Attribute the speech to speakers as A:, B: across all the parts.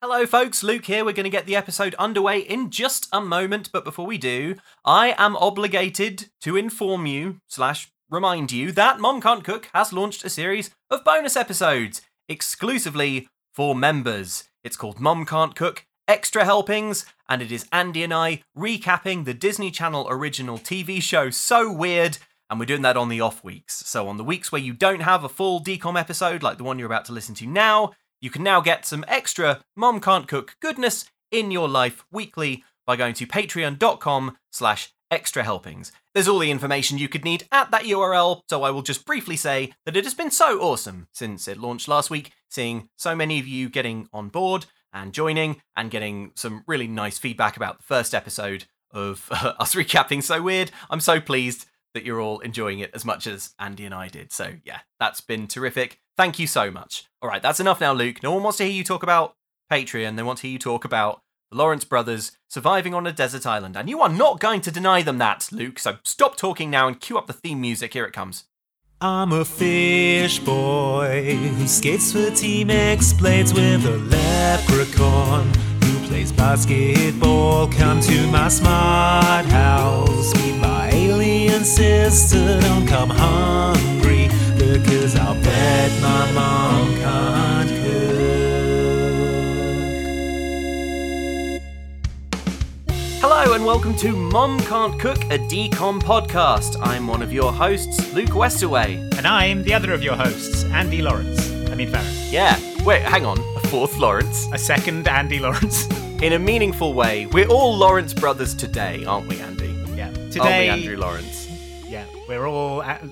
A: Hello, folks. Luke here. We're going to get the episode underway in just a moment, but before we do, I am obligated to inform you slash remind you that Mom Can't Cook has launched a series of bonus episodes exclusively for members. It's called Mom Can't Cook Extra Helpings, and it is Andy and I recapping the Disney Channel original TV show So Weird. And we're doing that on the off weeks. So, on the weeks where you don't have a full DCOM episode, like the one you're about to listen to now, you can now get some extra Mom Can't Cook goodness in your life weekly by going to patreon.com slash extra helpings. There's all the information you could need at that URL, so I will just briefly say that it has been so awesome since it launched last week, seeing so many of you getting on board and joining and getting some really nice feedback about the first episode of us recapping So Weird. I'm so pleased that you're all enjoying it as much as Andy and I did. So, yeah, that's been terrific. Thank you so much. All right, that's enough now, Luke. No one wants to hear you talk about Patreon. They want to hear you talk about the Lawrence brothers surviving on a desert island. And you are not going to deny them that, Luke. So, stop talking now and cue up the theme music. Here it comes.
B: I'm a fish boy who skates for Team X, plays with a leprechaun who plays basketball. Come to my smart house, meet my alien sister. Don't come hungry because I'll bet my mom can't cook.
A: Hello and welcome to Mom Can't Cook, a DCOM podcast. I'm one of your hosts, Luke Westaway.
C: And I'm the other of your hosts, Andy Lawrence. I mean, Farron.
A: Yeah, wait, hang on. A fourth Lawrence.
C: A second Andy Lawrence.
A: In a meaningful way, we're all Lawrence brothers today, aren't we, Andy?
C: yeah.
A: Aren't we,
C: Today,
A: Andrew Lawrence?
C: yeah, we're all at,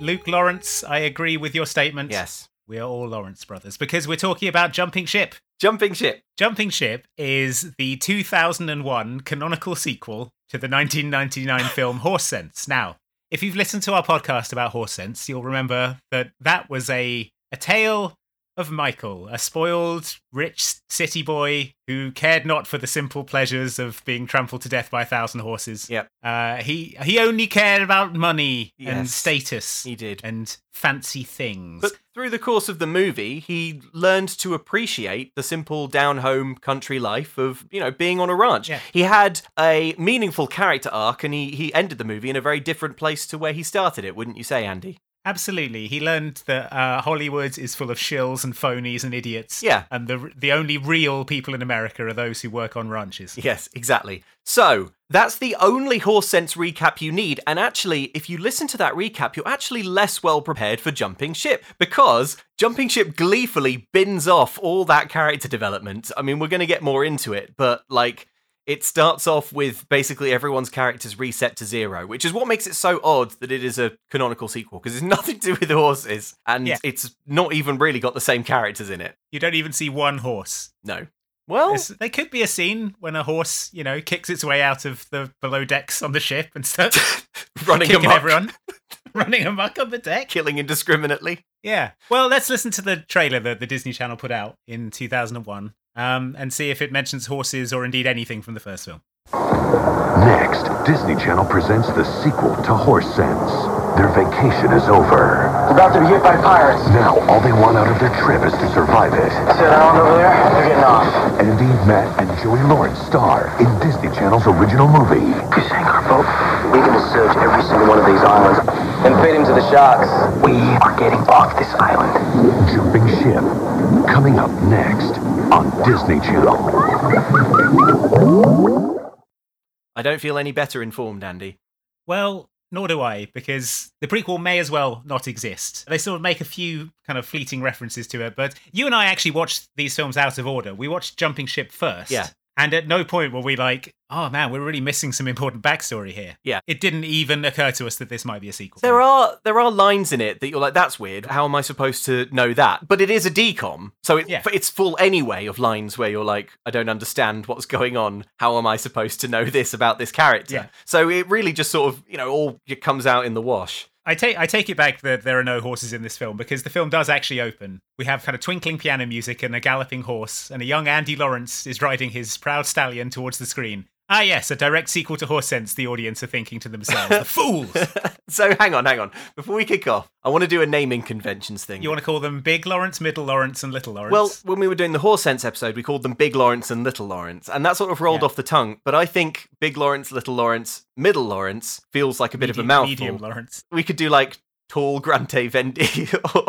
C: Luke Lawrence. I agree with your statement.
A: Yes.
C: we are all Lawrence brothers because we're talking about Jumping Ship.
A: Jumping ship.
C: Jumping Ship is the 2001 canonical sequel to the 1999 film Horse Sense. Now, if you've listened to our podcast about Horse Sense, you'll remember that that was a, a tale of Michael, a spoiled, rich city boy who cared not for the simple pleasures of being trampled to death by a thousand horses.
A: Yep.
C: Uh, he, he only cared about money and
A: Yes.
C: status
A: He did.
C: and fancy things.
A: But through the course of the movie, he learned to appreciate the simple down home country life of, you know, being on a ranch.
C: Yeah.
A: He had a meaningful character arc and he, he ended the movie in a very different place to where he started it, wouldn't you say, Andy?
C: Absolutely. He learned that uh, Hollywood is full of shills and phonies and idiots.
A: Yeah.
C: And the the only real people in America are those who work on ranches.
A: Yes, exactly. So that's the only horse sense recap you need. And actually, if you listen to that recap, you're actually less well prepared for Jumping Ship because Jumping Ship gleefully bins off all that character development. I mean, we're going to get more into it, but like. It starts off with basically everyone's characters reset to zero, which is what makes it so odd that it is a canonical sequel because it's nothing to do with the horses and
C: Yeah.
A: it's not even really got the same characters in it.
C: You don't even see one horse.
A: No. Well,
C: There's- there could be a scene when a horse, you know, kicks its way out of the below decks on the ship and starts
A: running
C: kicking
A: amok,
C: everyone, running amok on the deck.
A: killing indiscriminately.
C: Yeah. Well, let's listen to the trailer that the Disney Channel put out in 2001 um, and see if it mentions horses or indeed anything from the first film.
D: Next, Disney Channel presents the sequel to Horse Sense. Their vacation is over.
E: We're about to be hit by pirates.
D: Now, all they want out of their trip is to survive it.
E: That's that island over there. They're getting off.
D: Andy, Matt, and Joey Lawrence star in Disney Channel's original movie.
E: You sank our boat. We're gonna search every single one of these islands and feed him to the sharks. We are getting off this island.
D: Jumping Ship. Coming up next on Disney Channel.
A: I don't feel any better informed, Andy.
C: Well, nor do I, because the prequel may as well not exist. They sort of make a few kind of fleeting references to it, but you and I actually watched these films out of order. We watched Jumping Ship first.
A: Yeah.
C: And at no point were we like, oh man, we're really missing some important backstory here.
A: Yeah.
C: It didn't even occur to us that this might be a sequel.
A: There are there are lines in it that you're like, that's weird. How am I supposed to know that? But it is a decom, so it,
C: Yeah.
A: it's full anyway of lines where you're like, I don't understand what's going on. How am I supposed to know this about this character?
C: Yeah.
A: So it really just sort of you know all it comes out in the wash.
C: I take I take it back that there are no horses in this film because the film does actually open. We have kind of twinkling piano music and a galloping horse, and a young Andy Lawrence is riding his proud stallion towards the screen. Ah, yes, a direct sequel to Horse Sense, the audience are thinking to themselves, the fools!
A: So hang on, hang on. Before we kick off, I want to do a naming conventions thing.
C: You want to call them Big Lawrence, Middle Lawrence, and Little Lawrence?
A: Well, when we were doing the Horse Sense episode, we called them Big Lawrence and Little Lawrence, and that sort of rolled
C: Yeah.
A: off the tongue. But I think Big Lawrence, Little Lawrence, Middle Lawrence feels like a bit of a
C: Medi-
A: mouthful.
C: Medium Lawrence.
A: We could do like Tall Grante Vendi or,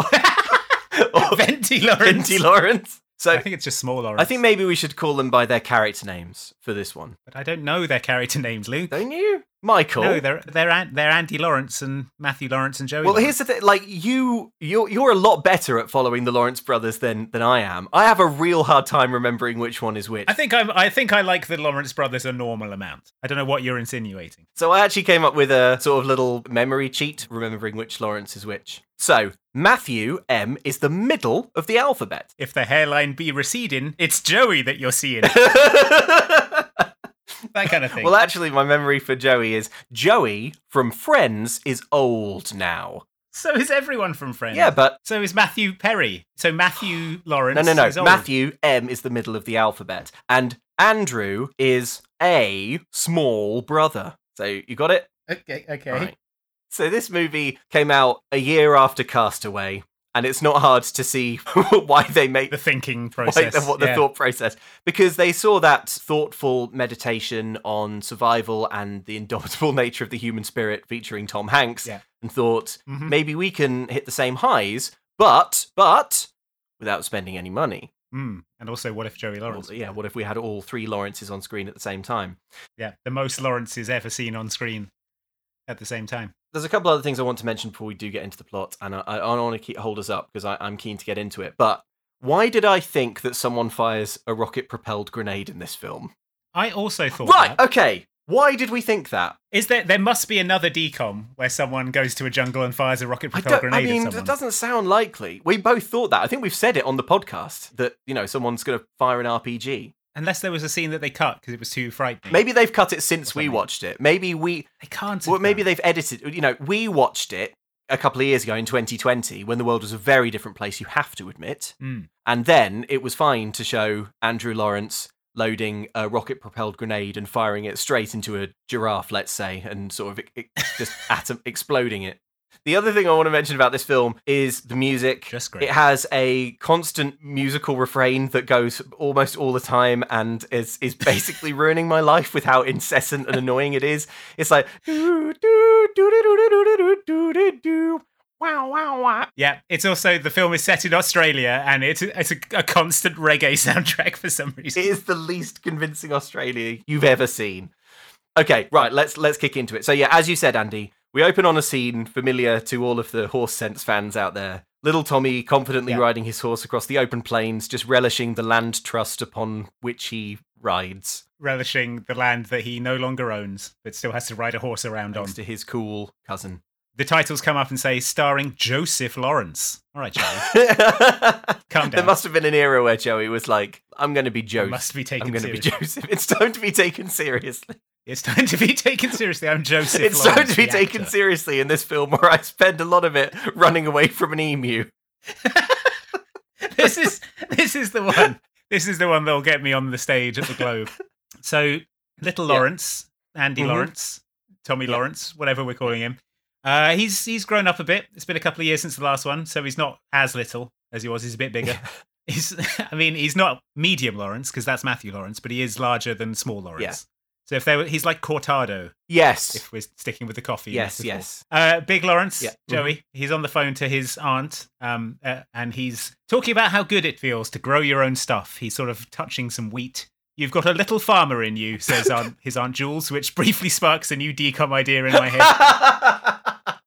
A: or
C: Venti Lawrence.
A: Vendi Oh, Lawrence. So
C: I think it's just Small Lawrence.
A: I think maybe we should call them by their character names for this one.
C: But I don't know their character names, Luke.
A: Don't you? Michael.
C: No, they're, they're, An- they're Andy Lawrence and Matthew Lawrence and Joey
A: Well,
C: Lawrence.
A: here's the thing. Like you, you're you're a lot better at following the Lawrence brothers than than I am. I have a real hard time remembering which one is which.
C: I think I'm, I think I like the Lawrence brothers a normal amount. I don't know what you're insinuating.
A: so I actually came up with a sort of little memory cheat, remembering which Lawrence is which. So Matthew M is the middle of the alphabet.
C: If the hairline be receding, it's Joey that you're seeing. that kind of thing.
A: well, actually, my memory for Joey is Joey from Friends is old now.
C: so is everyone from Friends.
A: Yeah, but
C: So is Matthew Perry. So Matthew Lawrence.
A: no, no,
C: Is
A: no.
C: old.
A: Matthew M is the middle of the alphabet, and Andrew is a small brother. So you got it.
C: Okay, okay.
A: Right. So this movie came out a year after Castaway, and it's not hard to see why they make
C: The thinking
A: why,
C: process.
A: the- what the
C: yeah.
A: thought process because they saw that thoughtful meditation on survival and the indomitable nature of the human spirit featuring Tom Hanks,
C: Yeah.
A: and thought
C: Mhm.
A: maybe we can hit the same highs, but but without spending any money.
C: Mm. And also, what if Joey Lawrence?
A: Well, yeah, what if we had all three Lawrences on screen at the same time?
C: Yeah, the most Lawrences ever seen on screen at the same time.
A: There's a couple other things I want to mention before we do get into the plot, and I, I don't want to keep, hold us up because I- I'm keen to get into it. But why did I think that someone fires a rocket propelled grenade in this film?
C: I also thought
A: Right, uh-
C: that.
A: okay. Why did we think that?
C: Is there there must be another decom where someone goes to a jungle and fires a rocket
A: I,
C: propelled
A: don't, I
C: grenade
A: mean,
C: at
A: it
C: someone.
A: doesn't sound likely. We both thought that. I think we've said it on the podcast that, you know, someone's going to fire an RPG.
C: Unless there was a scene that they cut because it was too frightening.
A: Maybe they've cut it since
C: What's
A: we
C: that mean?
A: watched it. Maybe we,
C: they can't.
A: Well, maybe they've edited. You know, we watched it a couple of years ago in 2020 when the world was a very different place. You have to admit.
C: Mm.
A: And then it was fine to show Andrew Lawrence loading a rocket-propelled grenade and firing it straight into a giraffe, let's say, and sort of it, it- just atom exploding it. The other thing I want to mention about this film is the music.
C: Just great.
A: It has a constant musical refrain that goes almost all the time and is is basically ruining my life with how incessant and annoying it is. It's like doo doo doo doo doo doo doo doo doo doo wow wow wow.
C: Yeah, it's also the film is set in Australia and it's it's a, a constant reggae soundtrack for some reason.
A: It is the least convincing Australia you've ever seen. Okay, right, let's let's kick into it. So yeah, as you said, Andy, we open on a scene familiar to all of the horse sense fans out there. Little Tommy confidently
C: Yeah.
A: riding his horse across the open plains, just relishing the land trust upon which he rides,
C: relishing the land that he no longer owns, but still has to ride a horse around on.
A: thanks to his cool cousin.
C: The titles come up and say starring Joseph Lawrence. All right, Charlie, calm
A: There
C: down.
A: must have been an era where Joey was like, "I'm going to be
C: You
A: Joseph.
C: must be
A: I'm
C: taken
A: going to be
C: seriously.
A: Joseph. It's time to be taken seriously."
C: it's time to be taken seriously. I'm Joseph.
A: it's
C: Lawrence,
A: time to be
C: the
A: taken
C: actor.
A: seriously in this film where I spend a lot of it running away from an emu.
C: this is this is the one. This is the one that'll get me on the stage at the Globe. So little
A: Yeah.
C: Lawrence, Andy
A: Mhm.
C: Lawrence, Tommy
A: Yeah.
C: Lawrence, whatever we're calling him. Uh, he's he's grown up a bit. It's been a couple of years since the last one, so he's not as little as he was. He's a bit bigger. he's, I mean, he's not medium Lawrence because that's Matthew Lawrence, but he is larger than small Lawrence.
A: Yeah.
C: So if they were, he's like Cortado
A: Yes.
C: if we're sticking with the coffee.
A: Yes,
C: metaphor.
A: yes.
C: Uh, Big Lawrence,
A: Yeah. Mm-hmm.
C: Joey, he's on the phone to his aunt, um, uh, and he's talking about how good it feels to grow your own stuff. He's sort of touching some wheat. You've got a little farmer in you, says aunt, his aunt Jules, which briefly sparks a new decom idea in my head.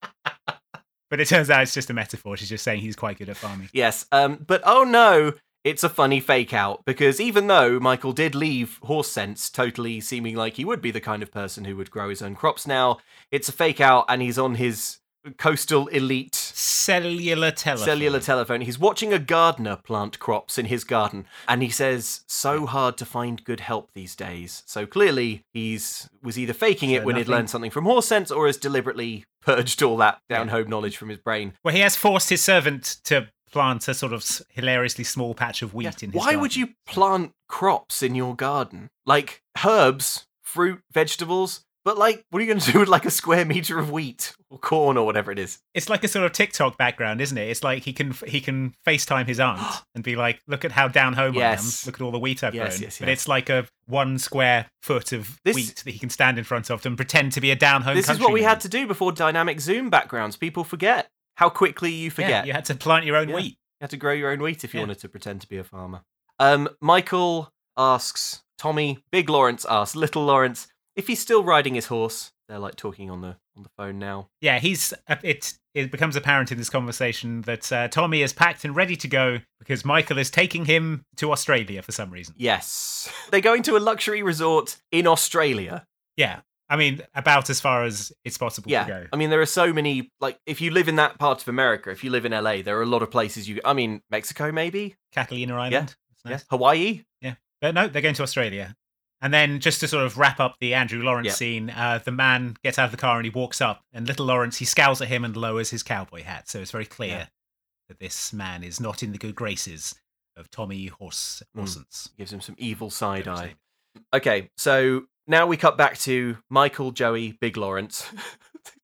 C: But it turns out it's just a metaphor. She's just saying he's quite good at farming.
A: yes. Um, but oh no, it's a funny fake out because even though Michael did leave Horse Sense totally seeming like he would be the kind of person who would grow his own crops now, it's a fake out and he's on his coastal elite
C: Cellular telephone.
A: cellular telephone. He's watching a gardener plant crops in his garden, and he says, "So hard to find good help these days." So clearly, he's was either faking it
C: So
A: when he'd
C: nothing-
A: learned something from horse sense, or has deliberately purged all that down home knowledge from his brain.
C: Well, he has forced his servant to plant a sort of s- hilariously small patch of wheat in his
A: Why would
C: garden.
A: you plant crops in your garden, like herbs? fruit, vegetables. But like, what are you going to do with like a square meter of wheat or corn or whatever it is?
C: It's like a sort of TikTok background, isn't it? It's like he can he can FaceTime his aunt and be like, "Look at how down home
A: Yes.
C: I am. Look at all the wheat I've
A: Yes,
C: grown."
A: yes,
C: But
A: yes.
C: it's like a one square foot of
A: This-
C: wheat that he can stand in front of and pretend to be a down home.
A: This is what we had to do before dynamic Zoom backgrounds. People forget how quickly you forget.
C: Yeah, you had to plant your own
A: Yeah.
C: wheat.
A: You had to grow your own wheat if you
C: Yeah.
A: wanted to pretend to be a farmer. Um, Michael asks Tommy, Big Lawrence asks Little Lawrence if he's still riding his horse. They're like talking on the on the phone now.
C: Yeah, he's uh, it. It becomes apparent in this conversation that uh, Tommy is packed and ready to go because Michael is taking him to Australia for some reason.
A: Yes, they're going to a luxury resort in Australia.
C: Yeah, I mean about as far as it's possible to
A: Yeah, Um,
C: go.
A: I mean there are so many like if you live in that part of America, if you live in LA, there are a lot of places you. I mean Mexico maybe,
C: Catalina Island. It's nice.
A: yes, Hawaii.
C: But no, they're going to Australia. And then just to sort of wrap up the Andrew Lawrence
A: Yeah.
C: scene, uh, the man gets out of the car and he walks up, and little Lawrence he scowls at him and lowers his cowboy hat. So it's very clear
A: Yeah.
C: that this man is not in the good graces of Tommy Horse
A: Mm.
C: Horsens.
A: Gives him some evil side eye. Okay, so now we cut back to Michael Joey Big Lawrence.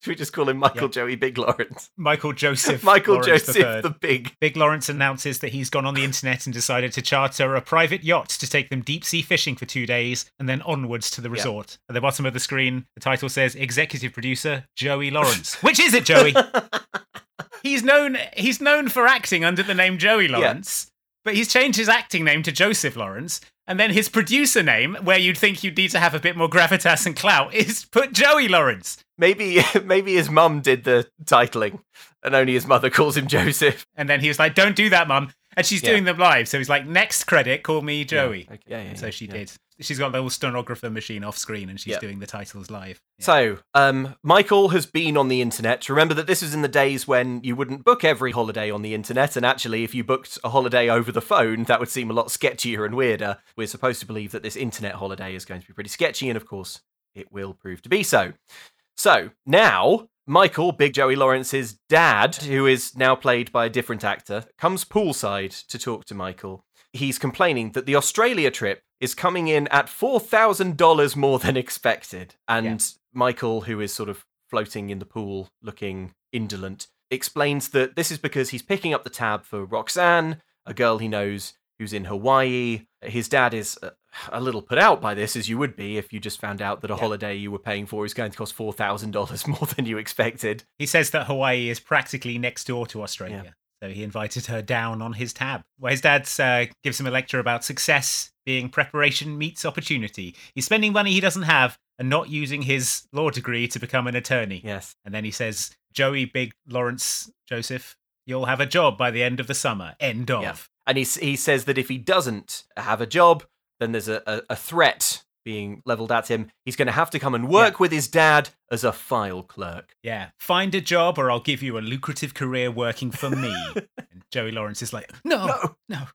A: Should we just call him Michael
C: Yeah.
A: Joey Big Lawrence?
C: Michael Joseph.
A: Michael
C: Lawrence
A: Joseph
C: III.
A: the Big.
C: Big Lawrence announces that he's gone on the internet and decided to charter a private yacht to take them deep sea fishing for two days and then onwards to the resort. At the bottom of the screen, the title says Executive Producer Joey Lawrence. Which is it, Joey? he's known he's known for acting under the name Joey Lawrence, but he's changed his acting name to Joseph Lawrence. And then his producer name, where you'd think you'd need to have a bit more gravitas and clout, is put Joey Lawrence.
A: Maybe maybe his mum did the titling and only his mother calls him Joseph.
C: And then he was like, "Don't do that, mum." And she's
A: Yeah.
C: doing them live, so he's like, "Next credit, call me Joey."
A: okay. Yeah, yeah,
C: and so
A: yeah,
C: she
A: yeah.
C: did. She's got the little stenographer machine off screen, and she's
A: Yeah.
C: doing the titles live. Yeah.
A: So, um, Michael has been on the internet. Remember that this was in the days when you wouldn't book every holiday on the internet, and actually, if you booked a holiday over the phone, that would seem a lot sketchier and weirder. We're supposed to believe that this internet holiday is going to be pretty sketchy, and of course, it will prove to be so. So, now, Michael, Big Joey Lawrence's dad, who is now played by a different actor, comes poolside to talk to Michael. He's complaining that the Australia trip is coming in at $4,000 more than expected. And Michael, who is sort of floating in the pool looking indolent, explains that this is because he's picking up the tab for Roxanne, a girl he knows who's in Hawaii. His dad is uh, a little put out by this, as you would be if you just found out that a holiday you were paying for is going to cost $4,000 more than you expected.
C: he says that Hawaii is practically next door to Australia. So he invited her down on his tab. Well, his dad uh, gives him a lecture about success being preparation meets opportunity. He's spending money he doesn't have and not using his law degree to become an attorney.
A: Yes.
C: And then he says, Joey, Big Lawrence, Joseph, you'll have a job by the end of the summer. End of.
A: Yeah. And he, s- he says that if he doesn't have a job, then there's a, a, a threat being leveled at him. He's going to have to come and work with his dad as a file clerk.
C: Yeah, find a job or I'll give you a lucrative career working for me. and Joey Lawrence is like, no, no,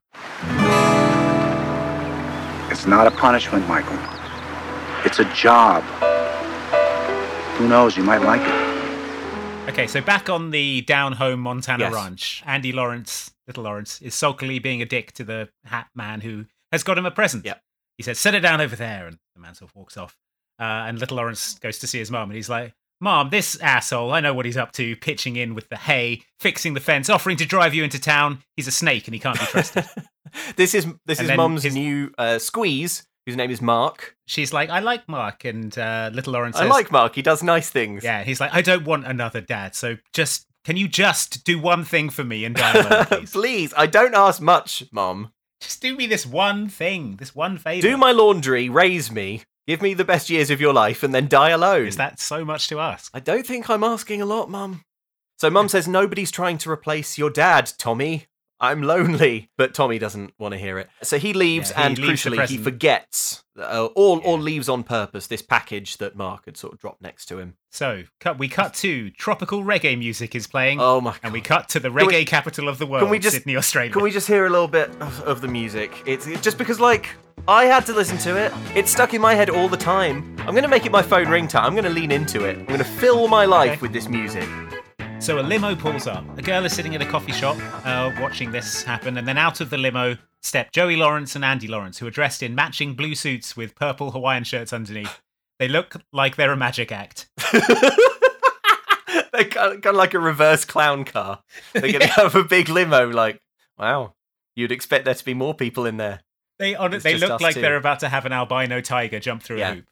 F: It's not a punishment, Michael. It's a job. Who knows? You might like it.
C: Okay, so back on the down home Montana
A: Yes.
C: ranch, Andy Lawrence, little Lawrence, is sulkily being a dick to the hat man who has got him a present.
A: Yep.
C: He says, set it down over there. And the man sort of walks off. Uh, and little Lawrence goes to see his mom and he's like, Mom, this asshole, I know what he's up to, pitching in with the hay, fixing the fence, offering to drive you into town. He's a snake and he can't be trusted.
A: This is this
C: And
A: is
C: then
A: mum's
C: his-
A: new uh, squeeze, whose name is Mark.
C: She's like, I like Mark. And uh, little Lawrence
A: I
C: says,
A: like Mark. He does nice things.
C: Yeah, he's like, I don't want another dad. So just, can you just do one thing for me and die alone, please?
A: Please, I don't ask much, Mum.
C: Just do me this one thing, this one favor.
A: Do my laundry, raise me, give me the best years of your life, and then die alone.
C: Is that so much to ask?
A: I don't think I'm asking a lot, Mum. So Mum says nobody's trying to replace your dad, Tommy. I'm lonely, but Tommy doesn't want to hear it. So he leaves,
C: Yeah, he
A: and
C: leaves
A: crucially,
C: the
A: he
C: present.
A: forgets, uh, or or
C: Yeah.
A: leaves on purpose this package that Mark had sort of dropped next to him.
C: So cut. We cut to tropical reggae music is playing,
A: Oh my! God.
C: Mm. and we cut to the
A: Can
C: reggae
A: we-
C: capital of the world,
A: we just-
C: Sydney, Australia.
A: Can we just hear a little bit of, of the music? It's it's just because like I had to listen to it. It's stuck in my head all the time. I'm gonna make it my phone ringtone. I'm gonna lean into it. I'm gonna fill my life
C: Okay.
A: with this music.
C: So a limo pulls up. A girl is sitting at a coffee shop, uh, watching this happen, and then out of the limo step Joey Lawrence and Andy Lawrence, who are dressed in matching blue suits with purple Hawaiian shirts underneath. They look like they're a magic act.
A: They're kind of, kind of like a reverse clown car. They're going to have a big limo. Like, wow, you'd expect there to be more people in there.
C: They on,
A: It's
C: they
A: just
C: look
A: us
C: like
A: two.
C: they're about to have an albino tiger jump through
A: Yeah.
C: a hoop.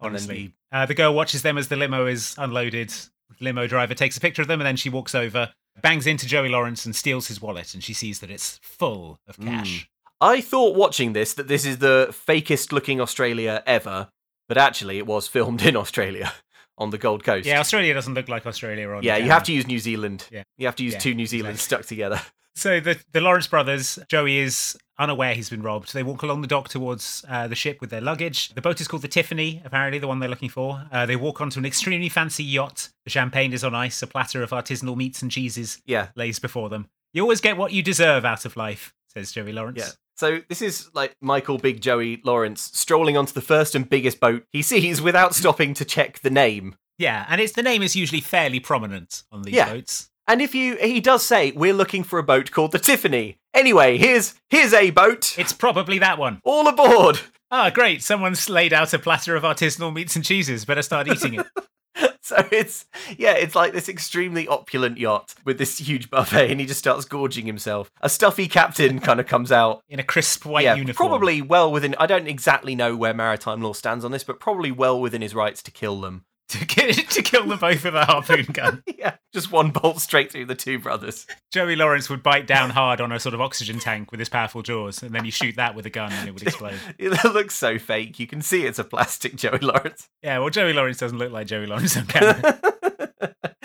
A: And then we-
C: Honestly, uh, the girl watches them as the limo is unloaded. Limo driver takes a picture of them, and then she walks over, bangs into Joey Lawrence, and steals his wallet. And she sees that it's full of
A: Hmm.
C: cash.
A: I thought watching this that this is the fakest looking Australia ever, but actually it was filmed in Australia on the Gold Coast.
C: Yeah, Australia doesn't look like Australia on.
A: Yeah, you
C: camera.
A: have to use New Zealand.
C: Yeah.
A: You have to use
C: Yeah,
A: two New Zealands stuck together.
C: So the the Lawrence brothers, Joey is unaware he's been robbed. They walk along the dock towards uh, the ship with their luggage. The boat is called the Tiffany, apparently the one they're looking for. Uh, they walk onto an extremely fancy yacht. The champagne is on ice. A platter of artisanal meats and cheeses
A: Yeah.
C: lays before them. You always get what you deserve out of life, says Joey Lawrence.
A: Yeah. So this is like Michael Big Joey Lawrence strolling onto the first and biggest boat he sees without stopping to check the name.
C: Yeah, and it's the name is usually fairly prominent on these
A: Yeah.
C: boats.
A: And if you he does say we're looking for a boat called the Tiffany. Anyway, here's here's a boat.
C: It's probably that one.
A: All aboard.
C: Ah, great! Someone's laid out a platter of artisanal meats and cheeses. Better start eating it.
A: So it's yeah, it's like this extremely opulent yacht with this huge buffet and he just starts gorging himself. A stuffy captain kind of comes out
C: In a crisp white
A: yeah,
C: uniform.
A: Probably well within. I don't exactly know where maritime law stands on this, but probably well within his rights to kill them.
C: to, ki- to kill them both with a harpoon gun.
A: Yeah, just one bolt straight through the two brothers.
C: Joey Lawrence would bite down hard on a sort of oxygen tank with his powerful jaws, and then you shoot that with a gun and it would explode.
A: It looks so fake. You can see it's a plastic Joey Lawrence.
C: Yeah, well, Joey Lawrence doesn't look like Joey Lawrence on camera.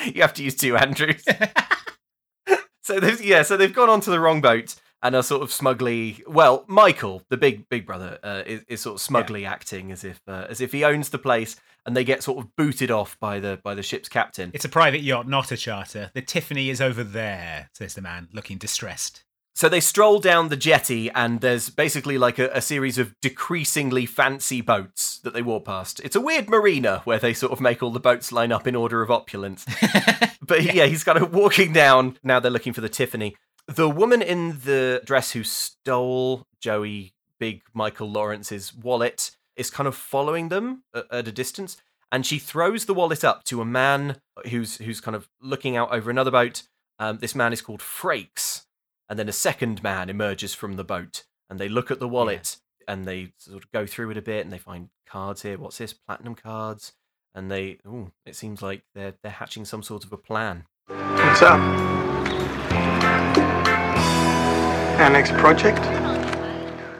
A: you have to use two Andrews. so they've, yeah, so they've gone onto the wrong boat and are sort of smugly. Well, Michael, the big big brother, uh, is, is sort of smugly acting as if uh, as if he owns the place, and they get sort of booted off by the by the ship's captain.
C: it's a private yacht, not a charter. The Tiffany is over there, says the man, looking distressed.
A: So they stroll down the jetty, and there's basically like a, a series of decreasingly fancy boats that they walk past. It's a weird marina where they sort of make all the boats line up in order of opulence. but yeah. he's kind of walking down. Now they're looking for the Tiffany. The woman in the dress who stole Joey Big Michael Lawrence's wallet is kind of following them a- at a distance, and she throws the wallet up to a man who's who's kind of looking out over another boat. Um, this man is called Frakes, and then a second man emerges from the boat, and they look at the wallet and they sort of go through it a bit, and they find cards here. What's this? Platinum cards, and they ooh, it seems like they're they're hatching some sort of a plan.
G: What's up? Our next project?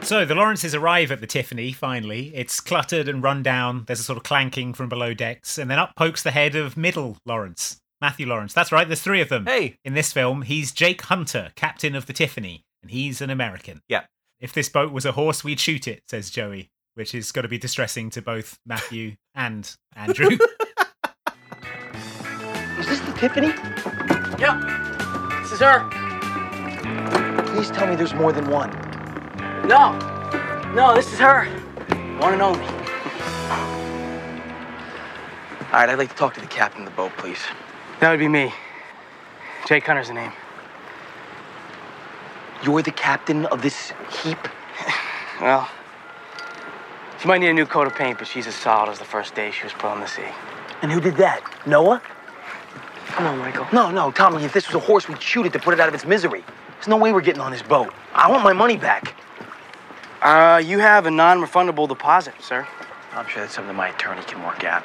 C: So the Lawrences arrive at the Tiffany, finally. It's cluttered and run down. There's a sort of clanking from below decks, and then up pokes the head of middle Lawrence, Matthew Lawrence. That's right, there's three of them.
A: Hey,
C: In this film, he's Jake Hunter, captain of the Tiffany, and he's an American.
A: Yeah.
C: If this boat was a horse, we'd shoot it, says Joey, which is got to be distressing to both Matthew and Andrew.
E: Is this the Tiffany?
H: This is her.
E: Please tell me there's more than one.
H: No. No, this is her. One and only.
E: All right, I'd like to talk to the captain of the boat, please.
H: That would be me. Jake Hunter's the name.
E: You're the captain of this heap?
H: Well, she might need a new coat of paint, but she's as solid as the first day she was put on the sea.
E: And who did that? Noah?
H: Come on, Michael.
E: No, no, Tommy, if this was a horse, we'd shoot it to put it out of its misery. There's no way we're getting on this boat. I want my money back.
H: Uh, you have a non-refundable deposit, sir.
E: I'm sure that's something my attorney can work out.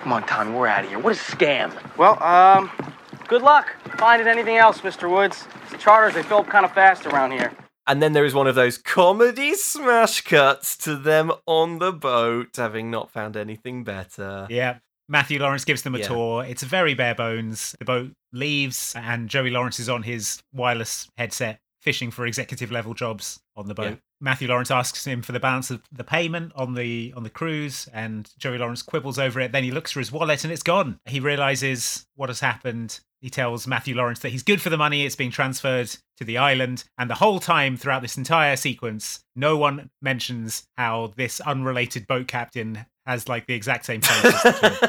E: Come on, Tommy, we're out of here. What a scam.
H: Well, um, good luck finding anything else, Mr. Woods. The charters, they fill up kind of fast around here.
A: And then there is one of those comedy smash cuts to them on the boat, having not found anything better.
C: yeah. Matthew Lawrence gives them a
A: Yeah.
C: tour. It's very bare bones. The boat leaves, and Joey Lawrence is on his wireless headset fishing for executive level jobs on the boat.
A: Yeah.
C: Matthew Lawrence asks him for the balance of the payment on the on the cruise, and Joey Lawrence quibbles over it. Then he looks for his wallet, and it's gone. He realizes what has happened. He tells Matthew Lawrence that he's good for the money. It's being transferred to the island, and the whole time throughout this entire sequence, no one mentions how this unrelated boat captain has like the exact same face as the two of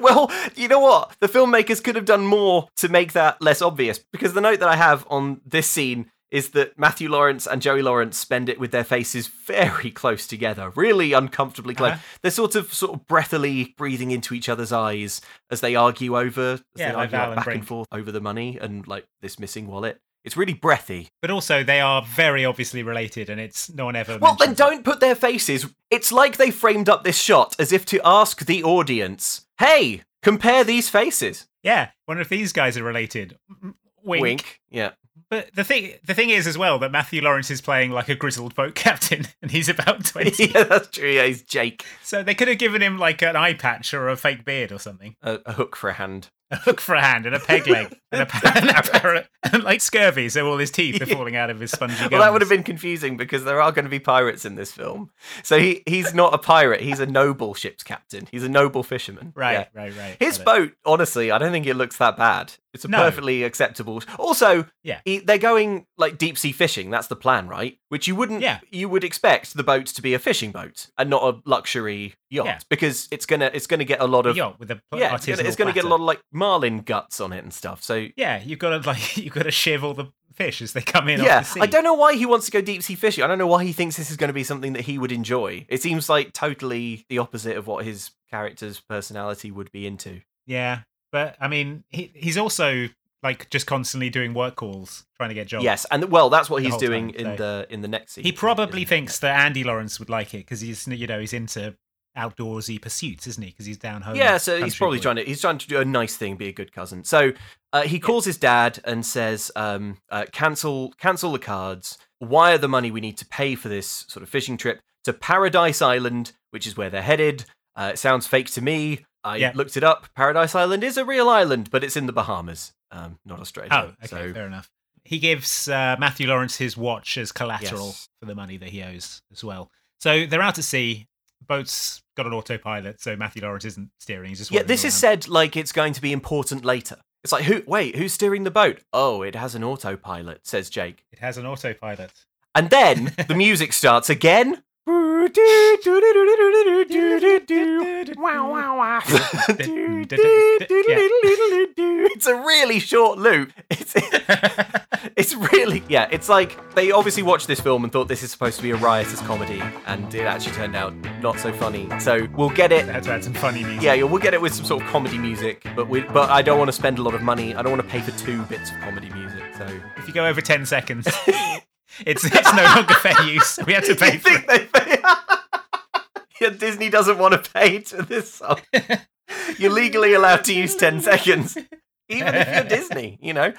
A: well, you know what? The filmmakers could have done more to make that less obvious because the note that I have on this scene is that Matthew Lawrence and Joey Lawrence spend it with their faces very close together, really uncomfortably
C: Uh-huh.
A: close. They're sort of sort of breathily breathing into each other's eyes as they argue over, as
C: Yeah,
A: they
C: like
A: argue
C: Val and
A: back
C: Brink.
A: and forth over the money and like this missing wallet. It's really breathy.
C: But also, they are very obviously related, and it's no one ever.
A: Well, then
C: mentions
A: don't put their faces. It's like they framed up this shot as if to ask the audience, "Hey, compare these faces."
C: it. Yeah, one of these guys are related. Mm, Wink.
A: Yeah.
C: But the thing, the thing is as well that Matthew Lawrence is playing like a grizzled boat captain, and he's about twenty.
A: yeah, that's true. Yeah, he's Jake.
C: so they could have given him like an eye patch or a fake beard or something,
A: A, a hook for a hand.
C: a hook for a hand, and a peg leg, and a, pa- and a parrot, and like scurvy, so all his teeth are falling out of his spongy gums.
A: Well, that would have been confusing because there are going to be pirates in this film. So he, he's not a pirate. He's a noble ship's captain. He's a noble fisherman.
C: right,
A: Yeah.
C: right, right.
A: His
C: Got it.
A: boat, honestly, I don't think it looks that bad. It's a
C: No.
A: perfectly acceptable. Also,
C: Yeah.
A: he- they're going like deep sea fishing. That's the plan, right? Which you wouldn't.
C: Yeah.
A: You would expect the boat to be a fishing boat and not a luxury yacht
C: Yeah.
A: because it's gonna it's gonna get a lot of
C: yacht with a pl-
A: yeah it's gonna,
C: artisanal
A: it's gonna get a
C: platter.
A: lot of like marlin guts on it and stuff. So
C: Yeah, you've got to like you've got to shiv all the fish as they come in.
A: yeah,
C: off the sea.
A: I don't know why he wants to go deep sea fishing. I don't know why he thinks this is going to be something that he would enjoy. It seems like totally the opposite of what his character's personality would be into.
C: Yeah, but I mean, he, he's also like just constantly doing work calls, trying to get jobs.
A: Yes, and well, that's what
C: The
A: he's
C: whole
A: doing
C: time,
A: in
C: so-
A: the in the next scene.
C: he probably
A: isn't
C: thinks that Andy Lawrence would like it because he's you know he's into outdoorsy pursuits, isn't he? Because he's down
A: it?
C: home.
A: Yeah, so he's
C: um, country
A: probably
C: boy.
A: trying to he's trying to do a nice thing, be a good cousin. So uh, he calls his dad and says, um, uh, "Cancel, cancel the cards. Wire the money we need to pay for this sort of fishing trip to Paradise Island, which is where they're headed." Uh, it sounds fake to me. I
C: Yeah.
A: looked it up. Paradise Island is a real island, but it's in the Bahamas, um, not Australia.
C: Oh, okay,
A: So-
C: fair enough. He gives uh, Matthew Lawrence his watch as collateral
A: Yes.
C: for the money that he owes as well. So they're out at sea. Boat's got an autopilot, so Matthew Lawrence isn't steering. He's just
A: Yeah,
C: waving
A: this
C: all
A: is
C: around.
A: said like it's going to be important later. It's like, who? Wait, who's steering the boat? Oh, it has an autopilot, says Jake.
C: It has an autopilot.
A: And then the music starts again. it's a really short loop. It's, it's really, yeah, it's like they obviously watched this film and thought this is supposed to be a riotous comedy, and it actually turned out not so funny. So we'll get it
C: had to add some funny music.
A: yeah, yeah, we'll get it with some sort of comedy music, but we, but I don't want to spend a lot of money. I don't want to pay for two bits of comedy music. So
C: If you go over 10 seconds, it's, it's no longer fair use. We have to pay
A: You
C: for it.
A: think they pay? yeah, Disney doesn't want to pay to this song. You're legally allowed to use ten seconds, even if you're Disney. You know,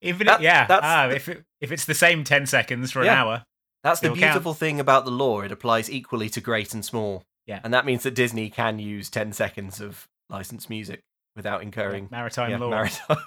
C: Even
A: That-
C: if, yeah,
A: that's
C: ah,
A: the-
C: if, it, if it's the same 10 seconds for an
A: Yeah.
C: hour,
A: that's the
C: It'll count.
A: beautiful thing about the law. It applies equally to great and small.
C: Yeah.
A: and that means that Disney can use ten seconds of licensed music without incurring
C: maritime
A: yeah,
C: law,
A: maritime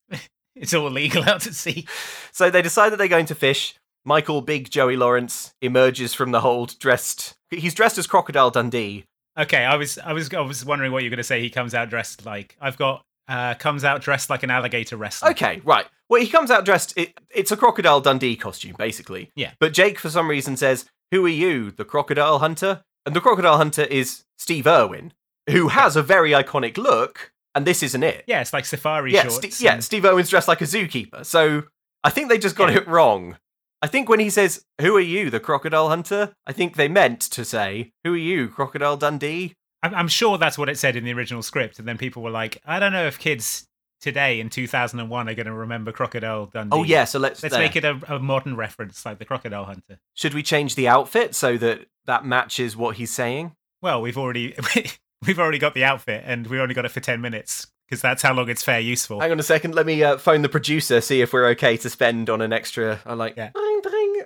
C: it's all legal out at sea.
A: So they decide that they're going to fish. Michael Big Joey Lawrence emerges from the hold dressed. He's dressed as Crocodile Dundee.
C: Okay, I was, I was, I was wondering what you were going to say. He comes out dressed like I've got. Uh, comes out dressed like an alligator wrestler.
A: Okay, right. Well, he comes out dressed. It, it's a Crocodile Dundee costume, basically.
C: Yeah.
A: But Jake, for some reason, says, Who are you, the Crocodile Hunter? And the Crocodile Hunter is Steve Irwin, who has a very iconic look, and this isn't it.
C: Yeah, it's like safari
A: yeah,
C: shorts.
A: Ste- yeah
C: and-
A: Steve Irwin's dressed like a zookeeper. So I think they just got it wrong. I think when he says, Who are you, the crocodile hunter? I think they meant to say, Who are you, Crocodile Dundee?
C: I'm, I'm sure that's what it said in the original script, and then people were like, "I don't know if kids today in 2001 are going to remember Crocodile Dundee."
A: Oh, yeah, so let's,
C: Let's
A: there.
C: make it a, a modern reference, like the Crocodile Hunter.
A: Should we change the outfit so that that matches what he's saying?
C: Well, we've already we've already got the outfit, and we only got it for ten minutes because that's how long it's fair use for.
A: Hang on a second. Let me uh, phone the producer, see if we're okay to spend on an extra. I like.
C: Yeah.
A: Ding, ding.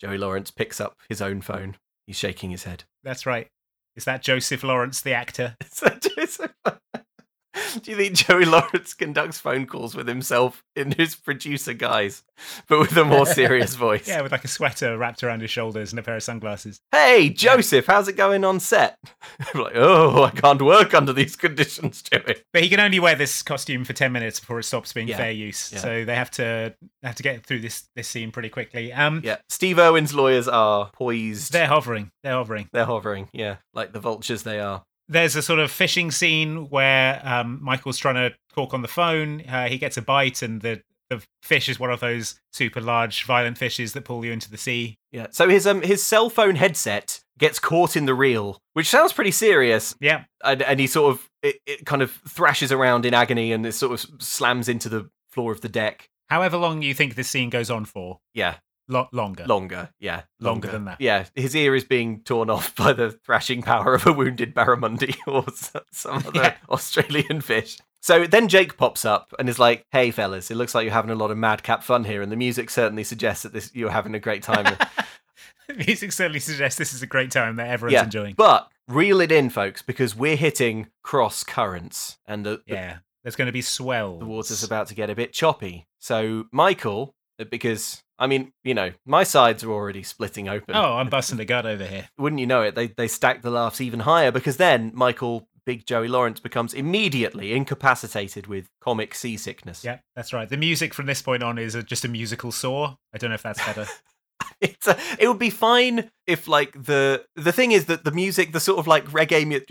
A: Joey Lawrence picks up his own phone. He's shaking his head.
C: That's right. Is that Joseph Lawrence, the actor?
A: So Joseph- Do you think Joey Lawrence conducts phone calls with himself in his producer guise, but with a more serious voice?
C: Yeah, with like a sweater wrapped around his shoulders and a pair of sunglasses.
A: Hey, Joseph, how's it going on set? like, oh, I can't work under these conditions, Joey.
C: But he can only wear this costume for ten minutes before it stops being
A: Yeah.
C: fair use.
A: Yeah.
C: So they have to they have to get through this this scene pretty quickly. Um,
A: Yeah, Steve Irwin's lawyers are poised.
C: they're hovering. They're hovering.
A: They're hovering, yeah, like the vultures they are.
C: there's a sort of fishing scene where um, Michael's trying to talk on the phone. Uh, he gets a bite, and the the fish is one of those super large, violent fishes that pull you into the sea.
A: Yeah. So his um his cell phone headset gets caught in the reel, which sounds pretty serious.
C: Yeah,
A: And, and he sort of it, it kind of thrashes around in agony and it sort of slams into the floor of the deck.
C: however long you think this scene goes on for,
A: Yeah.
C: lo- longer.
A: Longer. Yeah.
C: Longer than that.
A: Yeah. His ear is being torn off by the thrashing power of a wounded barramundi or s- some other
C: Yeah.
A: Australian fish. So then Jake pops up and is like, "Hey fellas, it looks like you're having a lot of madcap fun here, and the music certainly suggests that this you're having a great time."
C: Music certainly suggests this is a great time that everyone's enjoying.
A: But reel it in, folks, because we're hitting cross currents and the, the-
C: yeah, there's going to be swell.
A: the water's about to get a bit choppy. So, Michael, uh, because I mean, you know, my sides are already splitting open.
C: Oh, I'm busting the gut over here.
A: Wouldn't you know it? They, they stack the laughs even higher because then Michael, big Joey Lawrence, becomes immediately incapacitated with comic seasickness.
C: Yeah, that's right. The music from this point on is a, just a musical saw. I don't know if that's better.
A: it's a, it would be fine if like the the thing is that the music the sort of like reggae music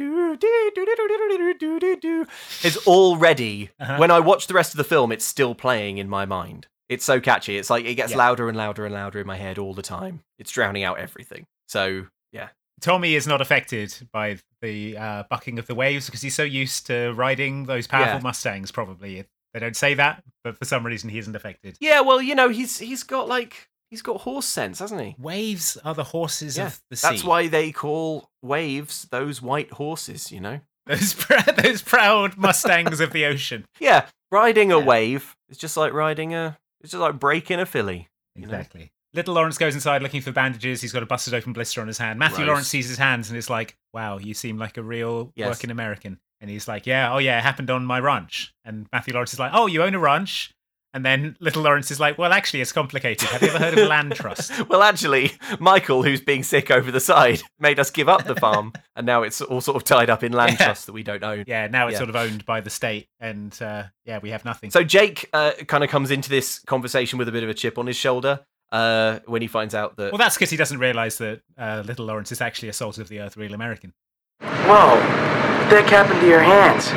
A: is already
C: Uh-huh.
A: when i watch the rest of the film it's still playing in my mind it's so catchy it's like it gets
C: Yeah.
A: louder and louder and louder in my head all the time it's drowning out everything so yeah
C: Tommy is not affected by the uh, bucking of the waves because he's so used to riding those powerful
A: Yeah.
C: Mustangs, probably. They don't say that, but for some reason he isn't affected.
A: yeah well you know he's he's got like he's got horse sense hasn't he
C: Waves are the horses
A: yeah
C: of the sea.
A: that's why they call waves those white horses you know
C: Those, pr- those proud Mustangs of the ocean.
A: yeah riding a
C: Yeah.
A: wave is just like riding a it's just like breaking a filly You know?
C: Exactly. Little Lawrence goes inside looking for bandages. He's got a busted open blister on his hand. Matthew
A: Gross.
C: Lawrence sees his hands and is like, wow, you seem like a real
A: Yes.
C: working American. And he's like, yeah, oh yeah, it happened on my ranch. And Matthew Lawrence is like, oh, you own a ranch? And then Little Lawrence is like, well, actually, it's complicated. Have you ever heard of land trust?
A: well, actually, Michael, who's being sick over the side, made us give up the farm, and now it's all sort of tied up in land
C: Yeah.
A: trust that we don't own.
C: Yeah, now it's
A: Yeah.
C: sort of owned by the state. And uh, yeah, we have nothing.
A: So Jake uh, kind of comes into this conversation with a bit of a chip on his shoulder uh, when he finds out that
C: well, that's because he doesn't realize that uh, Little Lawrence is actually a salt of the earth real American.
E: Whoa, what the heck happened to your hands?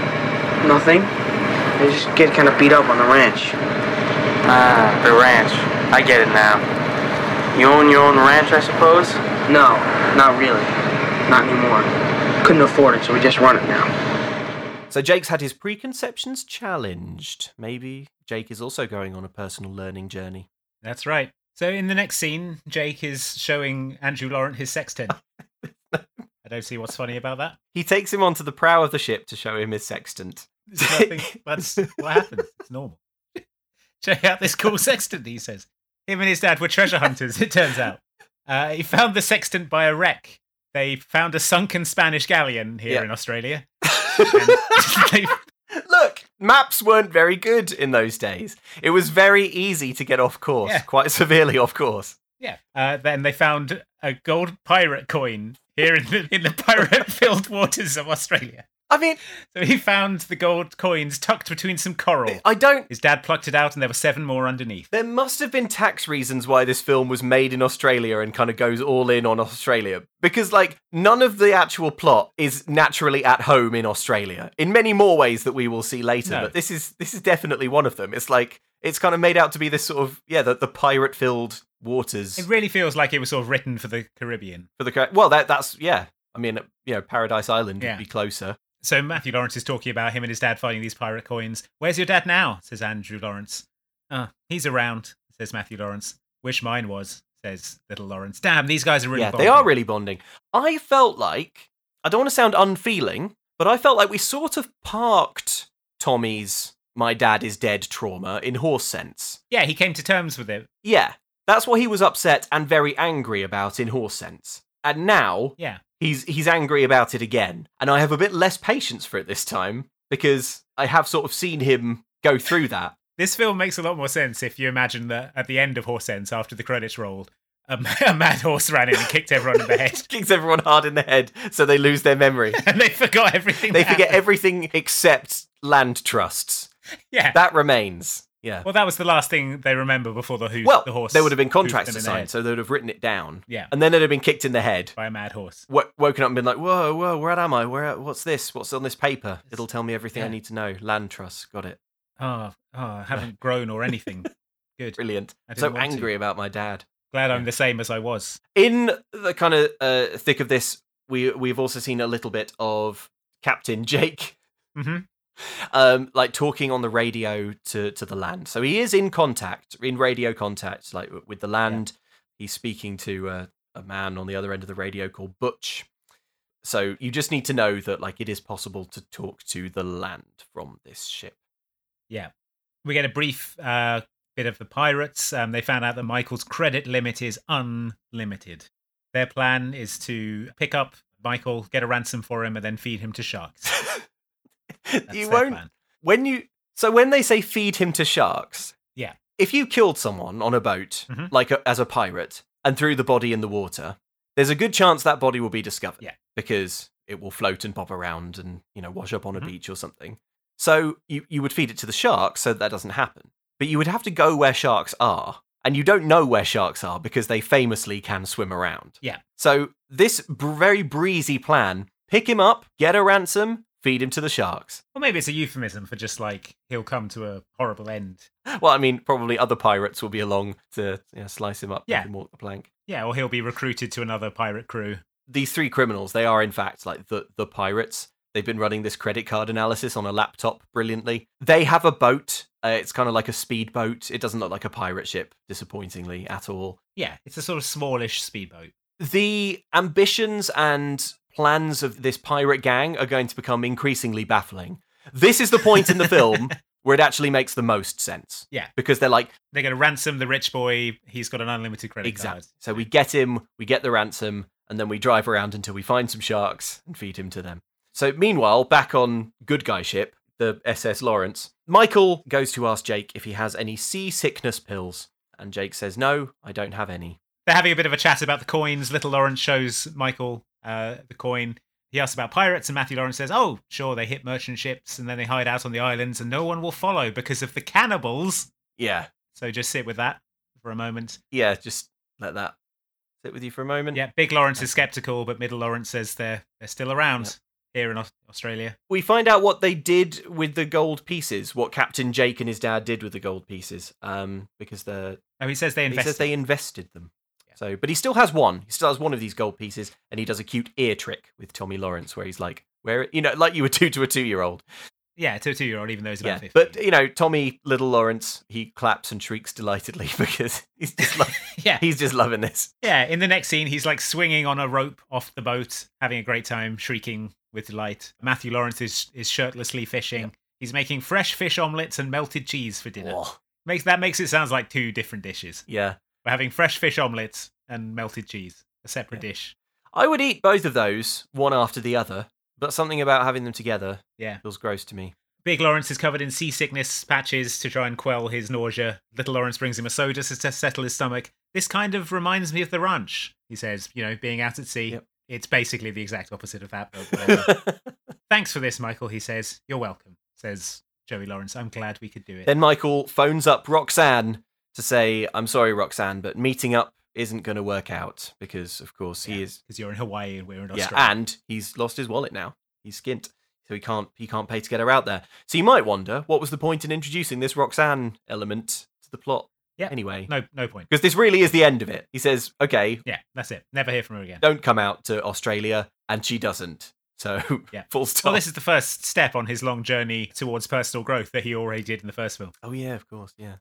H: Nothing?
E: They just get kind of beat up on the ranch.
H: Ah, the ranch. I get it now. You own your own ranch, I suppose?
E: No, not really. Not anymore. Couldn't afford it, so we just run it now.
A: so Jake's had his preconceptions challenged. Maybe Jake is also going on a personal learning journey.
C: That's right. So in the next scene, Jake is showing Andrew Laurent his sextant. I don't see what's funny about that.
A: He takes him onto the prow of the ship to show him his sextant.
C: It's nothing. That's what happens. It's normal. Check out this cool sextant, he says. Him and his dad were treasure hunters, it turns out. Uh, he found the sextant by a wreck. They found a sunken Spanish galleon here
A: Yeah.
C: in Australia. And they-
A: Look, maps weren't very good in those days. It was very easy to get off course,
C: Yeah.
A: quite severely off course.
C: yeah. Uh, then they found a gold pirate coin here in the, in the pirate filled waters of Australia.
A: I mean,
C: So he found the gold coins tucked between some coral.
A: I don't.
C: His dad plucked it out, and there were seven more underneath.
A: There must have been tax reasons why this film was made in Australia and kind of goes all in on Australia. Because, like, none of the actual plot is naturally at home in Australia in many more ways that we will see later.
C: No.
A: But this is this is definitely one of them. It's like it's kind of made out to be this sort of yeah, the, the pirate filled waters
C: It really feels like it was sort of written for the Caribbean.
A: for the correct. Well, that that's yeah. I mean, you know, Paradise Island
C: Yeah.
A: would be closer.
C: So Matthew Lawrence is talking about him and his dad finding these pirate coins. Where's your dad now? says Andrew Lawrence. Ah, he's around, says Matthew Lawrence. Wish mine was, says little Lawrence. Damn, these guys are really
A: yeah,
C: bonding.
A: they are really bonding. I felt like I don't want to sound unfeeling, but I felt like we sort of parked Tommy's "my dad is dead" trauma in horse sense.
C: Yeah, he came to terms with it.
A: Yeah, that's what he was upset and very angry about in horse sense. And now
C: Yeah.
A: he's he's angry about it again, and I have a bit less patience for it this time because I have sort of seen him go through that.
C: This film makes a lot more sense if you imagine that at the end of Horse Sense, after the credits rolled, a, ma- a mad horse ran in and kicked everyone in the head,
A: Kicks everyone hard in the head so they lose their memory.
C: and they forgot everything.
A: They
C: that
A: forget
C: happened.
A: everything except land trusts.
C: Yeah,
A: That remains. Yeah.
C: Well, that was the last thing they remember before the hoof,
A: Well,
C: the horse.
A: there would have been
C: hoofed them
A: contracts
C: in
A: to
C: the
A: sign,
C: head.
A: so they would have written it down.
C: Yeah.
A: And then it'd have been kicked in the head,
C: by a mad horse.
A: w- woken up and been like, whoa, whoa, where am I? Where? What's this? What's on this paper? It'll tell me everything I
C: Yeah.
A: need to know. Land trust, got it.
C: Oh, oh I haven't grown or anything. Good.
A: Brilliant.
C: I didn't
A: So
C: want to.
A: angry about my dad.
C: Glad I'm the same as I was.
A: In the kind of uh, thick of this, we we've also seen a little bit of Captain Jake,
C: Mhm.
A: um, like talking on the radio to to the land. So he is in contact, in radio contact, like w- with the land. He's speaking to uh, a man on the other end of the radio called Butch. So you just need to know that like it is possible to talk to the land from this ship.
C: We get a brief uh, bit of the pirates. Um, they found out that Michael's credit limit is unlimited. Their plan is to pick up Michael, get a ransom for him, and then feed him to sharks. That's
A: you
C: their
A: won't
C: plan.
A: when you so when they say feed him to sharks
C: Yeah.
A: if you killed someone on a boat
C: Mhm.
A: like a, as a pirate and threw the body in the water there's a good chance that body will be discovered
C: Yeah.
A: because it will float and bob around and you know wash up on a
C: Mhm.
A: beach or something so you, you would feed it to the sharks so that doesn't happen but you would have to go where sharks are and you don't know where sharks are because they famously can swim around
C: Yeah.
A: so this br- very breezy plan pick him up get a ransom feed him to the sharks
C: Or maybe it's a euphemism for just like he'll come to a horrible end.
A: Well, I mean, probably other pirates will be along to you know, slice him up,
C: Yeah.
A: make him walk the plank.
C: Yeah, or he'll be recruited to another pirate crew.
A: These three criminals, they are in fact like the the pirates. They've been running this credit card analysis on a laptop brilliantly. They have a boat. Uh, it's kind of like a speedboat. It doesn't look like a pirate ship, disappointingly at all.
C: Yeah, it's a sort of smallish speedboat.
A: The ambitions and plans of this pirate gang are going to become increasingly baffling. This is the point in the film where it actually makes the most sense.
C: Yeah.
A: Because they're like,
C: They're going to ransom the rich boy. He's got an unlimited credit
A: Exactly.
C: card.
A: So we get him, we get the ransom, and then we drive around until we find some sharks and feed him to them. So meanwhile, back on good guy ship, the SS Lawrence, Michael goes to ask Jake if he has any seasickness pills, and Jake says, "No, I don't have any."
C: They're having a bit of a chat about the coins. Little Lawrence shows Michael uh, the coin. He asks about pirates, and Matthew Lawrence says, Oh, sure, they hit merchant ships and then they hide out on the islands, and no one will follow because of the cannibals.
A: Yeah,
C: So just sit with that for a moment.
A: yeah, just let that sit with you for a moment.
C: Yeah, Big Lawrence is skeptical, but Middle Lawrence says they're, they're still around here in Aus- Australia.
A: We find out what they did with the gold pieces, what Captain Jake and his dad did with the gold pieces, um, because they're
C: Oh, he says they
A: He says
C: invested.
A: they invested them. So, but he still has one. He still has one of these gold pieces, and he does a cute ear trick with Tommy Lawrence, where he's like, "Where you know, like you would do to a two-year-old."
C: Yeah, to a two year old, even though he's about
A: Yeah,
C: 50.
A: but you know, Tommy Little Lawrence, he claps and shrieks delightedly because he's just lo-
C: yeah.
A: he's just loving this.
C: Yeah, in the next scene, he's like swinging on a rope off the boat, having a great time, shrieking with delight. Matthew Lawrence is, is shirtlessly fishing. He's making fresh fish omelets and melted cheese for dinner.
A: Oh,
C: Makes that makes it sounds like two different dishes.
A: yeah,
C: We're having fresh fish omelets and melted cheese, a separate dish.
A: I would eat both of those one after the other, but something about having them together
C: Yeah.
A: feels gross to me.
C: Big Lawrence is covered in seasickness patches to try and quell his nausea. Little Lawrence brings him a soda to s- settle his stomach. This kind of reminds me of the ranch, he says, you know, being out at sea.
A: Yep.
C: It's basically the exact opposite of that, but whatever. Thanks for this, Michael, he says. You're welcome, says Joey Lawrence. I'm glad we could do it.
A: Then Michael phones up Roxanne to say, "I'm sorry, Roxanne, but meeting up isn't going to work out because, of course, he is
C: Because you're in Hawaii and we're in
A: Yeah,
C: Australia.
A: and he's lost his wallet now. He's skint, so he can't he can't pay to get her out there. So you might wonder what was the point in introducing this Roxanne element to the plot?
C: Yeah.
A: Anyway,
C: no, no point.
A: because this really is the end of it. He says, "Okay,
C: Yeah, that's it. Never hear from her again.
A: don't come out to Australia," and she doesn't. So
C: Yeah.
A: full stop.
C: Well, this is the first step on his long journey towards personal growth that he already did in the first film.
A: oh yeah, of course, yeah.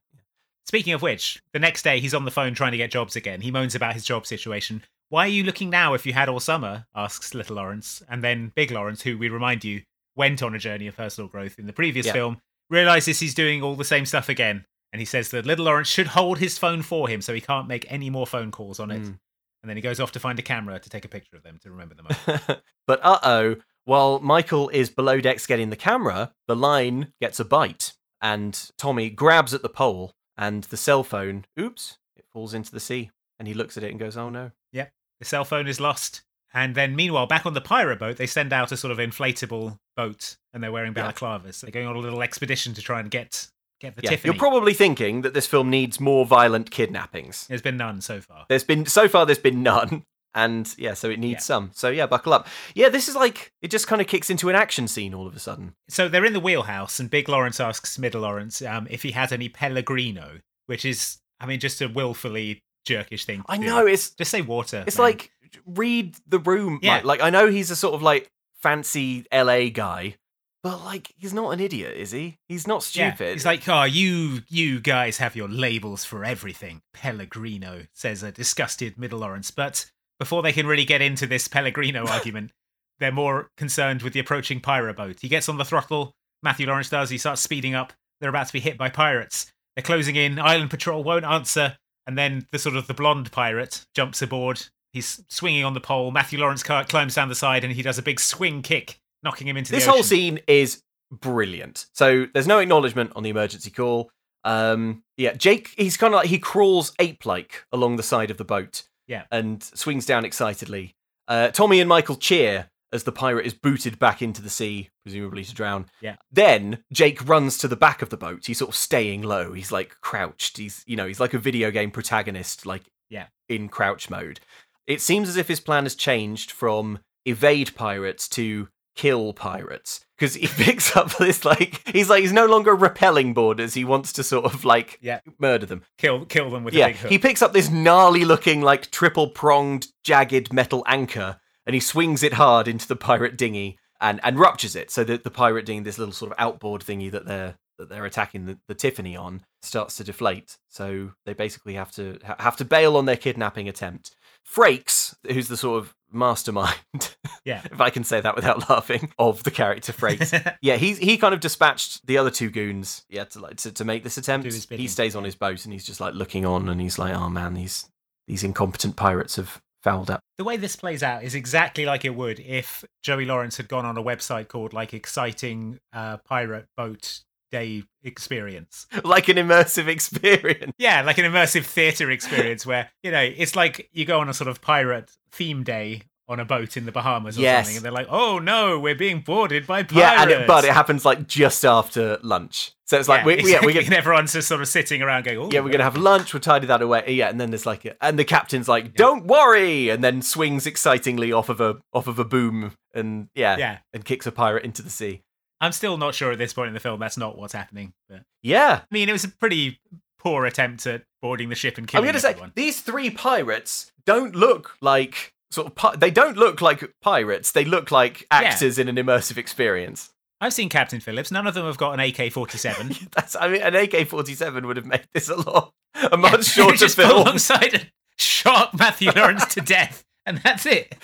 C: Speaking of which, the next day he's on the phone trying to get jobs again. He moans about his job situation. Why are you looking now if you had all summer? asks Little Lawrence. And then Big Lawrence, who we remind you went on a journey of personal growth in the previous
A: Yeah.
C: film, realizes he's doing all the same stuff again. And he says that Little Lawrence should hold his phone for him so he can't make any more phone calls on it.
A: Mm.
C: And then he goes off to find a camera to take a picture of them to remember the moment.
A: but uh oh, while Michael is below decks getting the camera, the line gets a bite, and Tommy grabs at the pole, and the cell phone, oops, it falls into the sea. And he looks at it and goes, oh no.
C: the cell phone is lost. And then, meanwhile, back on the pirate boat, they send out a sort of inflatable boat, and they're wearing
A: Yeah.
C: balaclavas. They're going on a little expedition to try and get get the
A: Yeah,
C: Tiffany.
A: You're probably thinking that this film needs more violent kidnappings.
C: There's been none so far.
A: There's been, so far, there's been none. And yeah, so it needs
C: Yeah.
A: some. So yeah, buckle up. Yeah, this is like it just kind of kicks into an action scene all of a sudden.
C: So they're in the wheelhouse, and Big Lawrence asks Middle Lawrence um, if he has any Pellegrino, which is, I mean, just a willfully jerkish thing. to
A: I
C: do.
A: know it's
C: Just say water.
A: it's
C: man.
A: like read the room.
C: Yeah.
A: Mike. Like I know he's a sort of like fancy LA guy, but like he's not an idiot, is he? He's not
C: Yeah,
A: stupid.
C: It's like, oh, you you guys have your labels for everything. Pellegrino says a disgusted Middle Lawrence, but before they can really get into this Pellegrino argument, they're more concerned with the approaching pirate boat. He gets on the throttle. Matthew Lawrence does. He starts speeding up. They're about to be hit by pirates. They're closing in. Island Patrol won't answer, and then the sort of the blonde pirate jumps aboard. He's swinging on the pole. Matthew Lawrence ca- climbs down the side, and he does a big swing kick, knocking him into
A: this
C: the
A: whole
C: ocean.
A: scene is brilliant. So there's no acknowledgement on the emergency call. Um, yeah, Jake, he's kind of like he crawls ape-like along the side of the boat.
C: Yeah.
A: and swings down excitedly. Uh, Tommy and Michael cheer as the pirate is booted back into the sea, presumably to drown.
C: Yeah.
A: Then Jake runs to the back of the boat. He's sort of staying low. He's like crouched. He's you know he's like a video game protagonist, like
C: Yeah.
A: in crouch mode. It seems as if his plan has changed from evade pirates to kill pirates because he picks up this like he's like he's no longer repelling boarders he wants to sort of like
C: Yeah.
A: murder them
C: kill kill them with a
A: yeah
C: big hook.
A: he picks up this gnarly looking like triple pronged jagged metal anchor and he swings it hard into the pirate dinghy and and ruptures it so that the pirate dinghy this little sort of outboard thingy that they're that they're attacking the, the tiffany on starts to deflate so they basically have to ha- have to bail on their kidnapping attempt frakes who's the sort of mastermind
C: Yeah.
A: if i can say that without laughing of the character frakes yeah, he he kind of dispatched the other two goons. Yeah, to like to, to make this attempt.
C: Do his bidding.
A: He stays on his boat and he's just like looking on and he's like, oh man, these these incompetent pirates have fouled up.
C: the way this plays out is exactly like it would if Joey Lawrence had gone on a website called like exciting uh, pirate boat day experience.
A: Like an immersive experience.
C: Yeah, like an immersive theater experience where, you know, it's like you go on a sort of pirate theme day on a boat in the Bahamas or
A: Yes.
C: something and they're like, "Oh no, we're being boarded by pirates."
A: Yeah, and it, but it happens like just after lunch. So it's like we, we-
C: exactly.
A: yeah, we're
C: and
A: gonna,
C: everyone's just sort of sitting around going, "Oh,
A: yeah, we're gonna have lunch. We'll tidy that away. Yeah, and then there's like, a, and the captain's like, "Don't worry," and then swings excitingly off of a off of a boom and yeah,
C: Yeah.
A: and kicks a pirate into the sea.
C: I'm still not sure at this point in the film that's not what's happening. But
A: Yeah,
C: I mean, it was a pretty poor attempt at boarding the ship and killing
A: I'm going to
C: everyone.
A: say these three pirates don't look like sort of pi- they don't look like pirates. They look like actors in an immersive experience.
C: I've seen Captain Phillips. None of them have got an AK forty-seven.
A: That's I mean an AK-47 would have made this a lot a much shorter
C: just
A: film.
C: alongside and shot Matthew Lawrence to death, and that's it.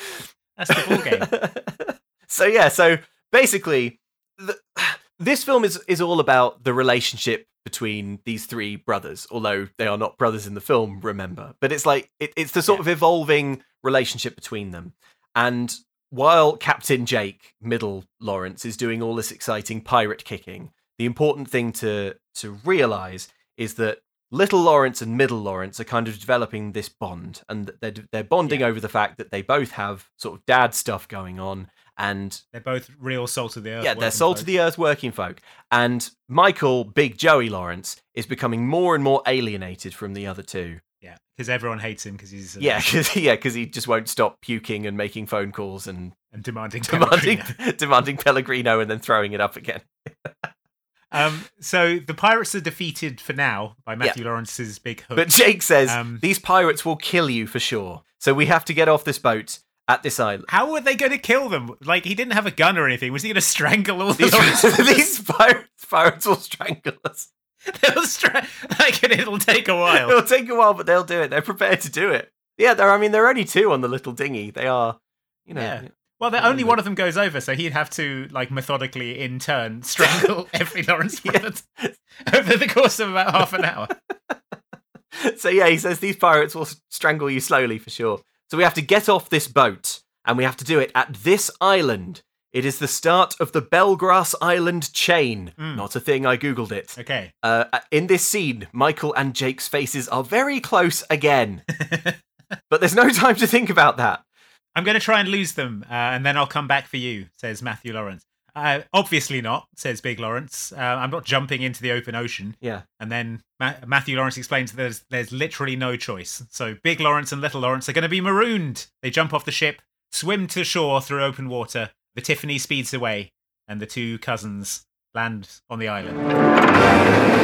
C: That's the ball game.
A: so yeah, so basically, the, this film is is all about the relationship between these three brothers. Although they are not brothers in the film, remember. But it's like it, it's the sort of evolving relationship between them. And while Captain Jake Middle Lawrence is doing all this exciting pirate kicking, the important thing to to realize is that Little Lawrence and Middle Lawrence are kind of developing this bond, and that they're they're bonding over the fact that they both have sort of dad stuff going on, and
C: They're both real salt of the earth.
A: yeah, they're
C: working
A: soul to
C: folk.
A: the earth working folk. And Michael, Big Joey Lawrence, is becoming more and more alienated from the other two.
C: yeah, because everyone hates him because he's uh,
A: Yeah, because yeah, because he just won't stop puking and making phone calls and
C: and demanding
A: demanding
C: Pellegrino.
A: demanding Pellegrino and then throwing it up again.
C: Um, so the pirates are defeated for now by Matthew Lawrence's big hook.
A: But Jake says
C: Um,
A: these pirates will kill you for sure. So we have to get off this boat at this island.
C: how were they going to kill them? Like he didn't have a gun or anything. Was he going to strangle all the
A: These,
C: Lawrences?
A: these pirates, pirates will strangle us.
C: They'll stra- like and it'll take a while.
A: It'll take a while, but they'll do it. They're prepared to do it. Yeah, they're, I mean, they're only two on the little dinghy. They are, you know,
C: Yeah. Well, the, only one of them goes over, so he'd have to like methodically, in turn, strangle every Lawrence brother over the course of about half an hour.
A: so yeah, he says these pirates will strangle you slowly for sure. So we have to get off this boat, and we have to do it at this island. It is the start of the Belgrass Island chain.
C: Mm.
A: Not a thing. I googled it.
C: Okay,
A: Uh, in this scene, Michael and Jake's faces are very close again, but there's no time to think about that.
C: I'm going to try and lose them, uh, and then I'll come back for you," says Matthew Lawrence. Uh, obviously not, says Big Lawrence. Uh, I'm not jumping into the open ocean.
A: Yeah.
C: And then Ma- Matthew Lawrence explains that there's, there's literally no choice. So Big Lawrence and Little Lawrence are going to be marooned. They jump off the ship, swim to shore through open water. The Tiffany speeds away, and the two cousins land on the island.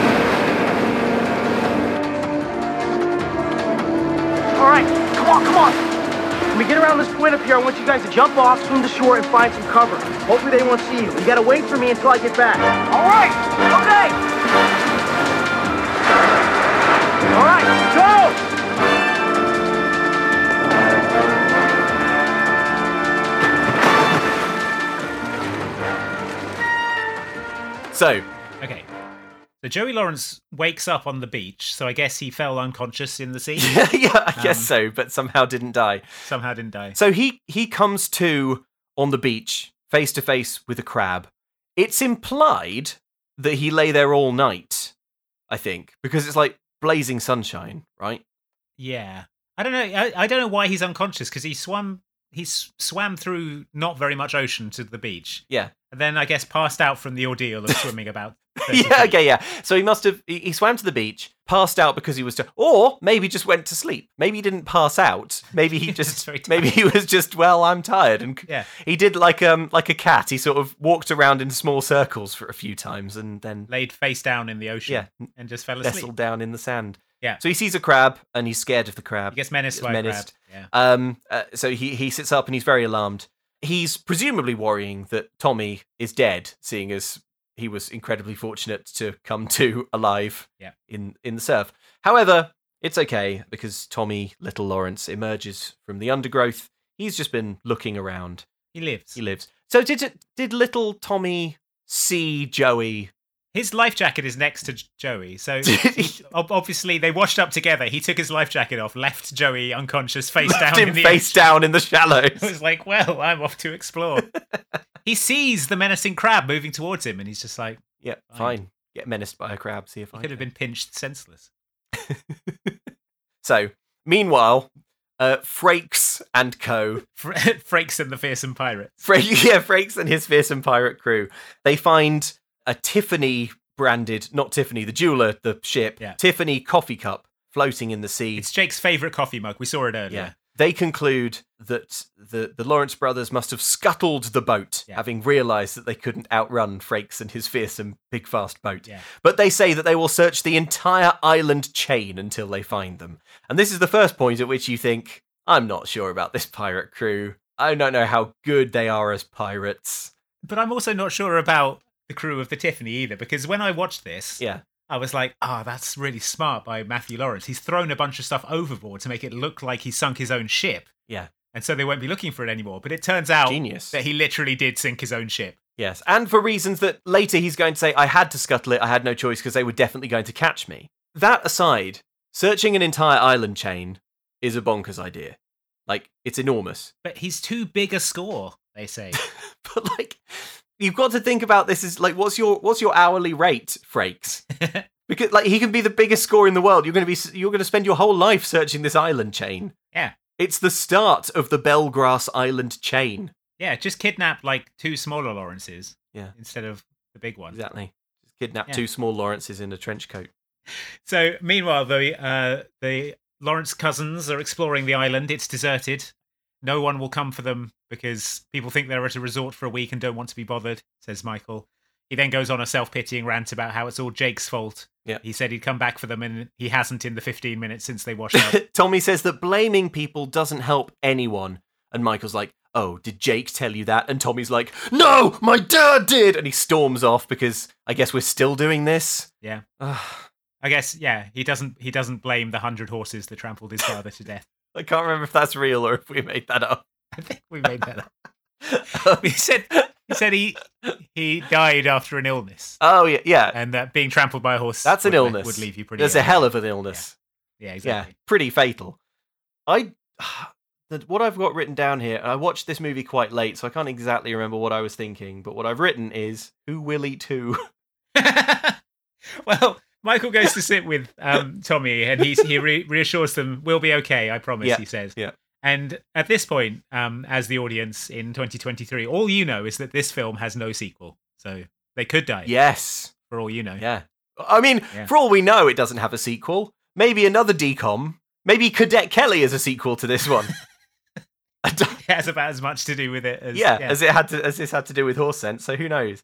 H: All right, come on, come on. When we get around this point up here, I want you guys to jump off, swim to shore, and find some cover. Hopefully they won't see you. You gotta wait for me until I get back. All right, okay. All right, go.
A: So,
C: Okay. So Joey Lawrence wakes up on the beach. So I guess he fell unconscious in the sea.
A: yeah, I guess so, but somehow didn't die.
C: Somehow didn't die.
A: So he he comes to on the beach, face to face with a crab. It's implied that he lay there all night, I think, because it's like blazing sunshine, right?
C: Yeah, I don't know. I, I don't know why he's unconscious because he swam. He s- swam through not very much ocean to the beach,
A: Yeah.
C: and then I guess passed out from the ordeal of swimming about. 30
A: yeah,
C: feet.
A: okay, yeah. So he must have he, he swam to the beach, passed out because he was to or maybe just went to sleep. Maybe he didn't pass out. Maybe he
C: was
A: just
C: very tired.
A: maybe he was just well, I'm tired and
C: Yeah.
A: he did like um like a cat. He sort of walked around in small circles for a few times and then
C: Laid face down in the ocean and just fell asleep.
A: nestled down in the sand.
C: Yeah.
A: So he sees a crab and he's scared of the crab.
C: He gets menaced
A: Gets
C: by
A: menaced.
C: a crab.
A: Um, uh, so he, he sits up and he's very alarmed. He's presumably worrying that Tommy is dead, seeing as he was incredibly fortunate to come to alive
C: Yeah.
A: in, in the surf. However, it's okay because Tommy Little Lawrence emerges from the undergrowth. He's just been looking around.
C: Yeah, he lives.
A: He lives. So did did little Tommy see Joey?
C: His life jacket is next to J- Joey, so he- ob- obviously they washed up together. He took his life jacket off, left Joey unconscious, face
A: Left
C: down in
A: him
C: the
A: face down in the shallows.
C: I was like, well, I'm off to explore. he sees the menacing crab moving towards him, and he's just like,
A: Yeah, fine.
C: Fine.
A: Get menaced by a crab, see if
C: he
A: I
C: could have
A: can.
C: been pinched senseless.
A: So, meanwhile, uh, Frakes and co.
C: Fr- Frakes and the Fearsome Pirates.
A: Fra- yeah, Frakes and his fearsome pirate crew. They find a Tiffany branded, not Tiffany, the jeweler, the ship,
C: Yeah.
A: Tiffany coffee cup floating in the sea.
C: It's Jake's favourite coffee mug. We saw it earlier.
A: yeah. They conclude that the, the Lawrence brothers must have scuttled the boat,
C: Yeah.
A: having realised that they couldn't outrun Frakes and his fearsome big fast boat.
C: Yeah.
A: But they say that they will search the entire island chain until they find them. And this is the first point at which you think, I'm not sure about this pirate crew. I don't know how good they are as pirates.
C: But I'm also not sure about the crew of the Tiffany either, because when I watched this,
A: Yeah.
C: I was like, ah, that's really smart by Matthew Lawrence. He's thrown a bunch of stuff overboard to make it look like he sunk his own ship.
A: Yeah.
C: And so they won't be looking for it anymore. But it turns out
A: Genius.
C: that he literally did sink his own ship.
A: Yes. And for reasons that later he's going to say, I had to scuttle it, I had no choice because they were definitely going to catch me. That aside, searching an entire island chain is a bonkers idea. Like, it's enormous.
C: But he's too big a score, they say.
A: But like you've got to think about this as like what's your what's your hourly rate, Frakes? because like he can be the biggest scorer in the world. You're going to be you're going to spend your whole life searching this island chain.
C: Yeah.
A: It's the start of the Belgrass Island chain.
C: yeah, just kidnap like two smaller Lawrences
A: Yeah.
C: instead of the big one.
A: Exactly. Kidnap
C: Yeah.
A: two small Lawrences in a trench coat.
C: So, meanwhile, the uh, the Lawrence cousins are exploring the island. It's deserted. No one will come for them because people think they're at a resort for a week and don't want to be bothered. Says Michael. He then goes on a self pitying rant about how it's all Jake's fault.
A: Yeah.
C: He said he'd come back for them and he hasn't in the 15 minutes since they washed up.
A: Tommy says that blaming people doesn't help anyone. And Michael's like, Oh, did Jake tell you that? And Tommy's like, No, my dad did. And he storms off because I guess we're still doing this.
C: Yeah.
A: Ugh.
C: I guess yeah. He doesn't he doesn't blame the hundred horses that trampled his father to death.
A: I can't remember if that's real or if we made that up.
C: I think we made that up. he said he said he he died after an illness,
A: Oh yeah, yeah.
C: and that being trampled by a horse
A: That's an
C: would-
A: illness.
C: would leave you pretty.
A: There's a
C: ill.
A: hell of an illness.
C: Yeah,
A: Yeah,
C: exactly.
A: pretty fatal. I that- what I've got written down here. I watched this movie quite late, so I can't exactly remember what I was thinking. But what I've written is, "Who will eat who?"
C: well, Michael goes to sit with um, Tommy, and he's, he re- reassures them, "We'll be okay, I promise."
A: Yeah,
C: He says,
A: yeah.
C: And at this point, um, as the audience in 2023, all you know is that this film has no sequel. So they could die,
A: Yes.
C: for all you know.
A: Yeah. I mean,
C: Yeah.
A: for all we know, it doesn't have a sequel. Maybe another decom. Maybe Cadet Kelly is a sequel to this one. I don't-
C: It has about as much to do with it as.
A: yeah, as it had to, as this had to do with horse sense. So who knows?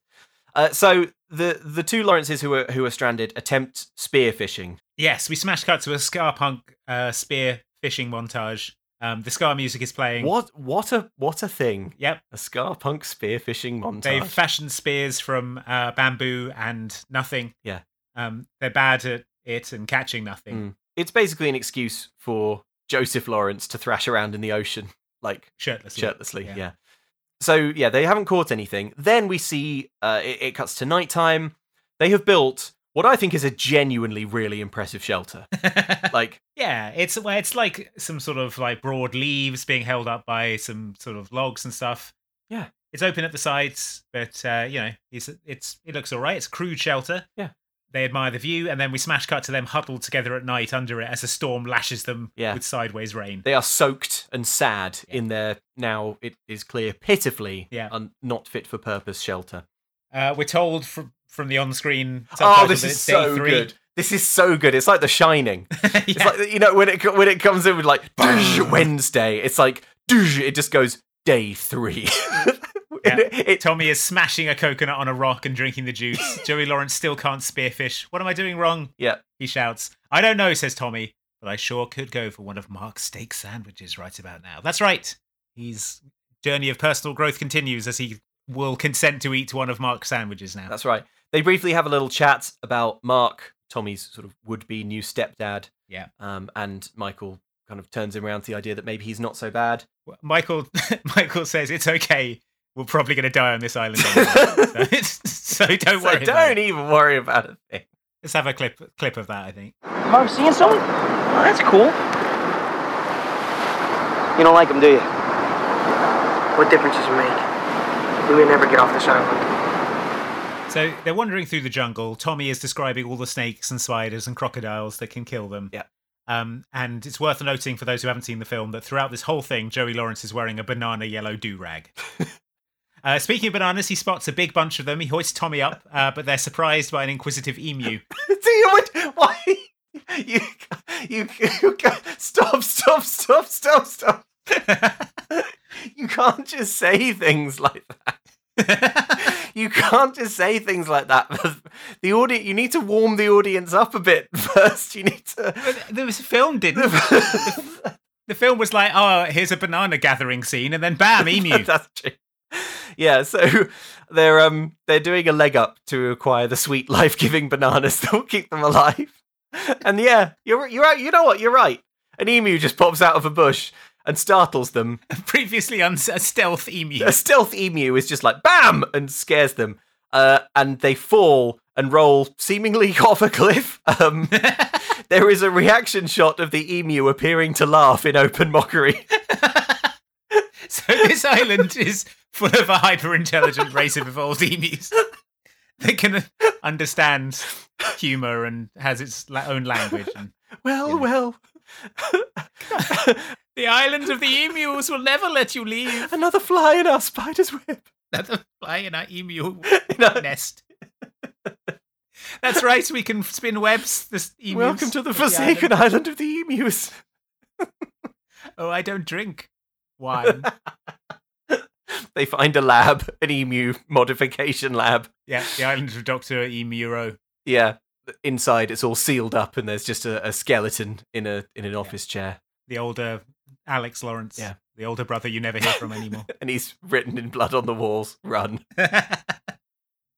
A: Uh, so the the two Lawrences who are who are stranded attempt spear fishing.
C: Yes, we smash cut to a ska punk uh, spear fishing montage. Um, the ska music is playing.
A: What what a what a thing!
C: Yep.
A: A ska punk spear fishing montage.
C: They've fashioned spears from uh, bamboo and nothing.
A: Yeah.
C: Um, they're bad at it and catching nothing.
A: Mm. it's basically an excuse for Joseph Lawrence to thrash around in the ocean like
C: Shirtless.
A: shirtlessly. Yeah.
C: Yeah.
A: So yeah, they haven't caught anything. Then we see uh, it, it cuts to nighttime. They have built what I think is a genuinely really impressive shelter. like
C: yeah, it's well, it's like some sort of like broad leaves being held up by some sort of logs and stuff.
A: Yeah.
C: It's open at the sides, but uh, you know, it's it's it looks all right. It's a crude shelter.
A: Yeah.
C: They admire the view, and then we smash cut to them huddled together at night under it as a storm lashes them
A: Yeah.
C: with sideways rain.
A: they are soaked and sad in their now it is clear pitifully
C: Yeah.
A: un- not fit for purpose shelter.
C: Uh, we're told from from the on-screen.
A: Oh,
C: subtitle
A: this
C: that
A: is
C: it's day
A: so
C: three.
A: good. This is so good. It's like The Shining. It's
C: Yeah.
A: like you know when it co- when it comes in with like "Doosh, Wednesday, it's like "Doosh," it just goes day three.
C: Yeah.
A: It- it-
C: Tommy is smashing a coconut on a rock and drinking the juice. Joey Lawrence still can't spearfish. What am I doing wrong?
A: yeah,
C: He shouts, I don't know, says Tommy, but I sure could go for one of Mark's steak sandwiches right about now. That's right. His journey of personal growth continues as he will consent to eat one of Mark's sandwiches now.
A: that's right. They briefly have a little chat about Mark, Tommy's sort of would be new stepdad.
C: Yeah.
A: Um, and Michael kind of turns him around to the idea that maybe he's not so bad.
C: Michael Michael says, It's okay. We're probably going to die on this island. anyway." so, so
A: so
C: don't worry.
A: don't
C: about it.
A: even worry about a thing.
C: Let's have a clip clip of that, I think.
H: Mom seeing someone? Oh, that's cool.
E: You don't like him, do you?
H: What difference does it make? We may never get off this island.
C: So they're wandering through the jungle. Tommy is describing all the snakes and spiders and crocodiles that can kill them.
A: Yeah.
C: Um, and it's worth noting for those who haven't seen the film that throughout this whole thing, Joey Lawrence is wearing a banana yellow do rag. uh, speaking of bananas, he spots a big bunch of them. He hoists Tommy up, uh, but they're surprised by an inquisitive emu.
A: Do you what- why you you, you ca- stop stop stop stop stop. you can't just say things like that. you can't just say things like that. The audience you need to warm the audience up a bit first. You need to
C: the film didn't. the film was like, oh, here's a banana gathering scene, and then bam, emu.
A: That's true. Yeah, so they're um they're doing a leg up to acquire the sweet life giving bananas that will keep them alive. And yeah, you're you're right. You know what? You're right. An emu just pops out of a bush and startles them.
C: Previously on a stealth emu.
A: A stealth emu is just like bam and scares them. Uh, and they fall and roll seemingly off a cliff. Um, there is a reaction shot of the emu appearing to laugh in open mockery.
C: So this island is full of a hyper-intelligent race of evolved emus that can understand humor and has its la- own language. And
A: Well, well,
C: the island of the emus will never let you leave.
A: another fly in our spider's web.
C: Another fly in our emu
A: No.
C: nest. That's right. We can spin webs. This emus.
A: Welcome to the
C: of island.
A: forsaken island of the emus.
C: Oh, I don't drink wine.
A: They find a lab, an emu modification lab.
C: yeah, the island of Doctor Emuro.
A: Yeah, inside it's all sealed up, and there's just a, a skeleton in a in an office chair,
C: The older Alex Lawrence.
A: Yeah.
C: The older brother you never hear from anymore.
A: and he's written in blood on the walls. Run.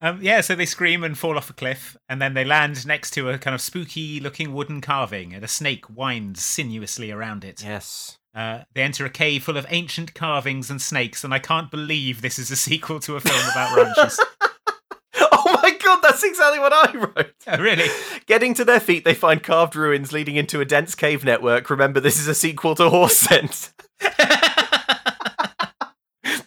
C: um, yeah, so they scream and fall off a cliff, and then they land next to a kind of spooky looking wooden carving, and a snake winds sinuously around it.
A: Yes.
C: Uh, they enter a cave full of ancient carvings and snakes, and I can't believe this is a sequel to a film about ranches.
A: Oh my god, that's exactly what I wrote.
C: Oh, really?
A: Getting to their feet, they find carved ruins leading into a dense cave network. Remember, this is a sequel to Horse Sense.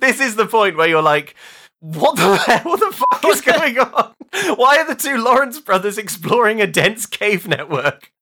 A: this is the point where you're like, what the hell? What the fuck is going on? Why are the two Lawrence brothers exploring a dense cave network?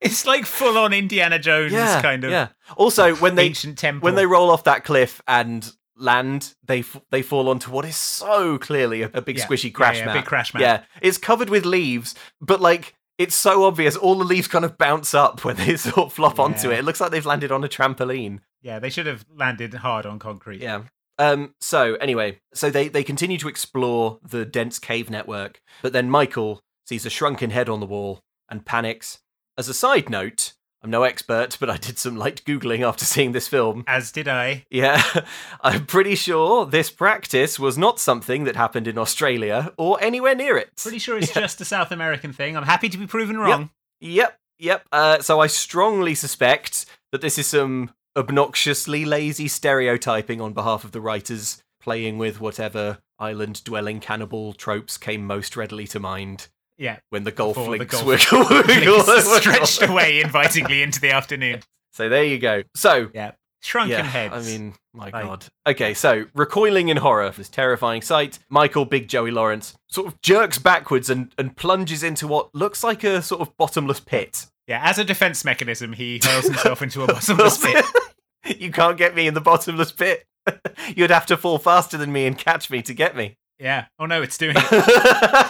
C: It's like full on Indiana Jones
A: yeah,
C: kind of
A: yeah. Also, when they
C: ancient temple.
A: when they roll off that cliff and land, they f- they fall onto what is so clearly a, a big
C: Yeah,
A: squishy
C: yeah,
A: crash
C: yeah, a
A: mat.
C: big crash mat.
A: Yeah, it's covered with leaves, but like it's so obvious. All the leaves kind of bounce up when they sort of flop onto
C: Yeah.
A: it. It looks like they've landed on a trampoline.
C: yeah, they should have landed hard on concrete.
A: Yeah. Um, so anyway, so they they continue to explore the dense cave network, but then Michael sees a shrunken head on the wall and panics. As a side note, I'm no expert, but I did some light googling after seeing this film.
C: As did I.
A: Yeah, I'm pretty sure this practice was not something that happened in Australia or anywhere near it.
C: Pretty sure it's just a South American thing. I'm happy to be proven wrong.
A: Yep, yep. Uh, so I strongly suspect that this is some obnoxiously lazy stereotyping on behalf of the writers, playing with whatever island dwelling cannibal tropes came most readily to mind
C: Yeah.
A: when the golf
C: Before the
A: links
C: golf
A: were,
C: Please,
A: were-
C: stretched away invitingly into the afternoon.
A: So there you go. So
C: Yeah. Shrunken
A: yeah,
C: heads.
A: I mean, my
C: Like-
A: God. Okay, so recoiling in horror from this terrifying sight, Michael Big Joey Lawrence sort of jerks backwards and, and plunges into what looks like a sort of bottomless pit.
C: Yeah, as a defense mechanism, he hurls himself into a bottomless pit.
A: you can't get me in the bottomless pit. You'd have to fall faster than me and catch me to get me.
C: Yeah. Oh no, it's doing it.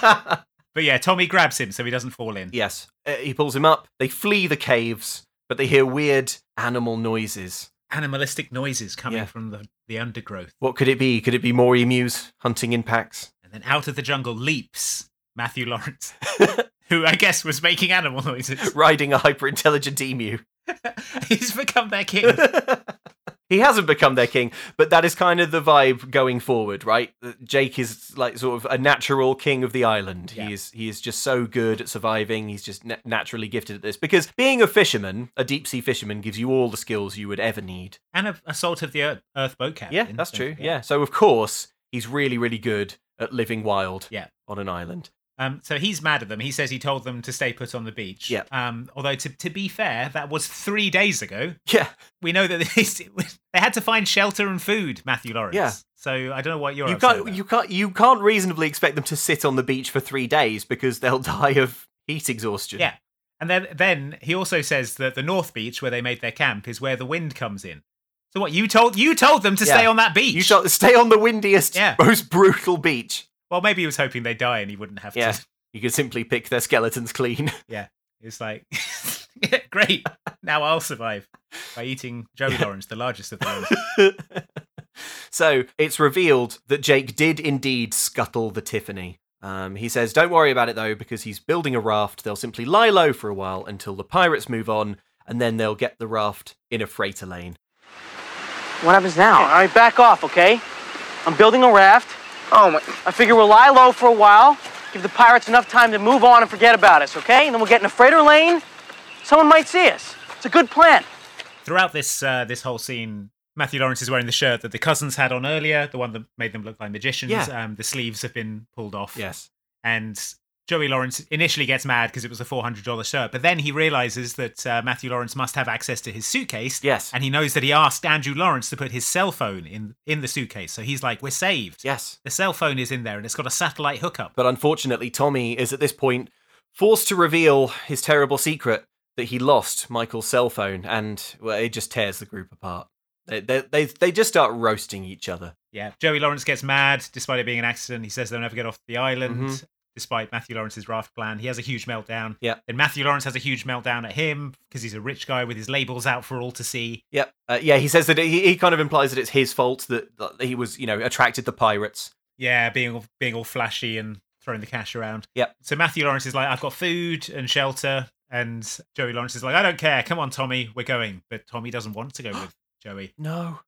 C: But yeah, Tommy grabs him so he doesn't fall in.
A: yes, uh, he pulls him up. They flee the caves, but they hear weird animal noises.
C: Animalistic noises coming
A: Yeah.
C: from the, the undergrowth.
A: What could it be? Could it be more emus hunting in packs?
C: And then out of the jungle leaps Matthew Lawrence, who I guess was making animal noises.
A: Riding a hyper intelligent emu.
C: He's become their king.
A: he hasn't become their king, but that is kind of the vibe going forward, right? That Jake is like sort of a natural king of the island.
C: Yeah.
A: He is he is just so good at surviving. He's just na- naturally gifted at this because being a fisherman, a deep sea fisherman, gives you all the skills you would ever need.
C: And a, a salt of the earth, earth boat captain.
A: yeah, that's
C: don't
A: true.
C: forget.
A: Yeah. So of course he's really really good at living wild.
C: Yeah.
A: on an island.
C: Um, so he's mad at them. He says he told them to stay put on the beach.
A: Yep.
C: Um, although, to, to be fair, that was three days ago.
A: Yeah,
C: We know that this, they had to find shelter and food, Matthew Lawrence.
A: Yeah.
C: So I don't know what you're
A: you
C: upset
A: can't
C: about.
A: you can't you can't reasonably expect them to sit on the beach for three days because they'll die of heat exhaustion.
C: Yeah. And then, then he also says that the North Beach, where they made their camp, is where the wind comes in. So what you told you told them to
A: Yeah.
C: stay on that beach?
A: You shall stay on the windiest,
C: Yeah.
A: most brutal beach.
C: well, maybe he was hoping they die and he wouldn't have
A: Yeah.
C: to.
A: You can simply pick their skeletons clean.
C: It's like, great, now I'll survive by eating Joey Lawrence, the largest of them.
A: so it's revealed that Jake did indeed scuttle the Tiffany. Um, he says, Don't worry about it though, because he's building a raft. They'll simply lie low for a while until the pirates move on, and then they'll get the raft in a freighter lane.
H: What happens now? All right, back off, okay? I'm building a raft.
E: Oh my.
H: I figure we'll lie low for a while, give the pirates enough time to move on and forget about us, okay? And then we'll get in a freighter lane. Someone might see us. It's a good plan.
C: Throughout this uh, this whole scene, Matthew Lawrence is wearing the shirt that the cousins had on earlier, the one that made them look like magicians.
A: Yeah.
C: Um, the sleeves have been pulled off.
A: Yes.
C: and Joey Lawrence initially gets mad because it was a four hundred dollar shirt, but then he realizes that uh, Matthew Lawrence must have access to his suitcase.
A: Yes.
C: and he knows that he asked Andrew Lawrence to put his cell phone in in the suitcase, so he's like, "We're saved."
A: Yes.
C: The cell phone is in there, and it's got a satellite hookup.
A: But unfortunately, Tommy is at this point forced to reveal his terrible secret that he lost Michael's cell phone, and well, it just tears the group apart. They, they, they, they just start roasting each other.
C: Yeah, Joey Lawrence gets mad despite it being an accident. He says they'll never get off the island.
A: Mhm.
C: Despite Matthew Lawrence's raft plan, he has a huge meltdown.
A: Yeah.
C: and Matthew Lawrence has a huge meltdown at him because he's a rich guy with his labels out for all to see.
A: Yep. Uh, yeah, he says that he, he kind of implies that it's his fault that, that he was, you know, attracted the pirates.
C: yeah, being all, being all flashy and throwing the cash around.
A: Yep.
C: So Matthew Lawrence is like, I've got food and shelter, and Joey Lawrence is like, I don't care. Come on, Tommy, we're going. But Tommy doesn't want to go with Joey.
A: No.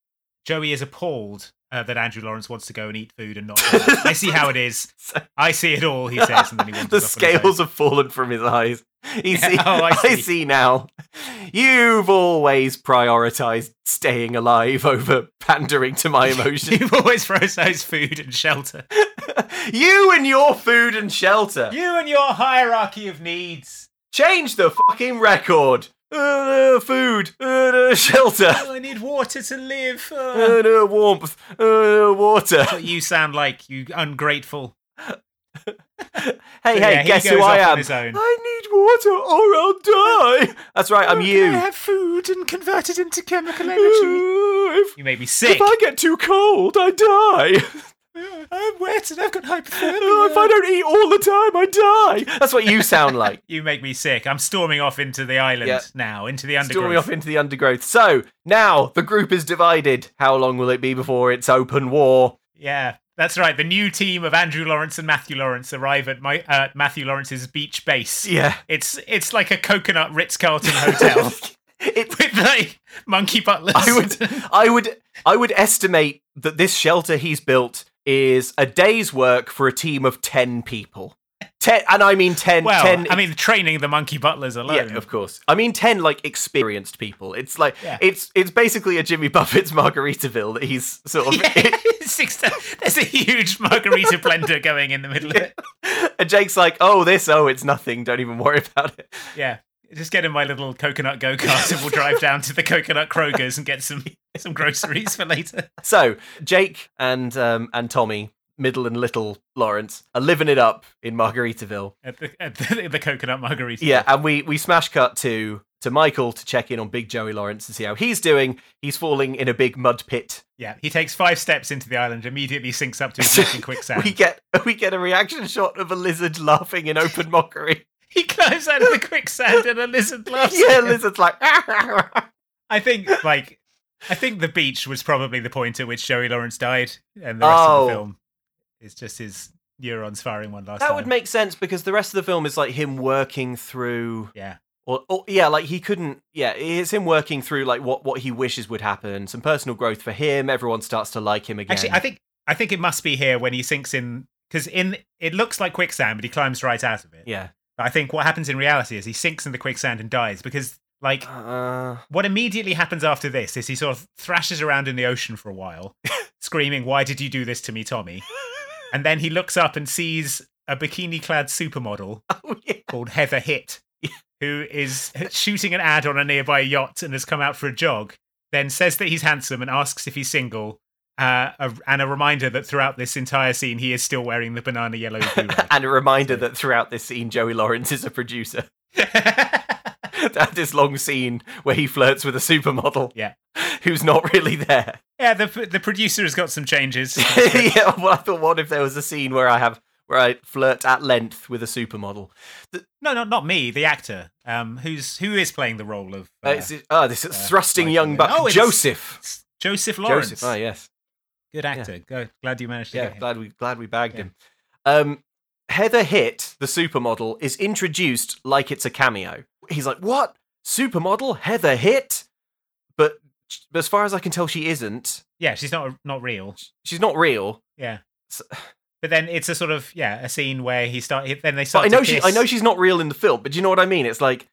C: Joey is appalled uh, that Andrew Lawrence wants to go and eat food and not. I see how it is. I see it all. He says, and then he wanders
A: the
C: off on his own.
A: scales have fallen from his eyes. He see,
C: Oh,
A: I,
C: I
A: see.
C: see.
A: now. You've always prioritized staying alive over pandering to my emotions.
C: You've always prioritized food and shelter.
A: you and your food and shelter.
C: You and your hierarchy of needs.
A: Change the fucking record. Uh, no, food. Uh, no, shelter.
C: Oh, I need water to live. Oh.
A: Uh, no, warmth. Uh, no, water.
C: But you sound like you ungrateful.
A: hey, hey,
C: yeah, he
A: guess who
C: goes
A: I
C: off on
A: am?
C: his own.
A: I need water or I'll die. That's right, I'm you.
C: I have food and convert it into chemical energy.
A: Ooh, if,
C: you made me sick.
A: if I get too cold, I die.
C: I'm wet and I've got
A: Oh,
C: hypothermia.
A: if I don't eat all the time, I die. That's what you sound like.
C: You make me sick. I'm storming off into the island
A: Yeah.
C: now, into the undergrowth.
A: Storming off into the undergrowth. So now the group is divided. How long will it be before it's open war?
C: Yeah, that's right. The new team of Andrew Lawrence and Matthew Lawrence arrive at my, uh, Matthew Lawrence's beach base.
A: Yeah.
C: It's it's like a coconut Ritz Carlton hotel
A: It,
C: with like monkey butlers.
A: I would, I would, I would estimate that this shelter he's built is a day's work for a team of ten people. Ten, and I mean ten.
C: well,
A: ten
C: I mean, training the monkey butlers alone.
A: Yeah, of course. I mean, ten like experienced people. It's like
C: Yeah.
A: it's it's basically a Jimmy Buffett's Margaritaville that he's sort of.
C: Yeah, six to- there's a huge margarita blender going in the middle of it.
A: and Jake's like, "Oh, this. Oh, it's nothing. Don't even worry about it."
C: Yeah. Just get in my little coconut go kart and we'll drive down to the coconut Kroger's and get some some groceries for later.
A: So Jake and um and Tommy, middle and little Lawrence, are living it up in Margaritaville.
C: At the, at the, the coconut margarita.
A: Yeah, and we we smash cut to to Michael to check in on Big Joey Lawrence and see how he's doing. He's falling in a big mud pit.
C: Yeah, he takes five steps into the island, immediately sinks up to his neck in quicksand.
A: We get we get a reaction shot of a lizard laughing in open mockery.
C: he climbs out of the quicksand and a lizard laughs. at
A: yeah,
C: him.
A: lizard's like.
C: I think like I think the beach was probably the point at which Joey Lawrence died, and the rest
A: Oh.
C: of the film is just his neurons firing one last
A: That
C: time.
A: would make sense because the rest of the film is like him working through.
C: Yeah.
A: Or, or yeah, like he couldn't. Yeah, it's him working through like what what he wishes would happen. Some personal growth for him. Everyone starts to like him again.
C: Actually, I think I think it must be here when he sinks in because in it looks like quicksand, but he climbs right out of it.
A: yeah.
C: But I think what happens in reality is he sinks in the quicksand and dies because like
A: Uh,
C: what immediately happens after this is he sort of thrashes around in the ocean for a while, screaming, Why did you do this to me, Tommy? And then he looks up and sees a bikini clad supermodel
A: oh yeah.
C: called Heather Hitt, who is shooting an ad on a nearby yacht and has come out for a jog, then says that he's handsome and asks if he's single. Uh, a, and a reminder that throughout this entire scene, he is still wearing the banana yellow do-rag.
A: And a reminder that throughout this scene, Joey Lawrence is a producer. that this long scene where he flirts with a supermodel.
C: Yeah.
A: Who's not really there.
C: yeah, the the producer has got some changes.
A: yeah, well, I thought, what if there was a scene where I have where I flirt at length with a supermodel?
C: No, no, not me. The actor, um, who's who is playing the role of
A: Uh,
C: uh,
A: it's, oh, this is thrusting
C: Michael
A: young
C: Lynn.
A: buck
C: Oh, it's- Ah,
A: Joseph.
C: s- Joseph Lawrence.
A: Joseph. Oh yes.
C: Good actor. Go, glad you managed to
A: Yeah.
C: get him.
A: Glad we glad we bagged him. Um, Heather Hitt, the supermodel, is introduced like it's a cameo. He's like, "What supermodel Heather Hitt?" But, but as far as I can tell, she isn't.
C: Yeah, she's not not real.
A: She's not real.
C: Yeah.
A: S-
C: But then it's a sort of yeah a scene where he start he- then they start.
A: but I know
C: to
A: she.
C: kiss.
A: I know she's not real in the film. But do you know what I mean? It's like,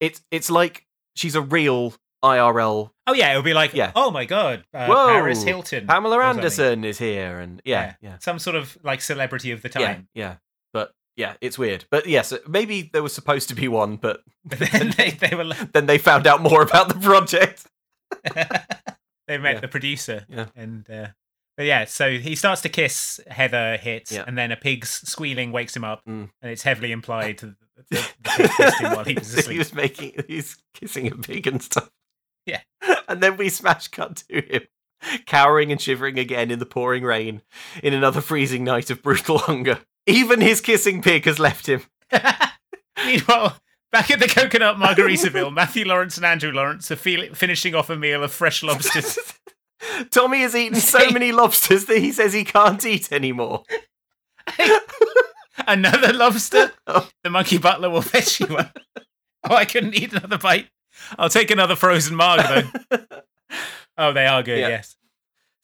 A: it's it's like she's a real IRL.
C: Oh yeah, it'll be like
A: Yeah.
C: oh my god, uh,
A: Whoa,
C: Paris Hilton,
A: Pamela
C: or something.
A: Anderson is here, and yeah, yeah.
C: some sort of like celebrity of the time.
A: Yeah, yeah. But yeah, it's weird. But yes, uh, maybe there was supposed to be one, but
C: But then they they were like-
A: then they found out more about the project.
C: they met
A: Yeah.
C: the producer
A: Yeah.
C: and. Uh, but yeah, so he starts to kiss Heather Hit,
A: Yeah.
C: and then a pig's squealing wakes him up,
A: Mm.
C: and it's heavily implied that the, the pig kissed him while he was
A: So
C: asleep.
A: he was making, he's kissing a pig and stuff.
C: Yeah.
A: And then we smash cut to him, cowering and shivering again in the pouring rain in another freezing night of brutal hunger. Even his kissing pig has left him.
C: Meanwhile, back at the Coconut Margaritaville, Matthew Lawrence and Andrew Lawrence are feel- finishing off a meal of fresh lobsters.
A: Tommy has eaten so many lobsters that he says he can't eat anymore.
C: another lobster?
A: Oh.
C: The monkey butler will fetch you one. Oh, I couldn't eat another bite. I'll take another frozen marg, though. oh, they are good,
A: Yeah.
C: yes.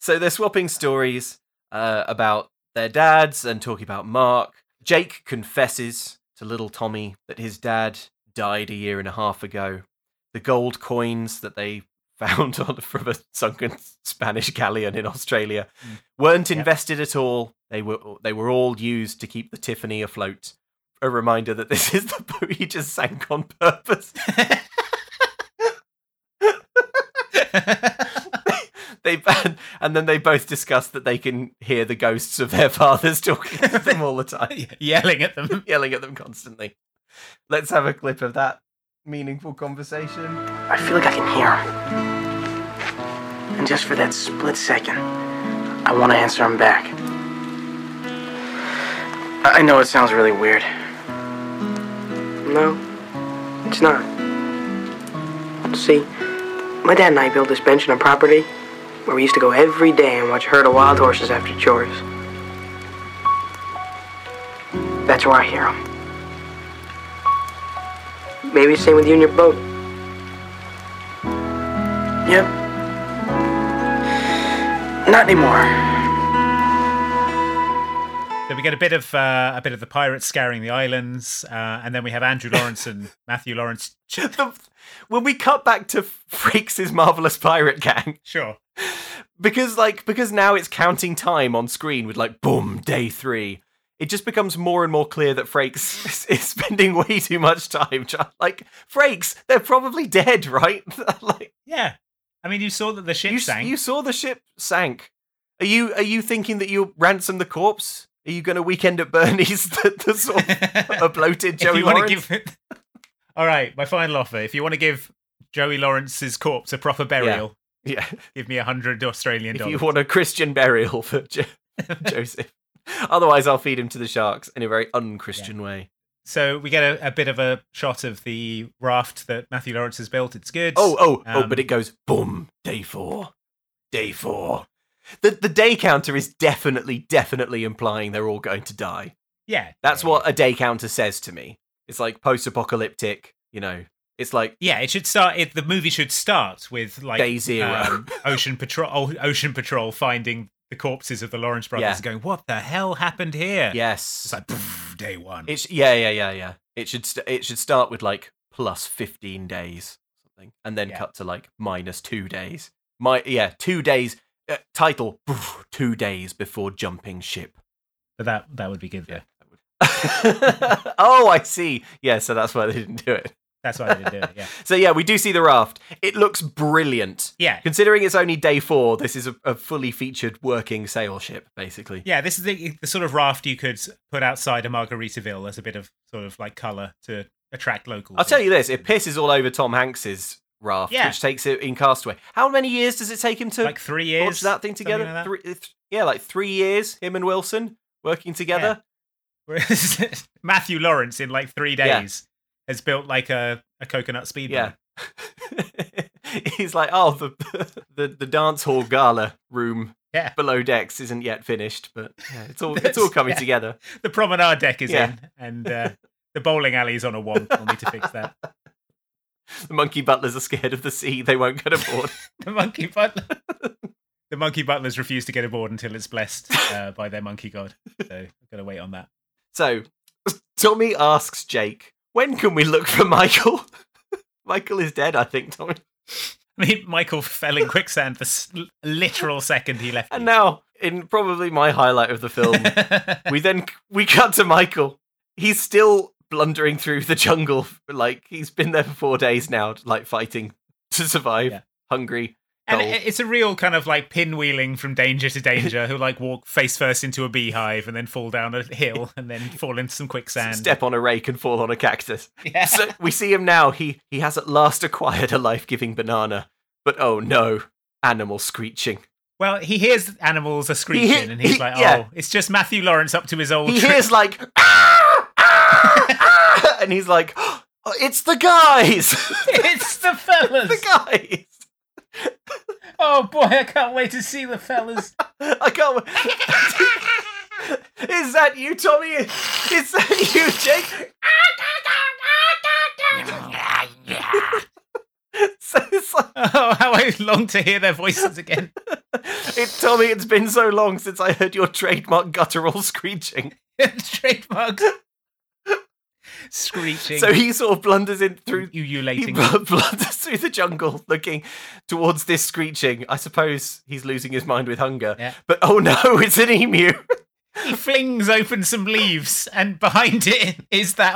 A: So they're swapping stories uh, about their dads and talking about Mark. Jake confesses to little Tommy that his dad died a year and a half ago. The gold coins that they found on, from a sunken Spanish galleon in Australia weren't
C: Yep.
A: invested at all. They were they were all used to keep the Tiffany afloat. A reminder that this is the boat he just sank on purpose. they and then they both discuss that they can hear the ghosts of their fathers talking to them all the time,
C: yelling at them.
A: yelling at them constantly. Let's have a clip of that meaningful conversation.
E: I feel like I can hear him. And just for that split second, I want to answer him back. I I know it sounds really weird.
I: No, it's not. See, my dad and I built this bench on a property where we used to go every day and watch a herd of wild horses after chores.
E: That's where I hear him.
I: Maybe same with you and your boat.
E: Yep. Not anymore.
C: So we get a bit of uh, a bit of the pirates scouring the islands, uh, and then we have Andrew Lawrence and Matthew Lawrence.
A: The, when we cut back to Freaks' marvelous pirate gang,
C: Sure.
A: because like because now it's counting time on screen with like boom day three it just becomes more and more clear that Frakes is, is spending way too much time. try- Like Frakes, they're probably dead, right? like
C: Yeah. I mean, you saw that the ship
A: you, s-
C: sank.
A: you saw the ship sank. Are you are you thinking that you'll ransom the corpse? Are you going to weekend at Bernie's the, the sort of a bloated
C: If
A: uh, Joey
C: you wanna
A: Lawrence?
C: give it- All right, my final offer. If you want to give Joey Lawrence's corpse a proper burial,
A: yeah,
C: give me a hundred Australian
A: if
C: dollars.
A: you want a Christian burial for jo- Joseph, otherwise I'll feed him to the sharks in a very un-Christian way.
C: So we get a, a bit of a shot of the raft that Matthew Lawrence has built. It's good.
A: Oh, oh, oh,
C: Um,
A: but it goes boom, day four, day four. The, the day counter is definitely, definitely implying they're all going to die.
C: yeah.
A: That's
C: yeah.
A: what a day counter says to me. It's like post apocalyptic, you know, it's like
C: Yeah, it should start. It, the movie should start with like um,
A: Day zero.
C: Ocean Patrol. O- Ocean Patrol finding the corpses of the Lawrence brothers,
A: Yeah.
C: and going, "What the hell happened here?"
A: yes.
C: it's like pff, day one.
A: It sh- yeah, yeah, yeah, yeah. It should, st- it should start with like plus 15 days, something, and then
C: Yeah.
A: cut to like minus two days. My, yeah, two days. Uh, title, two days before jumping ship.
C: but that that would be good. though.
A: oh, I see. Yeah, so that's why they didn't do it.
C: That's why they didn't do it. Yeah,
A: So yeah, we do see the raft. It looks brilliant.
C: yeah,
A: Considering it's only day four, this is a, a fully featured working sail ship, basically.
C: yeah. This is the, the sort of raft you could put outside a Margaritaville as a bit of sort of like color to attract locals.
A: I'll tell you this, it pisses all over Tom Hanks's raft,
C: Yeah.
A: which takes it in castaway. How many years does it take him to
C: like three
A: launch
C: years
A: that thing
C: something
A: together?
C: like that.
A: Three, th- yeah, like three years, him and Wilson working together.
C: Whereas Matthew Lawrence in like three
A: Yeah.
C: days has built like a, a coconut speedboat.
A: Yeah. He's like, oh, the, the the dance hall gala room
C: Yeah.
A: below decks isn't yet finished, but yeah, it's all it's
C: That's-
A: all coming
C: yeah.
A: together.
C: The promenade deck is
A: Yeah.
C: in and uh, the bowling alley's on a wonk. We'll need to fix that.
A: The monkey butlers are scared of the sea; they won't get aboard.
C: The monkey butler. the monkey butlers refuse to get aboard until it's blessed uh, by their monkey god. So I've got to wait on that.
A: so, Tommy asks Jake, "When can we look for Michael?" Michael is dead, I think, Tommy.
C: I mean, Michael fell in quicksand the s- literal second he left.
A: And now, in probably my highlight of the film,
C: now,
A: we then we cut to Michael. He's still blundering through the jungle, like he's been there for four days now, like fighting to survive,
C: Yeah.
A: hungry.
C: And
A: Gold.
C: it- it's a real kind of like pinwheeling from danger to danger, who like walk face first into a beehive and then fall down a hill and then fall into some quicksand.
A: Step on a rake and fall on a cactus.
C: Yeah.
A: So we see him now. He he has at last acquired a life-giving banana, but oh no, animal screeching.
C: Well, he hears animals are screeching
A: He-
C: and he's
A: he-
C: like, oh,
A: yeah.
C: it's just Matthew Lawrence up to his old
A: He
C: trick.
A: hears like, "Ah! Ah! Ah!" and he's like, "Oh, it's the guys,
C: it's the fellas.
A: the guys.
C: oh boy, I can't wait to see the fellas.
A: I can't. Is that you, Tommy? Is that you, Jake? so it's like,
C: oh, how I long to hear their voices again.
A: it, Tommy, it's been so long since I heard your trademark guttural screeching.
C: Trademarks. Screeching.
A: So he sort of blunders in through. He
C: ululating.
A: bl- blunders through the jungle, looking towards this screeching. I suppose he's losing his mind with hunger.
C: Yeah.
A: But oh no, it's an emu.
C: He flings open some leaves, and behind it is that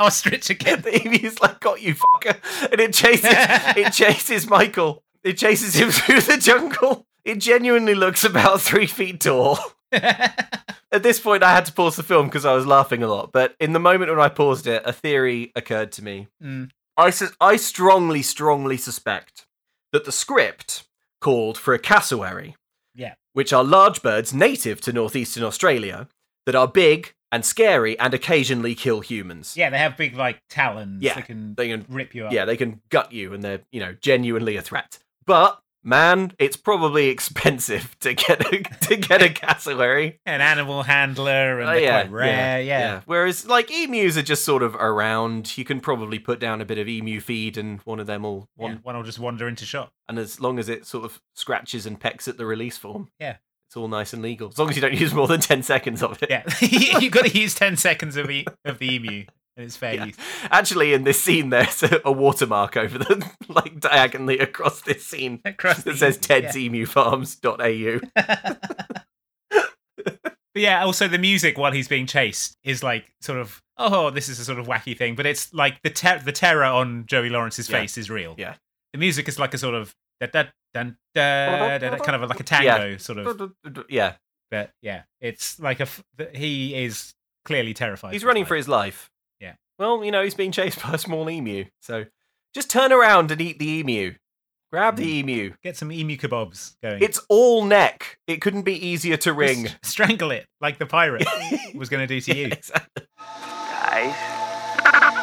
C: ostrich again.
A: the emu's like got you fucker and it chases it chases michael it chases him through the jungle It genuinely looks about three feet tall. At this point, I had to pause the film because I was laughing a lot. But in the moment when I paused it, a theory occurred to me.
C: Mm.
A: I, sus- I strongly, strongly suspect that the script called for a cassowary,
C: Yeah.
A: which are large birds native to northeastern Australia that are big and scary and occasionally kill humans.
C: Yeah, they have big like talons
A: Yeah,
C: that can
A: They can
C: rip you up.
A: yeah, they can gut you and they're, you know, genuinely a threat. But man, it's probably expensive to get a, to get a cassowary.
C: An animal handler and
A: Oh,
C: they're
A: yeah,
C: quite rare. Yeah.
A: Whereas like emus are just sort of around. You can probably put down a bit of emu feed and one of them will one
C: One one will just wander into shop.
A: and as long as it sort of scratches and pecks at the release form.
C: Yeah.
A: It's all nice and legal. As long as you don't use more than 10 seconds of it.
C: Yeah. You've got to use ten seconds of e- of the emu. And it's fair
A: Yeah.
C: use.
A: Actually, in this scene, there's a, a watermark over the like diagonally across this scene.
C: Across the
A: It says
C: emu,
A: Ted's
C: yeah.
A: Emu Farms.au.
C: But yeah, also the music while he's being chased is like sort of oh, this is a sort of wacky thing, but it's like the ter- the terror on Joey Lawrence's
A: Yeah.
C: face is real.
A: Yeah.
C: The music is like a sort of da da dun, da, da, da, kind of like a tango sort of
A: Yeah,
C: but yeah, it's like a f- th- he is clearly terrified.
A: he's running for his life.
C: Yeah.
A: Well, you know, he's being chased by a small emu. So just turn around and eat the emu. Grab the
C: Mm.
A: emu.
C: Get some emu kebabs going.
A: It's all neck. It couldn't be easier to
C: Just
A: ring.
C: strangle it like the pirate was going to do to you.
A: Exactly.
E: Guys.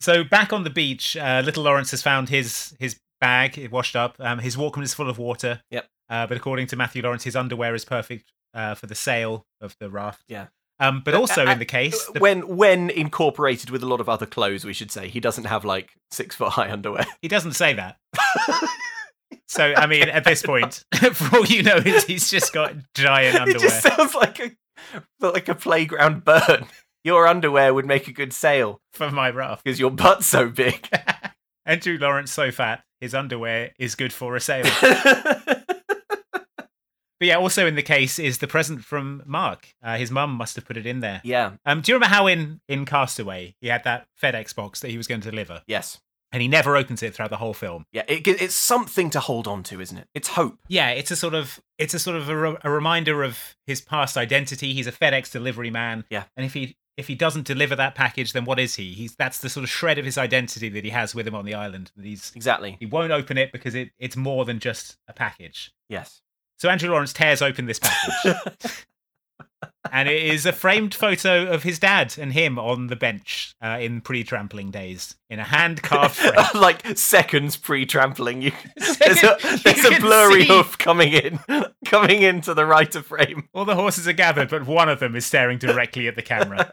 C: So back on the beach, uh, little Lawrence has found his his bag it washed up. Um, his Walkman is full of water.
A: Yep.
C: Uh, but according to Matthew Lawrence, his underwear is perfect uh, for the sail of the raft.
A: Yeah.
C: Um, but
A: Uh,
C: also
A: uh,
C: in the case, the,
A: When when incorporated with a lot of other clothes, we should say he doesn't have like six foot high underwear.
C: he doesn't say that. so I mean, at this point, for all you know, he's he's just got giant underwear.
A: It just sounds like a like a playground bird. Your underwear would make a good sail
C: for my raft.
A: because your butt's so big.
C: Andrew Lawrence so fat, his underwear is good for a sail. but yeah, also in the case is the present from Mark. Uh, his mum must have put it in there.
A: yeah.
C: Um, do you remember how in in Castaway he had that FedEx box that he was going to deliver,
A: Yes.
C: and he never opens it throughout the whole film?
A: Yeah. It, gi- it's something to hold on to, isn't it? It's hope.
C: Yeah, it's a sort of it's a sort of a, re- a reminder of his past identity. He's a FedEx delivery man.
A: Yeah.
C: and if he if he doesn't deliver that package, then what is he? He's that's the sort of shred of his identity that he has with him on the island. That he's
A: Exactly.
C: he won't open it because it, it's more than just a package.
A: Yes.
C: So Andrew Lawrence tears open this package. and it is a framed photo of his dad and him on the bench uh, in pre trampling days in a hand carved frame.
A: like seconds pre-trampling, you there's a, there's a blurry hoof coming in, coming into the right of frame.
C: All the horses are gathered, but one of them is staring directly at the camera.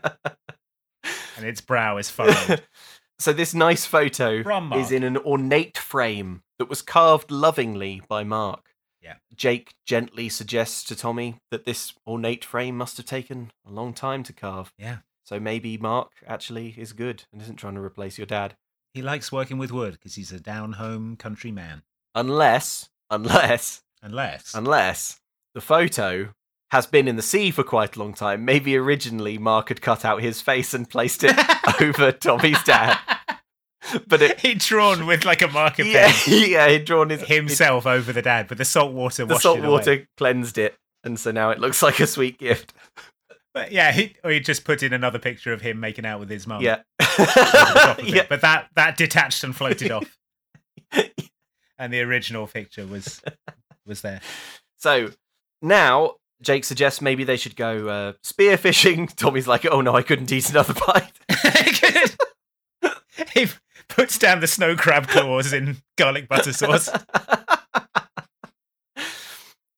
C: and its brow is furrowed.
A: So this nice photo
C: From Mark.
A: is in an ornate frame that was carved lovingly by Mark.
C: Yeah.
A: Jake gently suggests to Tommy that this ornate frame must have taken a long time to carve.
C: Yeah.
A: So maybe Mark actually is good and isn't trying to replace your dad.
C: He likes working with wood because he's a down home country man.
A: Unless, unless,
C: Unless.
A: unless the photo has been in the sea for quite a long time. Maybe originally Mark had cut out his face and placed it over Tommy's dad. But it,
C: He'd drawn with like a marker
A: yeah,
C: pen
A: yeah, he'd drawn his
C: himself over the dad, but the salt water
A: the
C: washed
A: salt
C: it away.
A: water cleansed it, and so now it looks like a sweet gift.
C: But yeah, he, or he just put in another picture of him making out Oh. with his mum.
A: Yeah,
C: over the top of it.
A: yeah.
C: But that that detached and floated off, and the original picture was was there.
A: So now Jake suggests maybe they should go uh, spear fishing. Tommy's like, "Oh no, I couldn't eat another bite."
C: he puts down the snow crab claws in garlic butter sauce.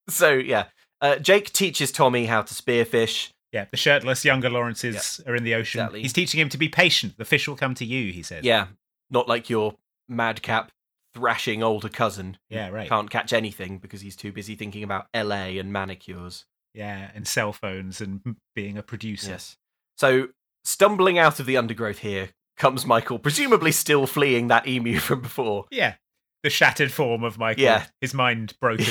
A: so yeah, uh, Jake teaches Tommy how to spearfish.
C: Yeah, the shirtless younger Lawrences are in the ocean.
A: exactly.
C: He's teaching him to be patient. The fish will come to you. He says.
A: Yeah, not like your madcap thrashing older cousin.
C: Yeah, right.
A: Can't catch anything because he's too busy thinking about LA and manicures.
C: Yeah, and cell phones and being a producer.
A: Yes. So, stumbling out of the undergrowth here comes Michael, presumably still fleeing that emu from before.
C: Yeah. The shattered form of Michael.
A: Yeah.
C: His mind broken.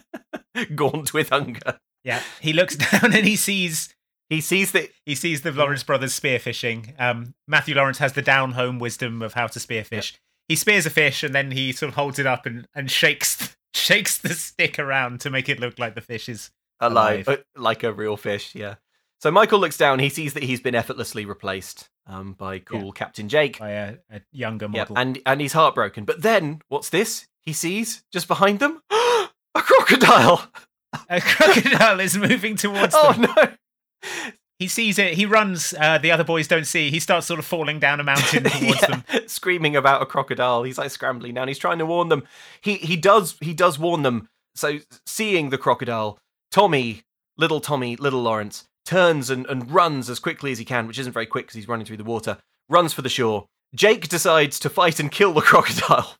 A: Gaunt with hunger.
C: yeah. He looks down and he sees
A: He sees that.
C: he sees the Lawrence brothers spearfishing. Um, Matthew Lawrence has the down home wisdom of how to spearfish. He spears a fish and then he sort of holds it up and, and shakes shakes the stick around to make it look like the fish is
A: alive,
C: Alive.
A: uh, like a real fish. Yeah. So Michael looks down. He sees that he's been effortlessly replaced um, by cool Captain Jake.
C: by a, a younger
A: Yeah,
C: model.
A: and and he's heartbroken. But then, what's this? He sees just behind them a crocodile.
C: a crocodile is moving towards
A: Oh
C: them.
A: no!
C: He sees it. He runs. Uh, the other boys don't see. He starts sort of falling down a mountain towards
A: Yeah,
C: them.
A: Screaming about a crocodile. He's like scrambling down. He's trying to warn them. He he does he does warn them. So seeing the crocodile, Tommy, little Tommy, little Lawrence, turns and, and runs as quickly as he can, which isn't very quick because he's running through the water, runs for the shore. Jake decides to fight and kill the crocodile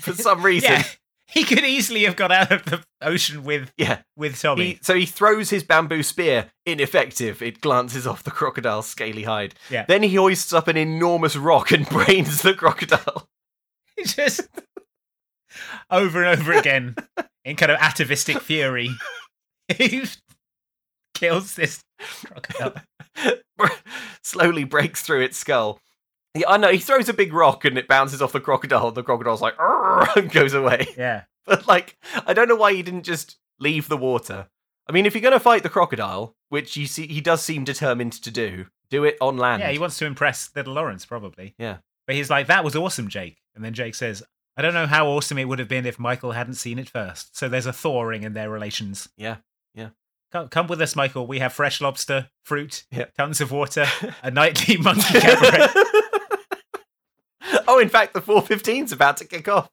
A: for some reason.
C: Yeah, he could easily have got out of the ocean with
A: yeah.
C: with Tommy.
A: He, so he throws his bamboo spear, ineffective. It glances off the crocodile's scaly hide.
C: Yeah.
A: Then he hoists up an enormous rock and brains the crocodile.
C: It's just over and over again in kind of atavistic fury. he kills this crocodile.
A: Slowly breaks through its skull. He, I know he throws a big rock and it bounces off the crocodile. The crocodile's like "Arr," and goes away.
C: Yeah.
A: But like, I don't know why he didn't just leave the water. I mean, if you're going to fight the crocodile, which you see he does seem determined to do, do it on land.
C: Yeah, he wants to impress little Lawrence, probably.
A: Yeah.
C: But he's like, that was awesome, Jake. And then Jake says, I don't know how awesome it would have been if Michael hadn't seen it first. So there's a thawing in their relations.
A: Yeah, yeah.
C: Come, come with us, Michael. We have fresh lobster, fruit,
A: Yeah.
C: tons of water, a nightly monkey cabaret.
A: oh, in fact, the 415's about to kick off.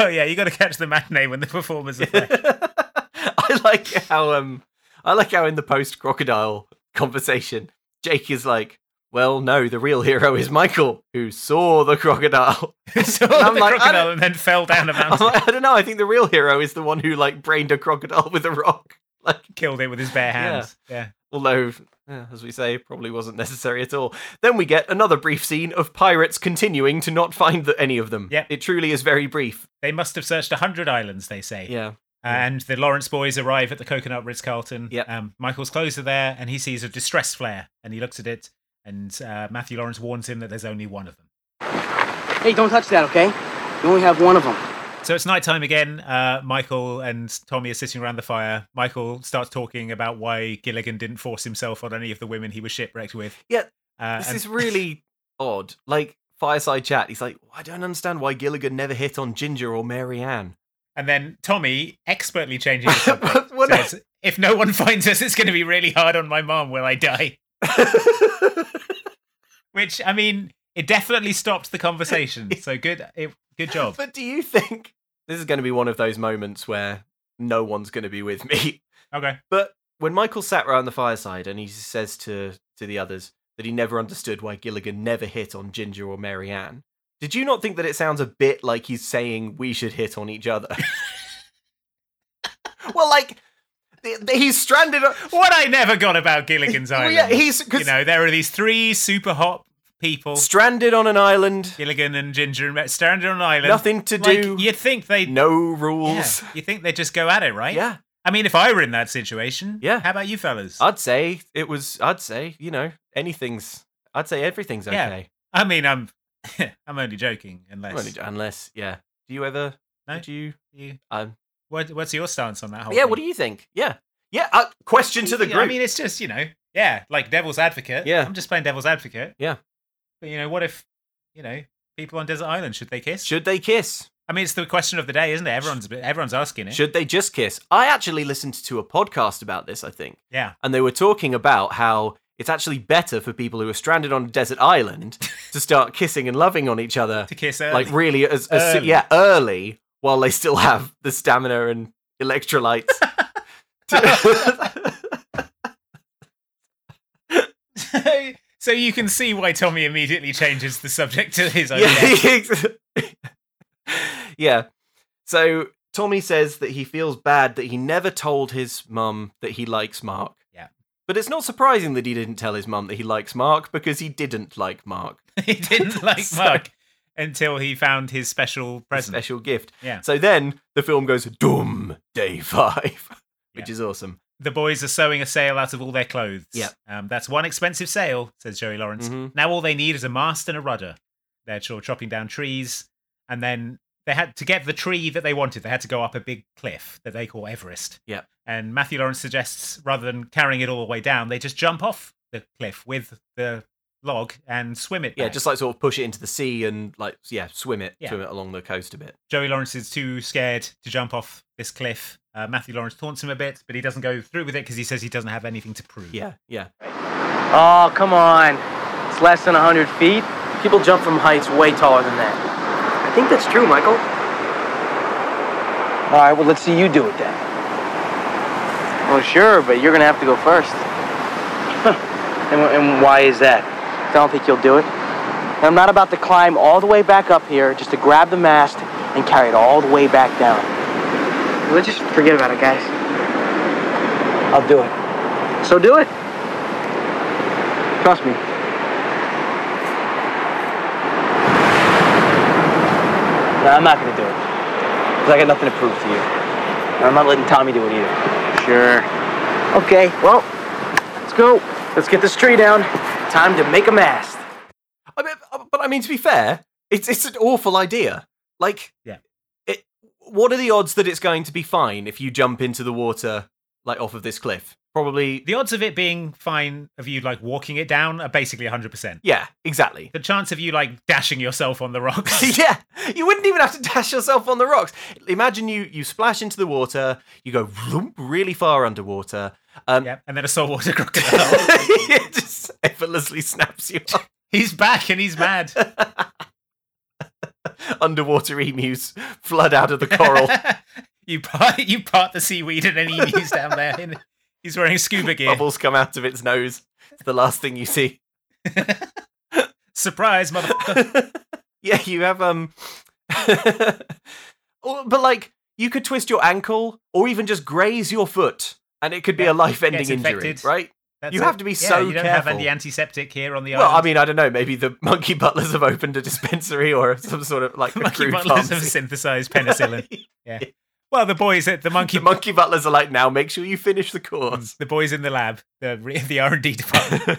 C: oh, yeah, you got to catch the matinee when the performers are there.
A: I like how um I like how in the post crocodile conversation, Jake is like, "Well, no, the real hero is Michael, who saw the crocodile."
C: so
A: And I'm
C: the
A: like, I
C: crocodile
A: don't-
C: and then fell down a
A: I'm
C: mountain,
A: like, I don't know. I think the real hero is the one who like brained a crocodile with a rock. Like,
C: killed it with his bare hands. Yeah.
A: although, yeah, as we say, probably wasn't necessary at all. Then we get another brief scene of pirates continuing to not find the, any of them.
C: Yeah.
A: it truly is very brief.
C: They must have searched a 100 islands, they say. Uh,
A: Yeah,
C: And the Lawrence boys arrive at the Coconut Ritz Carlton.
A: Yep.
C: Um, Michael's clothes are there, and he sees a distress flare, and he looks at it, and uh, Matthew Lawrence warns him that there's only one of them.
I: Hey, don't touch that, okay? You only have one of them.
C: So it's nighttime again. Uh, Michael and Tommy are sitting around the fire. Michael starts talking about why Gilligan didn't force himself on any of the women he was shipwrecked with.
A: Yeah,
C: Uh,
A: This
C: and-
A: is really odd. Like fireside chat. He's like, I don't understand why Gilligan never hit on Ginger or Mary Ann.
C: And then Tommy expertly changes the subject.
A: What-
C: says, if no one finds us, it's going to be really hard on my mom when I die. Which, I mean, it definitely stopped the conversation. So good, it, good job.
A: But do you think this is going to be one of those moments where no one's going to be with me?
C: Okay.
A: But when Michael sat round the fireside and he says to to the others that he never understood why Gilligan never hit on Ginger or Mary Ann, did you not think that it sounds a bit like he's saying we should hit on each other? well, like th- th- he's stranded. on-
C: What I never got about Gilligan's
A: Well,
C: Island.
A: yeah, he's- 'cause-
C: you know, there are these three super hot people,
A: stranded on an island,
C: Gilligan and Ginger, and Met, stranded on an island.
A: nothing to
C: Like,
A: do,
C: You'd think they.
A: no
C: Yeah,
A: rules.
C: you think they would just go at it,
A: Yeah.
C: right? I mean, if I were in that situation,
A: Yeah.
C: How about you fellas?
A: I'd say it was. I'd say you know anything's. I'd say everything's
C: Yeah.
A: okay,
C: I mean, I'm, I'm only joking, unless
A: Well, unless yeah. Do you ever?
C: No.
A: Do you?
C: you.
A: Um,
C: What, what's your stance on that whole?
A: yeah.
C: thing?
A: What do you think? Yeah. Yeah. Uh, question to the
C: Yeah,
A: group.
C: I mean, it's just you know, yeah, like devil's advocate.
A: Yeah.
C: I'm just playing devil's advocate.
A: Yeah.
C: but you know, what if you know people on desert island should they kiss?
A: should they kiss?
C: I mean, it's the question of the day, isn't it? Everyone's everyone's asking it.
A: Should they just kiss? I actually listened to a podcast about this. I think.
C: yeah,
A: and they were talking about how it's actually better for people who are stranded on a desert island to start kissing and loving on each other,
C: to kiss
A: like really as, as soo-
C: Early.
A: yeah early, while they still have the stamina and electrolytes. To-
C: Like, so you can see why Tommy immediately changes the subject to his own. death.
A: yeah. yeah. So Tommy says that he feels bad that he never told his mum that he likes Mark.
C: Yeah.
A: But it's not surprising that he didn't tell his mum that he likes Mark because he didn't like Mark.
C: he didn't like
A: So-
C: Mark until he found his special present.
A: Special gift.
C: Yeah.
A: So then the film goes Doom Day 5, which is awesome.
C: The boys are sewing a sail out of all their clothes.
A: Yeah.
C: Um, that's one expensive sail, says Joey Lawrence.
A: Mhm.
C: Now all they need is a mast and a rudder. They're sort of chopping down trees. And then they had to get the tree that they wanted, they had to go up a big cliff that they call Everest.
A: Yeah.
C: And Matthew Lawrence suggests rather than carrying it all the way down, they just jump off the cliff with the log and swim it.
A: Yeah,
C: back.
A: just like sort of push it into the sea and like, yeah, swim it,
C: Yeah.
A: swim it along the coast a bit.
C: Joey Lawrence is too scared to jump off this cliff. Uh, Matthew Lawrence taunts him a bit, but he doesn't go through with it because he says he doesn't have anything to prove.
A: Yeah, yeah.
H: Oh, come on. It's less than 100 feet. People jump from heights way taller than that.
I: I think that's true, Michael.
H: All right, well, let's see you do it then. Well, sure, but you're going to have to go first. and, and why is that? I don't think you'll do it. I'm not about to climb all the way back up here just to grab the mast and carry it all the way back down.
I: Let's just forget about it, guys.
H: I'll do it.
I: So do it. Trust me.
H: No, I'm not going to do it. Because I got nothing to prove to you. And I'm not letting Tommy do it either.
F: Sure.
H: Okay, well, let's go. Let's get this tree down. Time to make a mast.
A: I mean, uh, but I mean, to be fair, it's it's an awful idea. Like,
C: Yeah.
A: it, what are the odds that it's going to be fine if you jump into the water like off of this cliff? Probably,
C: The odds of it being fine of you like walking it down are basically 100%.
A: yeah, exactly.
C: The chance of you like dashing yourself on the rocks.
A: yeah, you wouldn't even have to dash yourself on the rocks. Imagine you you splash into the water, you go vroom, really far underwater. Um,
C: yeah. And then a saltwater crocodile.
A: it just effortlessly snaps you up.
C: he's back and he's mad.
A: Underwater emus flood out of the coral.
C: you part you part the seaweed and any emus down there. And he's wearing scuba gear.
A: Bubbles come out of its nose. It's the last thing you see.
C: Surprise, motherfucker.
A: yeah, you have um Or- but like you could twist your ankle or even just graze your foot and it could be
C: Yeah,
A: a life-ending
C: gets
A: injury,
C: infected.
A: right?
C: That's
A: You
C: it.
A: have to be
C: Yeah,
A: so
C: You don't have
A: careful.
C: any antiseptic here on the
A: Well, I
C: island.
A: mean, I don't know. Maybe the monkey butlers have opened a dispensary or some sort of like
C: The
A: a
C: monkey
A: crude
C: butlers have
A: pharmacy.
C: synthesized penicillin. yeah. Well, the boys at the monkey
A: The monkey butlers are like, now make sure you finish the course.
C: the boys in the lab, the re- the R and D department.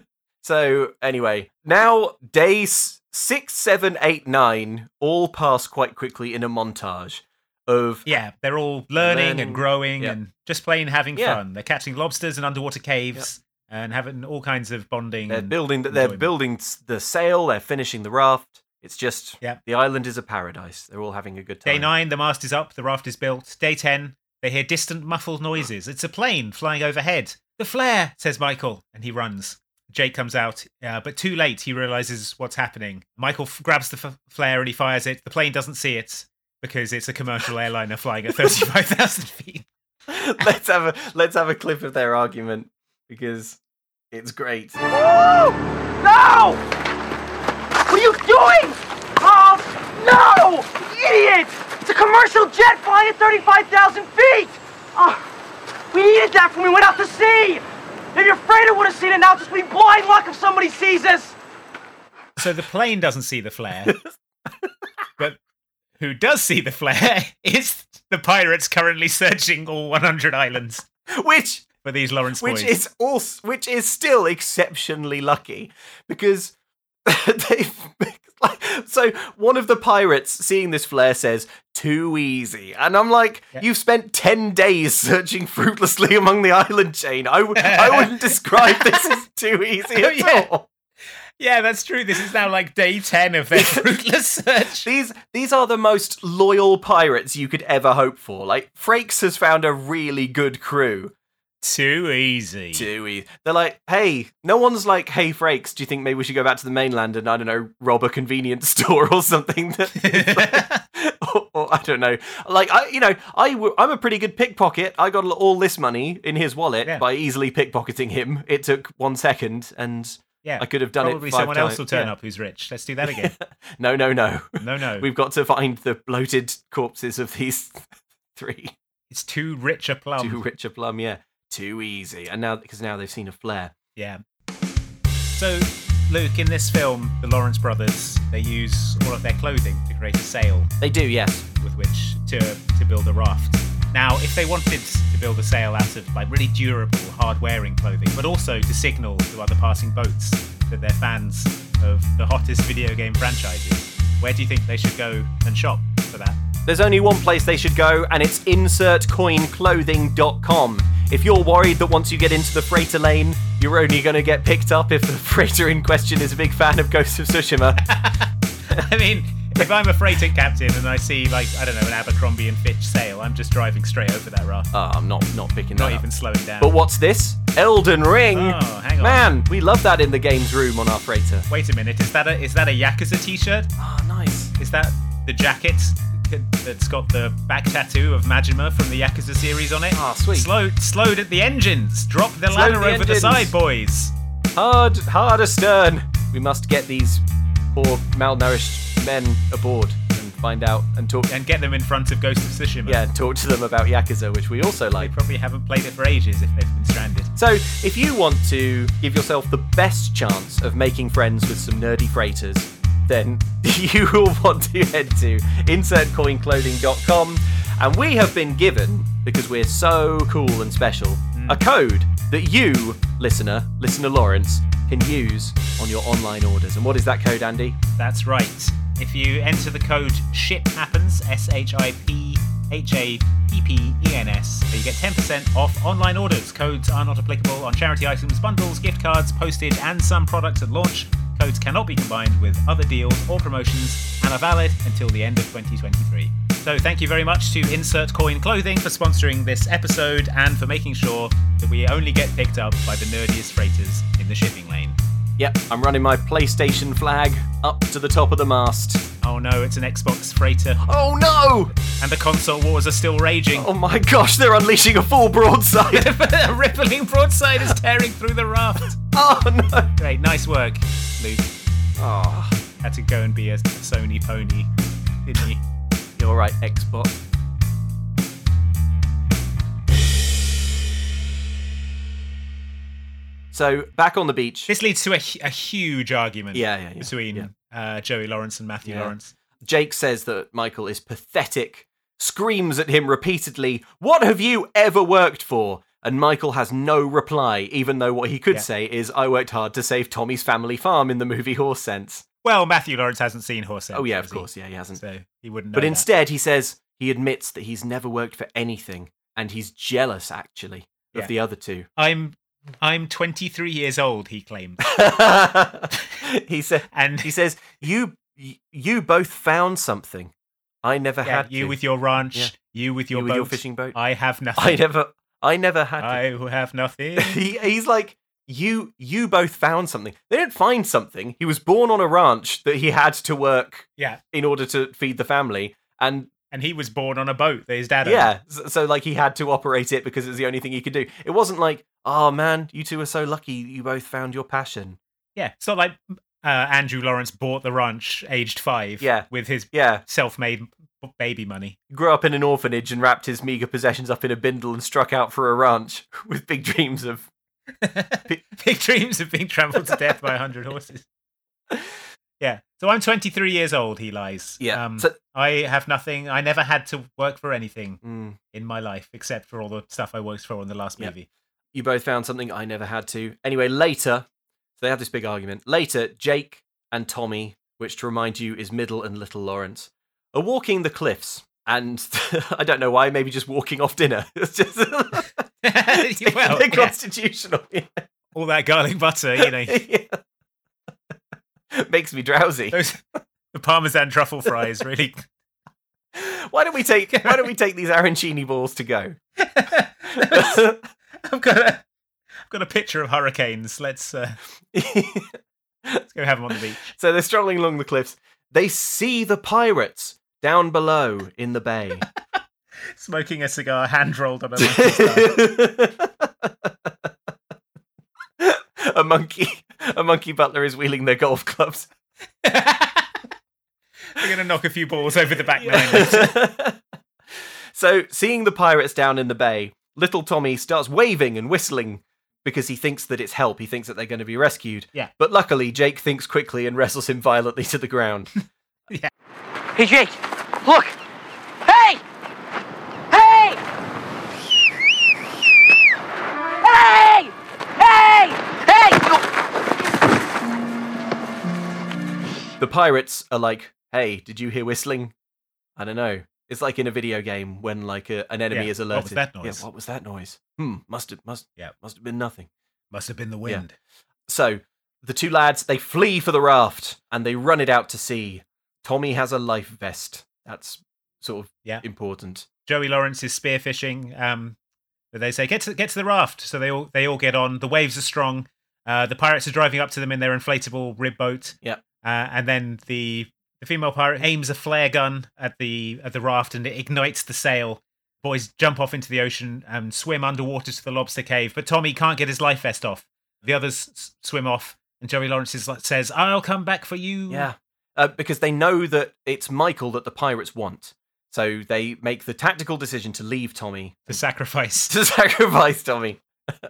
A: so anyway, now days six, seven, eight, nine all pass quite quickly in a montage of
C: Yeah, they're all learning,
A: Learning.
C: and growing
A: Yeah.
C: and just plain having
A: Yeah.
C: fun. They're catching lobsters in underwater caves and having all kinds of bonding.
A: They're
C: and
A: building that. They're
C: enjoyment.
A: building s- the sail. They're finishing the raft. It's just
C: Yeah.
A: the island is a paradise. They're all having a good time.
C: Day nine, the mast is up, the raft is built. Day ten, they hear distant muffled noises. It's a plane flying overhead. The flare, says Michael, and he runs. Jake comes out, uh, but too late. He realizes what's happening. Michael f- grabs the f- flare and he fires it. The plane doesn't see it because it's a commercial airliner flying at 35,000 feet.
A: let's have a let's have a clip of their argument because it's great.
H: No! What are you doing? Oh, no! Idiot! It's a commercial jet flying at 35,000 feet! Oh, we needed that when we went out to sea! If you're afraid I would have seen it now, just be blind luck if somebody sees us!
C: So the plane doesn't see the flare. but who does see the flare is the pirates currently searching all 100 islands
A: Which
C: for these Lawrence
A: which
C: boys.
A: is also which is still exceptionally lucky because they've like, so one of the pirates seeing this flare says too easy and i'm like you've spent 10 days searking fruitlessly among the island chain i, w- I wouldn't describe this as too easy at
C: Yeah.
A: all
C: Yeah, that's true. This is now like day 10 of their fruitless search.
A: these these are the most loyal pirates you could ever hope for like frakes has found a really good crew
C: Too easy.
A: too easy. They're like, hey, no one's like, hey, Frakes, do you think maybe we should go back to the mainland and I don't know, rob a convenience store or something? That, or, or, I don't know. Like I, you know, I w- I'm a pretty good pickpocket. I got all this money in his wallet
C: Yeah.
A: by easily pickpocketing him. It took one second, and
C: Yeah.
A: I could have done it
C: Probably
A: five
C: someone else
A: times.
C: will turn
A: Yeah.
C: up who's rich. Let's do that again.
A: No, no, no.
C: No, no.
A: We've got to find the bloated corpses of these three.
C: it's too rich a plum.
A: Too rich a plum, yeah. Too easy. And now, because now they've seen a flare.
C: Yeah. So, Luke, in this film, the Lawrence brothers, they use all of their clothing to create a sail
A: They do, yes.
C: with which to, to build a raft. Now, if they wanted to build a sail out of like really durable, hard-wearing clothing, but also to signal to other passing boats that they're fans of the hottest video game franchises, where do you think they should go and shop for that?
A: There's only one place they should go, and it's insertcoinclothing.com. If you're worried that once you get into the freighter lane, you're only going to get picked up if the freighter in question is a big fan of Ghost of Tsushima.
C: I mean, if I'm a freighter captain and I see like I don't know an Abercrombie and Fitch sale, I'm just driving straight over that raft,
A: Ah, I'm not not picking that
C: not
A: up.
C: even slowing down.
A: But what's this? Elden Ring.
C: Oh, hang on.
A: Man, we love that in the games room on our freighter.
C: Wait a minute, is that a is that a Yakuza t-shirt?
A: Ah, nice.
C: Is that the jacket that's got the back tattoo of Majima from the Yakuza series on it?
A: Ah, sweet.
C: Slow, slowed at the engines. Drop the ladder
A: the
C: over the
A: engines.
C: side, boys.
A: Hard, hard astern. We must get these poor malnourished men aboard and find out and talk.
C: And get them in front of Ghost of Tsushima.
A: Yeah, and talk to them about Yakuza, which we also
C: They
A: like.
C: probably haven't played it for ages if they've been stranded.
A: So, if you want to give yourself the best chance of making friends with some nerdy freighters, then you will want to head to insertcoinclothing.com. And we have been given, because we're so cool and special, a code that you, listener, listener Lawrence, can use on your online orders. And what is that code, Andy?
C: That's right. If you enter the code SHIP happens, S H I P H A P P E N S, you get 10% off online orders. Codes are not applicable on charity items, bundles, gift cards, postage, and some products at launch. Codes cannot be combined with other deals or promotions and are valid until the end of 2023. So, thank you very much to Insert Coin Clothing for sponsoring this episode and for making sure that we only get picked up by the nerdiest freighters in the shipping lane.
A: Yep, I'm running my PlayStation flag up to the top of the mast.
C: Oh no, it's an Xbox freighter.
A: Oh no!
C: and the console wars are still raging.
A: Oh my gosh, they're unleashing a full broadside!
C: a rippling broadside is tearing through the raft.
A: oh no!
C: Great, nice work, Luke.
A: Oh.
C: Had to go and be a Sony pony, didn't he?
A: You're right, Xbox. So back on the beach,
C: This leads to a, hu- a huge argument
A: Yeah, yeah, yeah,
C: between
A: yeah.
C: Uh, Joey Lawrence and Matthew
A: Yeah.
C: Lawrence.
A: Jake says that Michael is pathetic, screams at him repeatedly, What have you ever worked for? And Michael has no reply, even though what he could
C: Yeah.
A: say is, I worked hard to save Tommy's family farm in the movie Horse Sense.
C: Well, Matthew Lawrence hasn't seen Horse Sense,
A: Oh, yeah, of
C: has he?
A: course. Yeah, he hasn't.
C: So he wouldn't know.
A: But
C: that.
A: instead, he says he admits that he's never worked for anything, and he's jealous, actually, of
C: Yeah.
A: the other two.
C: I'm I'm 23 years old. He claimed,
A: he said
C: and
A: he says you you both found something i never
C: yeah,
A: had
C: you
A: to.
C: with your ranch,
A: Yeah.
C: you with
A: You
C: your
A: with
C: boat,
A: your fishing boat
C: I have nothing.
A: i never i never had
C: I who have nothing.
A: to. He, he's like you you both found something they didn't find something he was born on a ranch that he had to work
C: yeah,
A: in order to feed the family and
C: and he was born on a boat that his dad owned.
A: yeah so, so like he had to operate it because it was the only thing he could do it wasn't like oh man you two are so lucky you both found your passion
C: Yeah, it's not like uh, Andrew Lawrence bought the ranch aged five
A: Yeah.
C: with his
A: yeah
C: self-made b- baby money.
A: grew up in an orphanage and wrapped his meager possessions up in a bindle and struck out for a ranch with big dreams of
C: Big dreams of being trampled to death by a hundred horses. Yeah, so I'm 23 years old. He lies.
A: Yeah.
C: um,
A: so,
C: I have nothing. I never had to work for anything
A: Mm,
C: in my life except for all the stuff I worked for in the last
A: Yeah.
C: movie.
A: you both found something I never had to. Anyway, later, so they have this big argument. Later, Jake and Tommy, which to remind you is Middle and Little Lawrence, are walking the cliffs. And I don't know why, maybe just walking off dinner. It's just
C: well,
A: they're
C: yeah,
A: constitutional.
C: all that garlic butter, you know,
A: Yeah. Makes me drowsy.
C: those the parmesan truffle fries really
A: Why don't we take why don't we take these arancini balls to go?
C: I've got a, I've got a picture of hurricanes. Let's uh, let's go have them on the beach.
A: So they're strolling along the cliffs. They see the pirates down below in the bay.
C: Smoking a cigar, hand rolled on a monkey's thigh.
A: a monkey a monkey butler is wheeling their golf clubs.
C: We're going to knock a few balls over the back nine.
A: so, seeing the pirates down in the bay, little Tommy starts waving and whistling because he thinks that it's help. He thinks that they're going to be rescued.
C: Yeah.
A: But luckily, Jake thinks quickly and wrestles him violently to the ground.
I: Hey, Jake, look! Hey! Hey! Hey! Hey! Hey!
A: the pirates are like, "Hey, did you hear whistling?" I don't know. It's like in a video game when like a, an enemy
C: Yeah,
A: is
C: what was
A: alerted.
C: that
A: Yeah,
C: noise?
A: what was that noise? Hmm. Must have must
C: Yeah.
A: must have been nothing.
C: Must have been the wind.
A: So the two lads they flee for the raft and they run it out to sea. Tommy has a life vest. That's sort of
C: Yeah.
A: important.
C: Joey Lawrence is spearfishing. Um, but they say get to get to the raft. So they all they all get on. The waves are strong. Uh, the pirates are driving up to them in their inflatable rib boat.
A: Yeah.
C: Uh, and then the the female pirate aims a flare gun at the at the raft and it ignites the sail. Boys jump off into the ocean and swim underwater to the lobster cave, but Tommy can't get his life vest off. The others s- swim off, and Joey Lawrence is like, says, "I'll come back for you."
A: Yeah. Uh, because they know that it's Michael that the pirates want. So they make the tactical decision to leave Tommy
C: The sacrifice,
A: to sacrifice Tommy.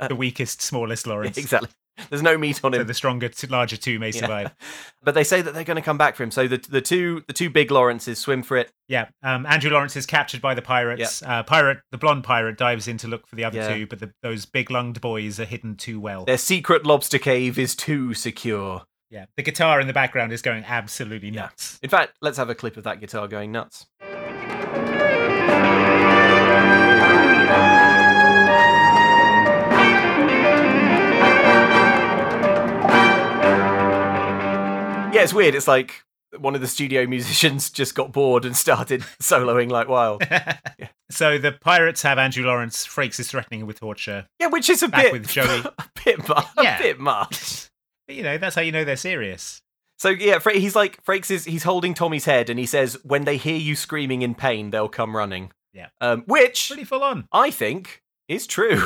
C: the weakest, smallest Lawrence.
A: exactly. There's no meat on him.
C: So the stronger, t- larger two may survive.
A: But they say that they're going to come back for him. So the the two the two big Lawrences swim for it.
C: Yeah, um, Andrew Lawrence is captured by the pirates. Uh, pirate, the blonde pirate, dives in to look for the other
A: Yeah.
C: two, but the, those big-lunged boys are hidden too well.
A: Their secret lobster cave is too secure.
C: yeah, the guitar in the background is going absolutely
A: Yeah.
C: nuts.
A: In fact, let's have a clip of that guitar going nuts. Yeah, it's weird. It's like one of the studio musicians just got bored and started soloing like wild.
C: So the pirates have Andrew Lawrence. Frakes is threatening him with torture.
A: Yeah, which is a
C: Back
A: bit
C: with Joey.
A: a bit mu-
C: Yeah.
A: a bit much.
C: But, you know, that's how you know they're serious.
A: So yeah, Fra- he's like Frakes is he's holding Tommy's head and he says, "When they hear you screaming in pain, they'll come running."
C: Yeah.
A: Um, which
C: Pretty full on.
A: I think is true.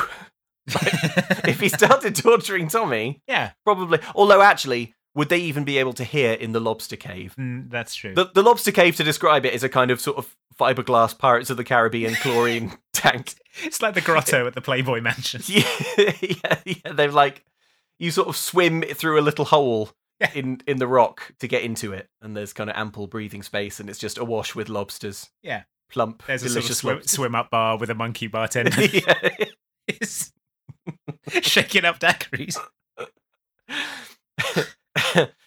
A: if he started torturing Tommy,
C: yeah,
A: probably. Although actually, would they even be able to hear in the lobster cave?
C: mm, that's true.
A: The, the lobster cave, to describe it, is a kind of sort of fiberglass Pirates of the Caribbean chlorine tank.
C: it's like the grotto at the Playboy Mansion.
A: Yeah, yeah, yeah, they're like you sort of swim through a little hole
C: Yeah.
A: in in the rock to get into it, and there's kind of ample breathing space, and it's just awash with lobsters.
C: Yeah.
A: plump,
C: There's a sort of
A: delicious
C: swim,
A: lobsters.
C: swim up bar with a monkey bartender
A: Yeah.
C: is shaking up daiquiris.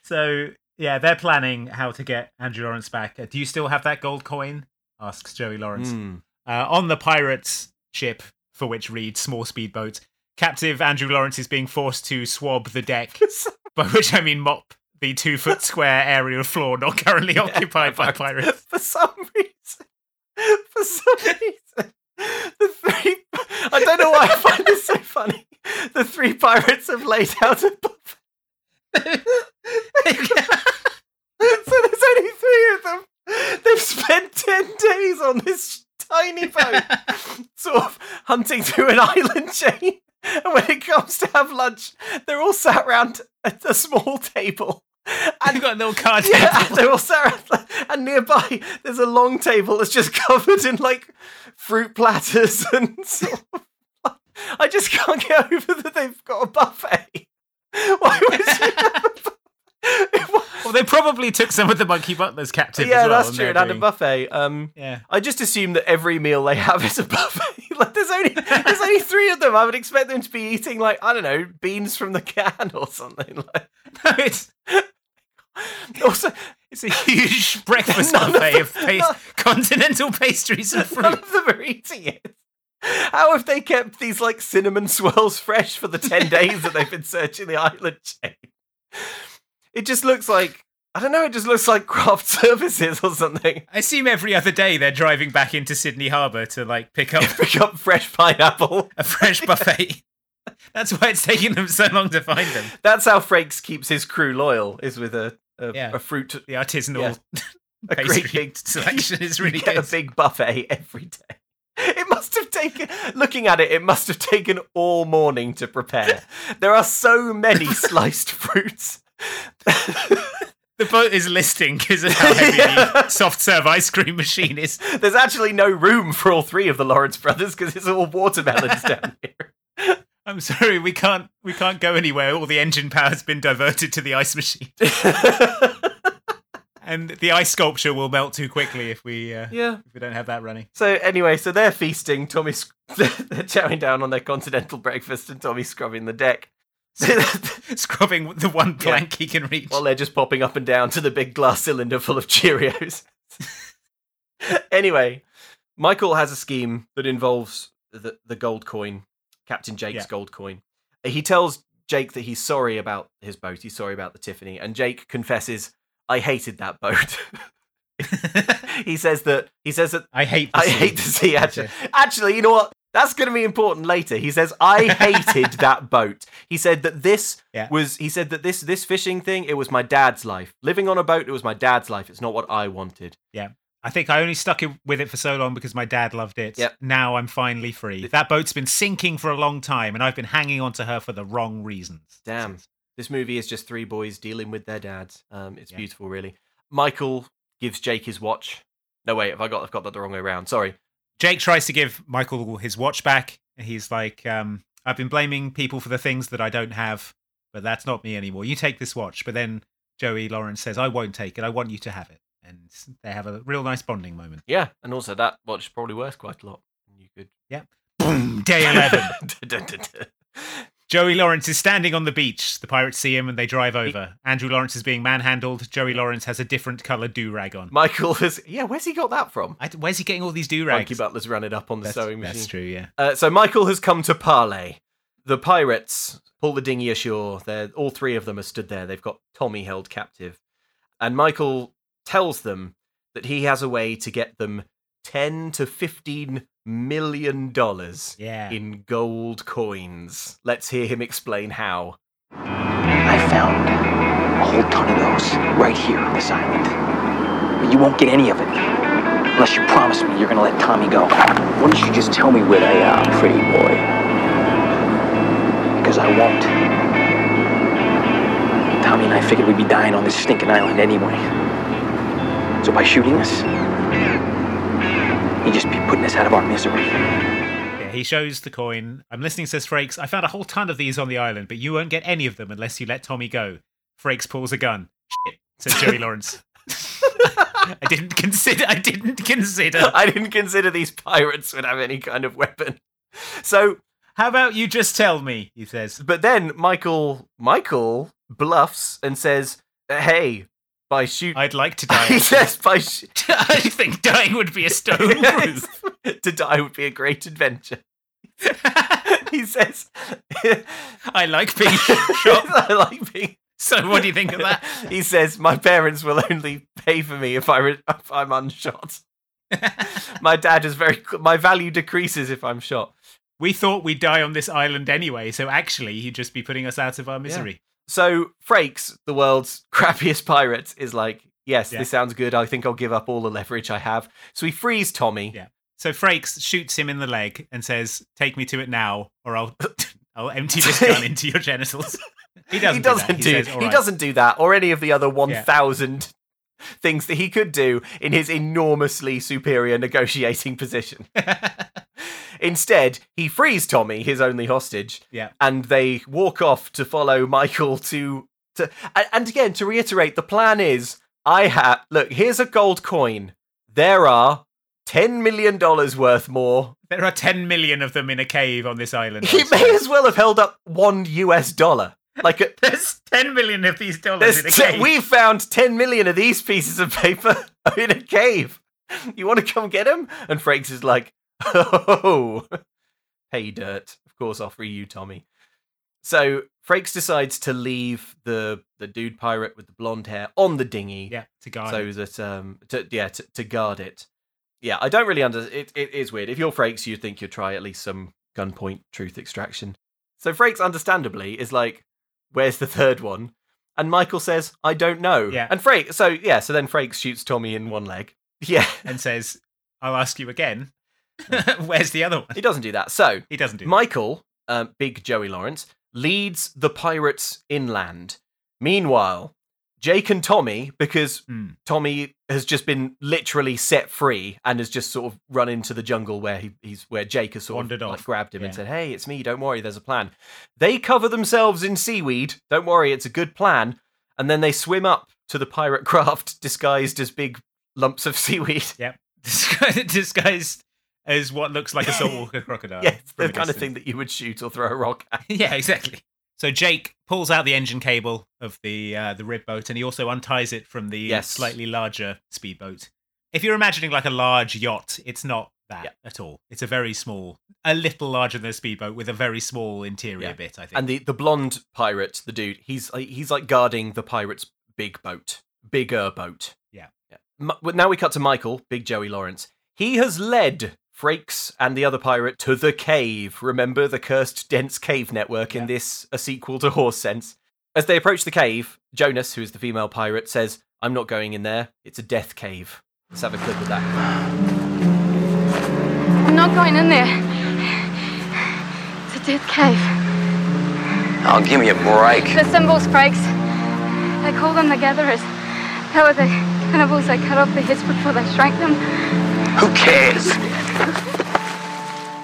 C: so yeah, they're planning how to get Andrew Lawrence back. Uh, Do you still have that gold coin? Asks Joey Lawrence.
A: Mm.
C: Uh, on the pirates ship, for which Reed small speedboat, captive Andrew Lawrence is being forced to swab the deck, by which I mean mop the two foot square area of floor not currently occupied by pirates.
A: For some reason, for some reason, the three. I don't know why I find this so funny. The three pirates have laid out a buffet. so there's only three of them. They've spent 10 days on this tiny boat, sort of hunting through an island chain. And when it comes to have lunch, they're all sat round at a small table.
C: I've
A: And,
C: got a little card.
A: yeah, and they're all sat around. And nearby, there's a long table that's just covered in like fruit platters and sort of. I just can't get over that they've got a buffet. Why would you have a buffet?
C: Well, they probably took some of the monkey butlers captive. as
A: yeah,
C: well,
A: that's
C: and
A: true.
C: they're
A: It had a
C: doing-
A: buffet. Um,
C: Yeah.
A: I just assume that every meal they have is a buffet. like, there's only there's only three of them. I would expect them to be eating like I don't know beans from the can or something. Like,
C: No, it's
A: also,
C: it's a huge breakfast
A: None of
C: buffet
A: them-
C: of pas- continental pastries and
A: none
C: fruit.
A: of them are eating it. How have they kept these like cinnamon swirls fresh for the ten days that they've been searching the island chain? It just looks like I don't know. It just looks like craft services or something.
C: I assume every other day they're driving back into Sydney Harbour to like pick up
A: Pick up fresh pineapple.
C: a fresh buffet. That's why it's taking them so long to find them.
A: That's how Frakes keeps his crew loyal. Is with a a,
C: Yeah.
A: a fruit
C: The artisanal
A: A great
C: pastry
A: big-
C: selection is
A: You
C: really
A: get
C: good.
A: a big buffet every day. It must have taken, looking at it, it must have taken all morning to prepare. There are so many sliced fruits.
C: The boat is listing because of how heavy the soft serve ice cream machine is.
A: There's actually no room for all three of the Lawrence brothers because it's all watermelons down here.
C: I'm sorry, we can't we can't go anywhere. All the engine power's been diverted to the ice machine, and the ice sculpture will melt too quickly if we uh,
A: yeah.
C: if we don't have that running.
A: So anyway, so they're feasting. Tommy's they're chowing down on their continental breakfast, and Tommy's scrubbing the deck.
C: Scrubbing the one plank he can reach.
A: While they're just popping up and down to the big glass cylinder full of Cheerios. anyway, Michael has a scheme that involves the, the gold coin, Captain Jake's
C: Yeah.
A: gold coin. He tells Jake that he's sorry about his boat, he's sorry about the Tiffany, and Jake confesses, I hated that boat. he says that he says that
C: I hate.
A: I
C: this
A: hate
C: scene.
A: to see actually. Actually, you know what? That's going to be important later. He says, "I hated that boat." He said that this
C: Yeah.
A: was. He said that this this fishing thing. It was my dad's life. Living on a boat. It was my dad's life. It's not what I wanted.
C: I think I only stuck it- with it for so long because my dad loved it.
A: Yep.
C: Now I'm finally free. That boat's been sinking for a long time, and I've been hanging on to her for the wrong reasons.
A: Damn. This movie is just three boys dealing with their dads. Um, it's
C: Yeah.
A: beautiful, really. Michael gives Jake his watch. No, wait. Have I got? I've got that the wrong way around. Sorry.
C: Jake tries to give Michael his watch back, and he's like, um, I've been blaming people for the things that I don't have, but that's not me anymore. You take this watch. But then Joey Lawrence says, I won't take it. I want you to have it. And they have a real nice bonding moment.
A: Yeah, and also that watch is probably worth quite a lot. You could.
C: Boom, day 11.
A: Dun, dun, dun.
C: Joey Lawrence is standing on the beach. The pirates see him and they drive over. Andrew Lawrence is being manhandled. Joey Lawrence has a different colored do rag on.
A: Michael has. Yeah, where's he got that from?
C: I, where's he getting all these do
A: Frankie
C: rags?
A: Butler's running up on the
C: That's,
A: sewing machine.
C: that's true, yeah.
A: Uh, so Michael has come to parley. The pirates pull the dinghy ashore. They're all three of them are stood there. They've got Tommy held captive, and Michael tells them that he has a way to get them ten to fifteen million dollars
C: Yeah.
A: in gold coins. Let's hear him explain how.
E: I found a whole ton of those right here on this island. But you won't get any of it unless you promise me you're gonna let Tommy go. Why don't you just tell me where they are, pretty boy? Because I won't. Tommy and I figured we'd be dying on this stinking island anyway. So by shooting us, he'd just be putting us out of our misery.
C: Yeah, he shows the coin. I'm listening, says Frakes. I found a whole ton of these on the island, but you won't get any of them unless you let Tommy go. Frakes pulls a gun. Shit, says Joey Lawrence. I didn't consider. I didn't consider.
A: I didn't consider these pirates would have any kind of weapon. So
C: How about you just tell me? He says.
A: But then Michael Michael bluffs and says, "Hey, by shoot."
C: I'd like to
A: he
C: die.
A: says, "By sh-
C: I think dying would be a stone roof.
A: to die would be a great adventure." he says,
C: I like being shot.
A: I like being-
C: So what do you think of that?
A: He says, "My parents will only pay for me if I re- if I'm unshot. my dad is very my value decreases if I'm shot."
C: We thought we'd die on this island anyway, so actually he'd just be putting us out of our misery.
A: So Frakes, the world's crappiest pirate, is like, yes,
C: Yeah.
A: this sounds good. I think I'll give up all the leverage I have. So he frees Tommy.
C: Yeah. So Frakes shoots him in the leg and says, "Take me to it now, or I'll I'll empty this gun into your genitals." He doesn't.
A: he doesn't
C: do.
A: do,
C: That. He, says, "All
A: he
C: right."
A: doesn't do that or any of the other 1000 things that he could do in his enormously superior negotiating position. Instead, he frees Tommy, his only hostage,
C: Yeah.
A: and they walk off to follow Michael to to and, and again to reiterate the plan is I have look, here's a gold coin. There are 10 million dollars worth more.
C: There are ten million of them in a cave on this island.
A: He may as well have held up 1 US dollar. Like a,
C: There's ten million of these dollars
A: There's
C: in a
A: t-
C: cave.
A: we found 10 million of these pieces of paper in a cave. You want to come get them? And Frakes is like, oh, hey, dirt. Of course, I'll free you, Tommy. So Frakes decides to leave the, the dude pirate with the blonde hair on the dinghy
C: Yeah, to guard.
A: so that, um, to, yeah, to, to guard it. Yeah, I don't really under. It, it is weird. If you're Frakes, you'd think you'd try at least some gunpoint truth extraction. So Frakes, understandably, is like, "Where's the third one?" And Michael says, "I don't know."
C: Yeah.
A: And Frakes, so yeah, so then Frakes shoots Tommy in one leg. Yeah.
C: and says, "I'll ask you again." Where's the other one?
A: He doesn't do that. So
C: He doesn't do that.
A: Michael, um, big Joey Lawrence, leads the pirates inland. Meanwhile, Jake and Tommy, because
C: Hmm.
A: Tommy has just been literally set free and has just sort of run into the jungle where he, he's where Jake has sort
C: Wandered
A: of like,
C: off.
A: grabbed him and
C: Yeah.
A: said, "Hey, it's me. Don't worry, there's a plan." They cover themselves in seaweed. Don't worry, it's a good plan. And then they swim up to the pirate craft disguised as big lumps of seaweed.
C: Disgu- disguised as what looks like a saltwater crocodile.
A: yes, the
C: from a
A: kind of
C: distance.
A: thing that you would shoot or throw a rock at.
C: yeah, exactly. So Jake pulls out the engine cable of the uh, the rib boat, and he also unties it from the
A: Yes.
C: slightly larger speedboat. If you're imagining like a large yacht, it's not that
A: Yeah.
C: at all. It's a very small, a little larger than a speedboat with a very small interior
A: Yeah.
C: bit. I think.
A: And the, the blonde pirate, the dude, he's like- he's like guarding the pirate's big boat, bigger boat.
C: Yeah.
A: Mi- well, now we cut to Michael, Big Joey Lawrence. He has led Frakes and the other pirate to the cave. Remember the cursed dense cave network in this a sequel to Horse Sense. As they approach the cave, Jonas, who is the female pirate, says, "I'm not going in there. It's a death cave." Let's have a clip of that.
J: I'm not going in there. It's a death cave.
E: Oh, give me a break.
J: The symbol breaks. They call them the gatherers. They were the cannibals that cut off their heads before they shrank them.
E: Who cares?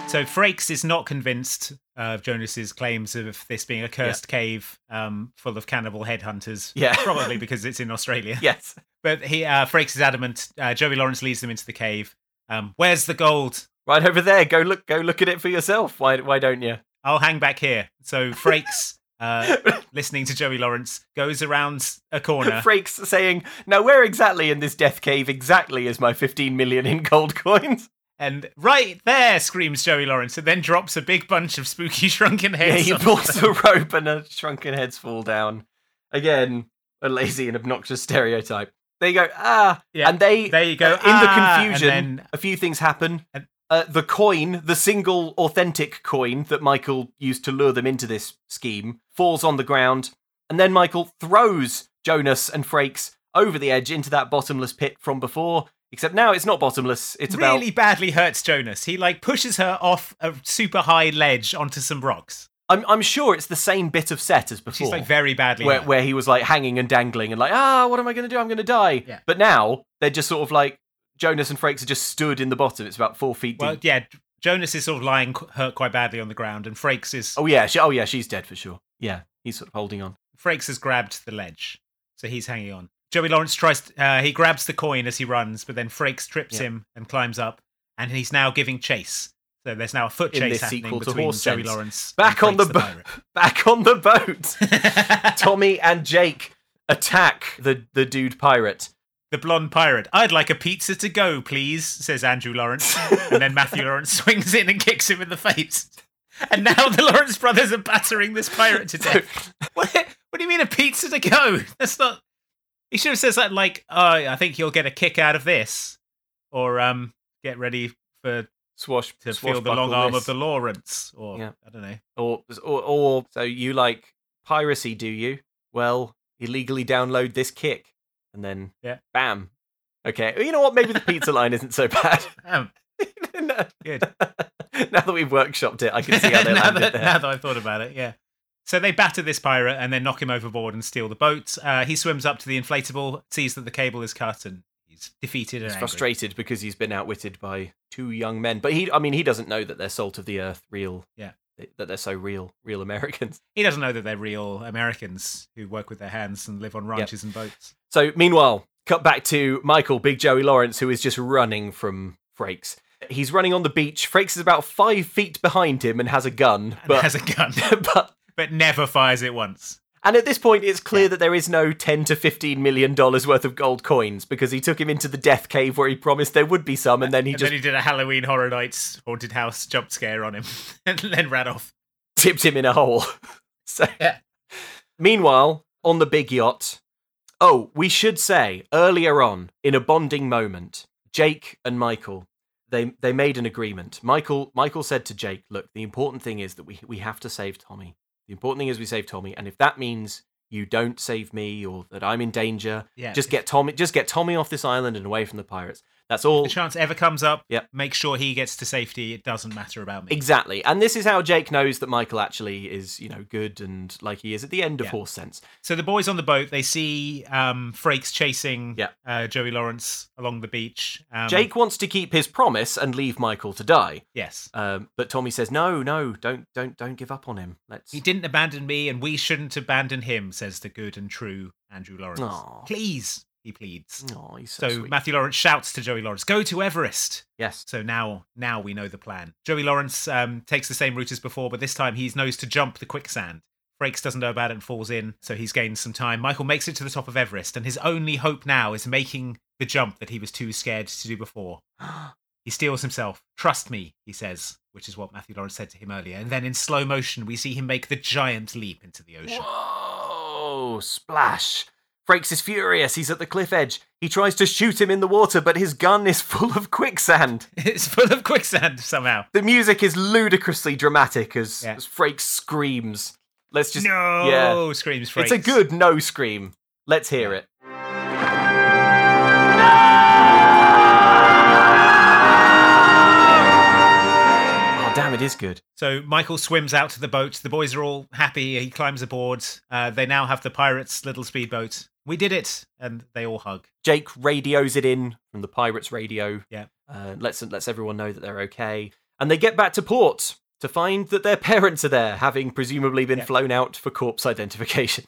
C: So Frakes is not convinced of Jonas's claims of this being a cursed cave um, full of cannibal headhunters.
A: Yeah.
C: probably because it's in Australia.
A: Yes.
C: But he uh, Frakes is adamant. Uh, Joey Lawrence leads them into the cave. Um, Where's the gold?
A: Right over there. Go look. Go look at it for yourself. Why? Why don't you?
C: I'll hang back here. So Frakes, uh, listening to Joey Lawrence, goes around a corner.
A: Frakes saying, "Now where exactly in this death cave exactly is my 15 million in gold coins?"
C: And right there, screams Joey Lawrence, and then drops a big bunch of spooky shrunken
A: Yeah,
C: heads.
A: he
C: on
A: pulls a rope and her shrunken heads fall down. Again, a lazy and obnoxious stereotype. They go ah,
C: Yeah,
A: and they
C: there you go,
A: uh, in
C: "Ah,"
A: the
C: and
A: confusion,
C: then-
A: a few things happen.
C: And-
A: Uh, the coin, the single authentic coin that Michael used to lure them into this scheme, falls on the ground, and then Michael throws Jonas and Frakes over the edge into that bottomless pit from before. Except now it's not bottomless; it's about
C: really badly hurts Jonas. He like pushes her off a super high ledge onto some rocks.
A: I'm, I'm sure it's the same bit of set as before.
C: She's like very badly
A: where,
C: hurt.
A: where he was like hanging and dangling and like, ah, what am I going to do? I'm going to die.
C: Yeah.
A: But now they're just sort of like Jonas and Frakes are just stood in the bottom. It's about four feet deep.
C: Well, yeah, Jonas is sort of lying qu- hurt quite badly on the ground, and Frakes is
A: Oh yeah, she, oh yeah, she's dead for sure. Yeah, he's sort of holding on.
C: Frakes has grabbed the ledge, so he's hanging on. Joey Lawrence tries. To, uh, he grabs the coin as he runs, but then Frakes trips
A: Yeah.
C: him and climbs up, and he's now giving chase. So there's now a foot
A: In
C: chase
A: this
C: happening
A: sequel to
C: between
A: Horse
C: Joey
A: Sense.
C: Lawrence
A: Back
C: and
A: on the,
C: Frakes
A: boat. Back on the boat.
C: pirate.
A: Tommy and Jake attack the the dude pirate.
C: the blonde pirate. I'd like a pizza to go, please," says Andrew Lawrence, and then Matthew Lawrence swings in and kicks him in the face. And now the Lawrence brothers are battering this pirate to death. What, what do you mean a pizza to go? That's not. He should have said something like, "Oh, I think you'll get a kick out of this," or um, "Get ready for
A: Swash
C: to feel the long arm of the Lawrence," or
A: Yeah.
C: I don't know.
A: or, or or so you like piracy, do you? Well, illegally download this kick, and then
C: Yeah.
A: bam. Okay, you know what? Maybe the pizza line isn't so bad.
C: Um,
A: now
C: good.
A: that we've workshopped it, I can see how they
C: now,
A: landed
C: that,
A: there.
C: now that I've thought about it, yeah. So they batter this pirate and then knock him overboard and steal the boat. Uh, he swims up to the inflatable, sees that the cable is cut, and he's defeated and
A: He's
C: angry.
A: frustrated because he's been outwitted by two young men, but he—I mean—he doesn't know that they're salt of the earth, real.
C: Yeah.
A: that they're so real, real Americans.
C: He doesn't know that they're real Americans who work with their hands and live on ranches and boats.
A: So, meanwhile, cut back to Michael, Big Joey Lawrence, who is just running from Frakes. He's running on the beach. Frakes is about five feet behind him and has a gun,
C: And
A: but
C: has a gun,
A: but
C: but never fires it once.
A: and at this point, it's clear that there is no ten to fifteen million dollars worth of gold coins because he took him into the death cave where he promised there would be some, and then he
C: and
A: just
C: then he did a Halloween Horror Nights haunted house jump scare on him, and then ran off.
A: tipped him in a hole. so,
C: Yeah.
A: meanwhile, on the big yacht. Oh, we should say earlier on in a bonding moment, Jake and Michael they they made an agreement. Michael Michael said to Jake, "Look, the important thing is that we we have to save Tommy. The important thing is we save Tommy, and if that means you don't save me or that I'm in danger,
C: Yeah,
A: just get Tommy just get Tommy off this island and away from the pirates." That's all.
C: The chance ever comes up,
A: Yep.
C: make sure he gets to safety. It doesn't matter about me.
A: Exactly. And this is how Jake knows that Michael actually is, you know, good and like he is at the end of
C: Yeah.
A: Horse Sense.
C: So the boys on the boat, they see um, Frakes chasing
A: Yeah.
C: uh, Joey Lawrence along the beach. Um,
A: Jake wants to keep his promise and leave Michael to die.
C: Yes.
A: Um, but Tommy says, "No, no, don't, don't, don't give up on him. Let's."
C: He didn't abandon me, and we shouldn't abandon him, says the good and true Andrew Lawrence.
A: Aw.
C: Please, he pleads.
A: Aw, he's so,
C: So
A: sweet.
C: Matthew Lawrence shouts to Joey Lawrence, "Go to Everest."
A: yes,
C: So now, now we know the plan. Joey Lawrence um, takes the same route as before, but this time he's knows to jump the quicksand. Frakes doesn't know about it and falls in, so he's gained some time. Michael makes it to the top of Everest, and his only hope now is making the jump that he was too scared to do before. He steals himself. Trust me, he says, which is what Matthew Lawrence said to him earlier. And then in slow motion, we see him make the giant leap into the ocean.
A: Whoa! Splash! Frakes is furious. He's at the cliff edge. He tries to shoot him in the water, but his gun is full of quicksand.
C: it's full of quicksand somehow.
A: The music is ludicrously dramatic as,
C: Yeah.
A: as Frakes screams. Let's just
C: no!
A: yeah.
C: Screams Frakes.
A: It's a good no scream. Let's hear it. Oh damn! It is good.
C: So Michael swims out to the boat. The boys are all happy. He climbs aboard. Uh, they now have the pirates' little speedboat. We did it, and they all hug.
A: Jake radios it in from the pirates' radio.
C: Yeah.
A: Uh, lets lets everyone know that they're okay, and they get back to port to find that their parents are there, having presumably been
C: Yeah.
A: flown out for corpse identification.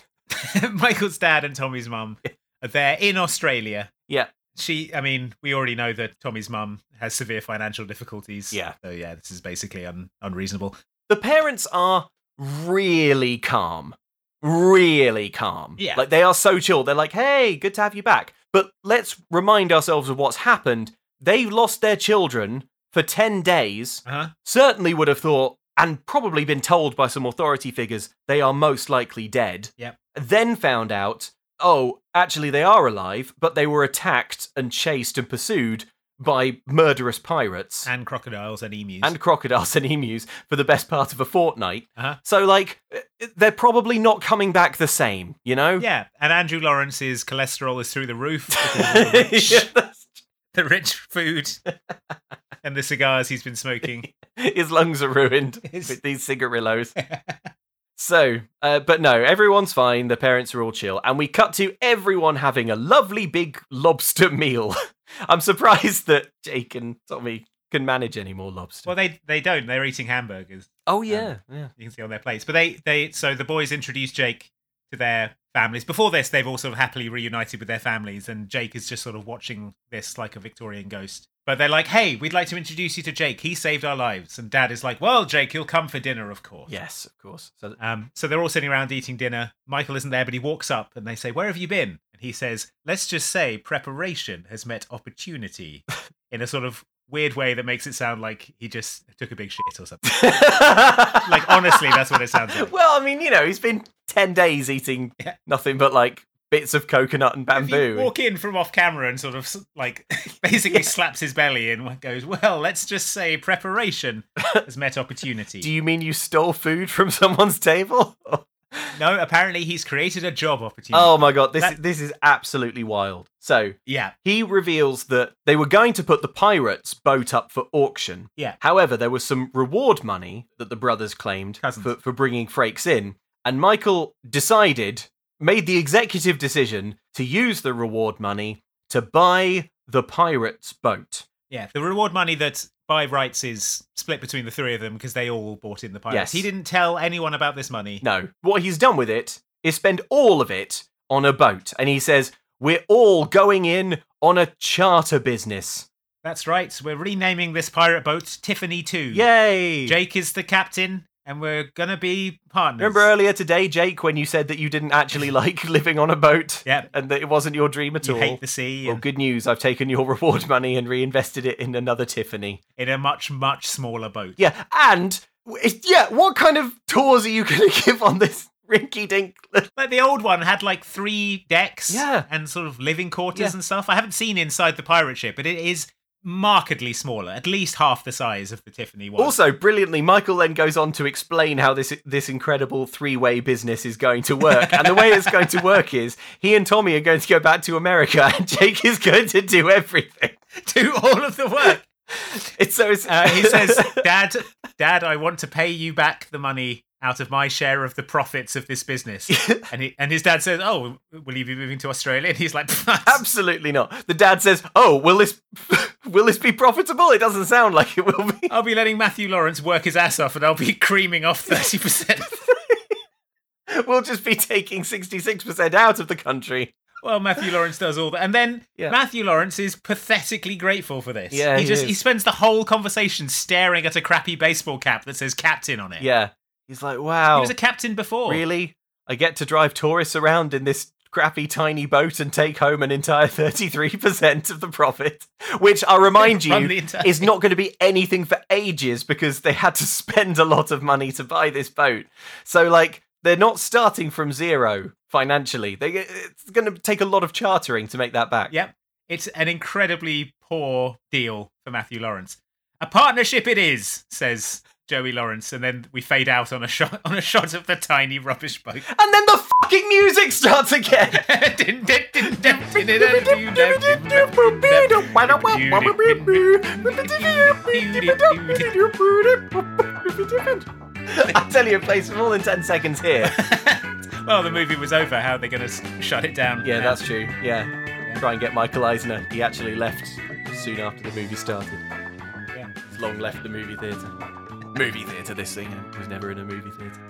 C: Michael's dad and Tommy's mum are there in Australia.
A: Yeah.
C: She, I mean, we already know that Tommy's mum has severe financial difficulties.
A: Yeah.
C: So yeah, this is basically un- unreasonable.
A: The parents are really calm, really calm.
C: Yeah.
A: Like they are so chill. They're like, "Hey, good to have you back." But let's remind ourselves of what's happened. They've lost their children for ten days.
C: Uh-huh.
A: certainly would have thought and probably been told by some authority figures they are most likely dead.
C: Yep.
A: Then found out, oh, actually they are alive, but they were attacked and chased and pursued by murderous pirates
C: And crocodiles and emus.
A: and crocodiles and emus for the best part of a fortnight.
C: Uh-huh.
A: So like uh, they're probably not coming back the same, you know?
C: yeah, and Andrew Lawrence's cholesterol is through the roof. because of the rich,
A: Yeah, that's-
C: the rich food and the cigars he's been smoking.
A: His lungs are ruined
C: His-
A: with these cigarillos. So, uh, but no, everyone's fine. The parents are all chill, and we cut to everyone having a lovely big lobster meal. I'm surprised that Jake and Tommy can manage any more lobster.
C: well, they they don't. They're eating hamburgers.
A: oh yeah, yeah.
C: you can see on their plates. But they they so the boys introduce Jake to their families. Before this, they've all sort of happily reunited with their families, and Jake is just sort of watching this like a Victorian ghost. But they're like, "Hey, we'd like to introduce you to Jake. He saved our lives." And Dad is like, "Well, Jake, you'll come for dinner, of course."
A: yes, of course. So
C: Um, so they're all sitting around eating dinner. Michael isn't there, but he walks up and they say, Where have you been? And he says, Let's just say preparation has met opportunity in a sort of weird way that makes it sound like he just took a big shit or something. like, honestly, that's what it sounds like.
A: well, I mean, you know, he's been ten days eating
C: Yeah.
A: nothing but like bits of coconut and
C: If
A: bamboo.
C: you
A: and-
C: walk in from off camera and sort of s- like basically slaps his belly and goes, Well, let's just say preparation has met opportunity.
A: Do you mean you stole food from someone's table?
C: No, apparently he's created a job opportunity.
A: oh my god, this
C: That-
A: this is absolutely wild. So
C: yeah.
A: he reveals that they were going to put the pirates' boat up for auction.
C: Yeah.
A: However, there was some reward money that the brothers claimed
C: Cousins.
A: for, for bringing Frakes in, and Michael decided, made the executive decision to use the reward money to buy the pirates' boat.
C: Yeah, the reward money that by rights is split between the three of them because they all bought in the
A: Yes.
C: pirates. He didn't tell anyone about this money.
A: No, what he's done with it is spend all of it on a boat, and he says we're all going in on a charter business.
C: That's right. We're renaming this pirate boat Tiffany 2.
A: Yay!
C: Hmm. Jake is the captain and we're going to be partners.
A: Remember earlier today, Jake, when you said that you didn't actually like living on a boat?
C: Yep.
A: And that it wasn't your dream at
C: you
A: all.
C: hate the sea
A: well,
C: and
A: good news. I've taken your reward money and reinvested it in another Tiffany.
C: in a much, much smaller boat.
A: Yeah. And, w- yeah, what kind of tours are you going to give on this rinky dink?
C: Like the old one had like three decks
A: Yeah.
C: and sort of living quarters
A: Yeah.
C: and stuff. I haven't seen inside the pirate ship, but it is markedly smaller, at least half the size of the Tiffany one.
A: Also, brilliantly, Michael then goes on to explain how this this incredible three way business is going to work. and the way it's going to work is he and Tommy are going to go back to America, and Jake is going to do everything.
C: do all of the work.
A: It's so it's,
C: Uh, he says, "Dad, Dad, I want to pay you back the money out of my share of the profits of this business." and he, and his dad says, "Oh, will you be moving to Australia?" And he's like,
A: Absolutely not. The dad says, "Oh, will this will this be profitable?" It doesn't sound like it will be.
C: "I'll be letting Matthew Lawrence work his ass off, and I'll be creaming off thirty percent."
A: We'll just be taking sixty six percent out of the country.
C: Well, Matthew Lawrence does all that, and then
A: Yeah.
C: Matthew Lawrence is pathetically grateful for this.
A: Yeah,
C: he,
A: he
C: just
A: is.
C: he spends the whole conversation staring at a crappy baseball cap that says "Captain" on it.
A: Yeah, he's like, "Wow,
C: He was a captain before.
A: really? I get to drive tourists around in this." Crappy tiny boat and take home an entire 33% of the profit, which I'll remind
C: Run
A: you
C: the entire
A: is not going to be anything for ages because they had to spend a lot of money to buy this boat. So, like, they're not starting from zero financially. They, it's going to take a lot of chartering to make that back.
C: Yep. It's an incredibly poor deal for Matthew Lawrence. A partnership it is, says Joey Lawrence, and then we fade out on a shot on a shot of the tiny rubbish boat.
A: And then the fucking music starts again. I tell you, it plays for more than 10 seconds here.
C: well, the movie was over. How are they going to shut it down? Uh,
A: Yeah,
C: now?
A: that's true. Yeah. Try and get Michael Eisner. He actually left soon after the movie started.
C: Yeah.
A: He's long left the movie theatre. Movie theatre, this thing. He was never in a movie theatre.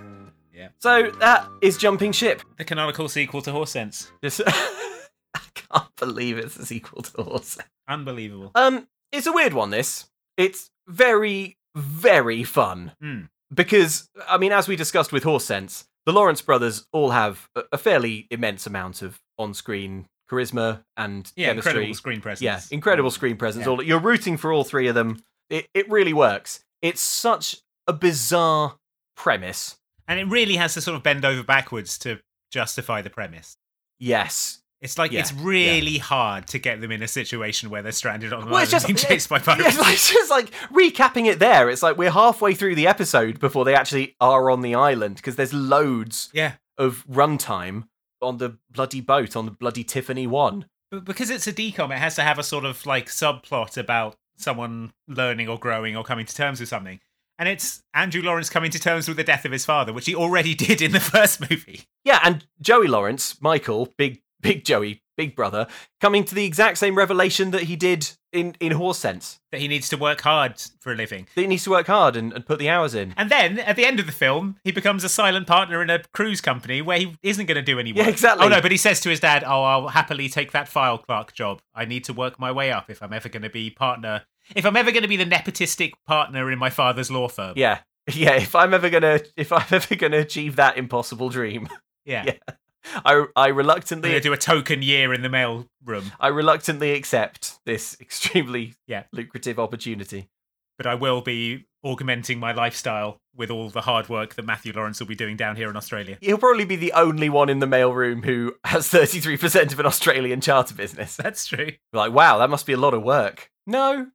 C: Yeah.
A: So that is Jumping Ship.
C: the canonical sequel to Horse Sense.
A: Just, I can't believe it's a sequel to Horse.
C: Unbelievable.
A: Um, it's a weird one. This it's very very fun
C: Hmm.
A: because I mean, as we discussed with Horse Sense, the Lawrence brothers all have a, a fairly immense amount of on-screen charisma and
C: Yeah,
A: chemistry.
C: incredible screen presence. Hmm.
A: Yeah, incredible screen presence.
C: Yeah.
A: All you're rooting for all three of them. It it really works. It's such a bizarre premise.
C: And it really has to sort of bend over backwards to justify the premise.
A: Yes.
C: It's like
A: Yeah,
C: it's really hard to get them in a situation where they're stranded on an
A: Well,
C: island
A: it's just-
C: being chased by
A: Yeah,
C: pirates.
A: it's like- it's just like recapping it there. It's like we're halfway through the episode before they actually are on the island because there's loads
C: Yeah,
A: of runtime on the bloody boat on the bloody Tiffany one.
C: but because it's a decom, it has to have a sort of like subplot about someone learning or growing or coming to terms with something. And it's Andrew Lawrence coming to terms with the death of his father, which he already did in the first movie.
A: Yeah, and Joey Lawrence, Michael, big big Joey, big brother, coming to the exact same revelation that he did in in Horse Sense.
C: That he needs to work hard for a living.
A: That he needs to work hard and, and put the hours in.
C: And then at the end of the film, he becomes a silent partner in a cruise company where he isn't going to do any work.
A: Yeah, exactly.
C: Oh no, but he says to his dad, "Oh, I'll happily take that file clerk job. I need to work my way up if I'm ever going to be partner. If I'm ever going to be the nepotistic partner in my father's law firm."
A: Yeah. Yeah, if I'm ever gonna if I'm ever gonna achieve that impossible dream,
C: yeah.
A: Yeah. I I
C: They're going
A: reluctantly
C: to do a token year in the mail room,
A: I reluctantly accept this extremely
C: Yeah.
A: lucrative opportunity.
C: but I will be augmenting my lifestyle with all the hard work that Matthew Lawrence will be doing down here in Australia.
A: He'll probably be the only one in the mailroom who has 33% of an Australian charter business.
C: That's true.
A: Like, wow, that must be a lot of work. No.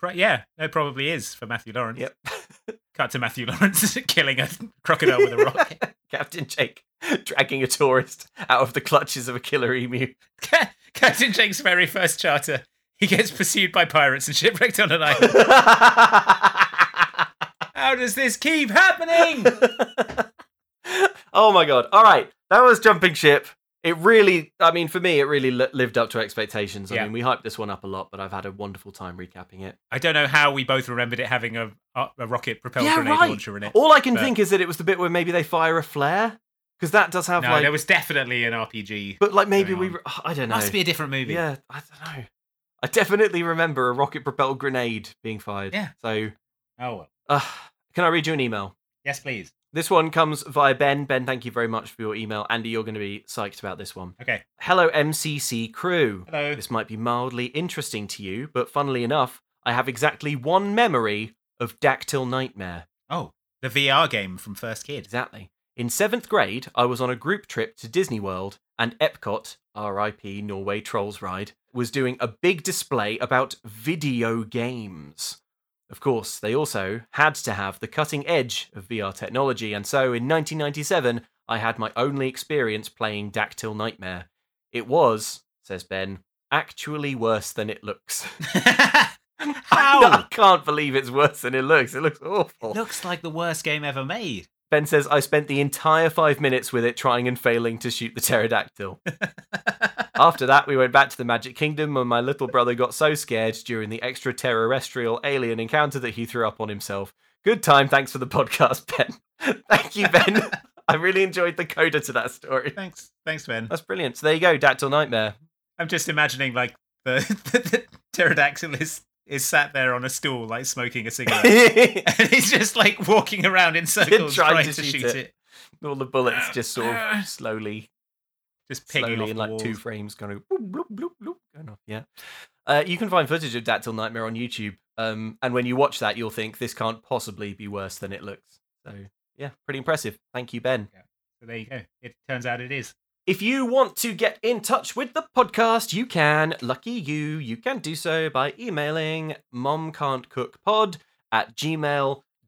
C: Pro- yeah, it probably is for Matthew Lawrence.
A: Yep.
C: Cut to Matthew Lawrence killing a crocodile with a rock.
A: Captain Jake dragging a tourist out of the clutches of a killer emu.
C: Ca- Captain Jake's very first charter. He gets pursued by pirates and shipwrecked on an island. How does this keep happening?
A: oh my god. All right. That was Jumping Ship. It really, I mean, for me, it really li- lived up to expectations. I
C: Yeah.
A: mean, we hyped this one up a lot, but I've had a wonderful time recapping it.
C: I don't know how we both remembered it having a, a, a rocket propelled
A: Yeah,
C: grenade
A: right.
C: launcher in it.
A: All I can
C: But-
A: think is that it was the bit where maybe they fire a flare, because that does have
C: no,
A: like,
C: there was definitely an RPG.
A: but like maybe
C: going
A: we,
C: on.
A: re- I don't know.
C: Must be a different movie.
A: Yeah, I don't know. I definitely remember a rocket propelled grenade being fired.
C: Yeah.
A: So,
C: Oh well.
A: uh, can I read you an email?
C: Yes, please.
A: This one comes via Ben. Ben, thank you very much for your email. Andy, you're going to be psyched about this one.
C: Okay.
A: Hello, MCC crew.
C: Hello.
A: This might be mildly interesting to you, but funnily enough, I have exactly one memory of Dactyl Nightmare.
C: Oh, the VR game from First Kid.
A: Exactly. In seventh grade, I was on a group trip to Disney World, and Epcot, RIP Norway Trolls Ride, was doing a big display about video games. Of course, they also had to have the cutting edge of VR technology, and so in 1997, I had my only experience playing Dactyl Nightmare. It was, says Ben, actually worse than it looks. How? I can't believe it's worse than it looks. It looks awful.
C: Looks like the worst game ever made.
A: Ben says, I spent the entire five minutes with it trying and failing to shoot the pterodactyl. After that, we went back to the Magic Kingdom, and my little brother got so scared during the extraterrestrial alien encounter that he threw up on himself. Good time. Thanks for the podcast, Ben. Thank you, Ben. I really enjoyed the coda to that story.
C: Thanks, thanks, Ben.
A: That's brilliant. So there you go, Dactyl Nightmare.
C: I'm just imagining like the, the, the pterodactyl is is sat there on a stool, like smoking a cigarette, and he's just like walking around in circles trying, to, shoot it.
A: All the bullets just sort of slowly,
C: Just pinging
A: slowly
C: off
A: in
C: the
A: like
C: walls.
A: two frames, kind of bloop, bloop, bloop, bloop, going off. Yeah. Uh, you can find footage of Dactyl Nightmare on YouTube, um, and when you watch that, you'll think this can't possibly be worse than it looks. So yeah, pretty impressive. Thank you, Ben.
C: So there you go. It turns out it is.
A: If you want to get in touch with the podcast, you can. Lucky you, you can do so by emailing momcan'tcookpod at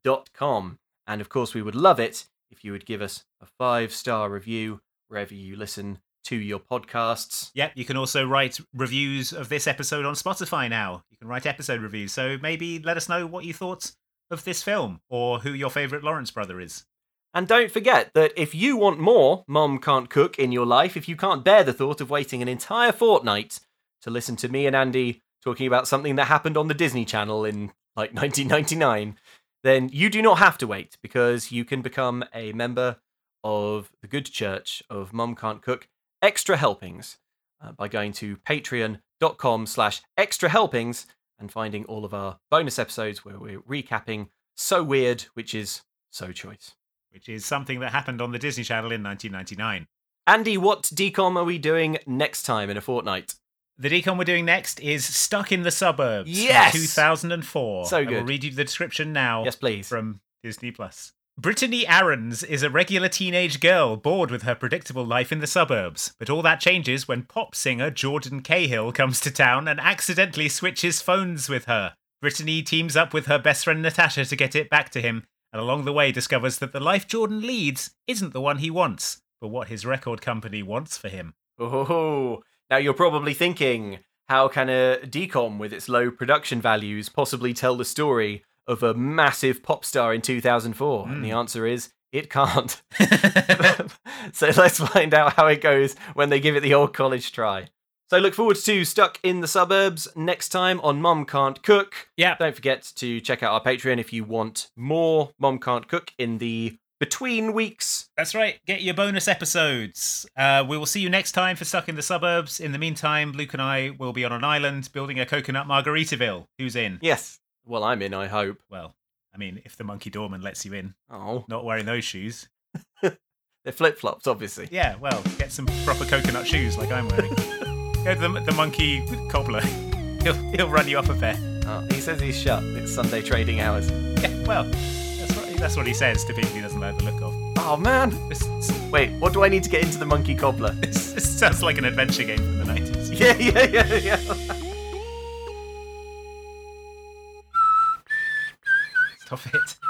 A: gmail.com. And of course, we would love it if you would give us a five star review wherever you listen to your podcasts.
C: Yep, you can also write reviews of this episode on Spotify now. You can write episode reviews. So maybe let us know what you thought of this film or who your favorite Lawrence brother is.
A: And don't forget that if you want more Mom Can't Cook in your life, if you can't bear the thought of waiting an entire fortnight to listen to me and Andy talking about something that happened on the Disney Channel in like 1999, then you do not have to wait because you can become a member of the good church of Mom Can't Cook Extra Helpings uh, by going to patreon.com slash extra helpings and finding all of our bonus episodes where we're recapping So Weird, which is So Choice.
C: which is something that happened on the Disney Channel in 1999.
A: Andy, what decom are we doing next time in a fortnight?
C: The decon we're doing next is Stuck in the Suburbs. from
A: Yes!
C: 2004.
A: So
C: I will
A: good.
C: read you the description now.
A: Yes, please.
C: From Disney Plus. Brittany Ahrens is a regular teenage girl bored with her predictable life in the suburbs, but all that changes when pop singer Jordan Cahill comes to town and accidentally switches phones with her. Brittany teams up with her best friend Natasha to get it back to him, and along the way discovers that the life Jordan leads isn't the one he wants, but what his record company wants for him.
A: Oh, now you're probably thinking, how can a decom with its low production values possibly tell the story of a massive pop star in 2004? And the answer is, it can't. so let's find out how it goes when they give it the old college try. So look forward to Stuck in the Suburbs next time on Mom Can't Cook.
C: Yeah.
A: Don't forget to check out our Patreon if you want more Mom Can't Cook in the between weeks.
C: That's right. Get your bonus episodes. Uh, we will see you next time for Stuck in the Suburbs. In the meantime, Luke and I will be on an island building a coconut margaritaville. Who's in?
A: Yes. Well, I'm in, I hope.
C: Well, I mean, if the monkey doorman lets you in,
A: Oh,
C: not wearing those shoes.
A: they're flip flops, obviously.
C: Yeah, well, get some proper coconut shoes like I'm wearing. Go to the, the monkey cobbler. He'll, he'll run you up a pair.
A: Uh, he says he's shut. It's Sunday trading hours.
C: Yeah, well, that's what, that's what he says to people he doesn't like the look of.
A: Oh, man.
C: This,
A: Wait, what do I need to get into the monkey cobbler?
C: this, this sounds like an adventure game from the 90s.
A: yeah, yeah, yeah, yeah.
C: Stop it.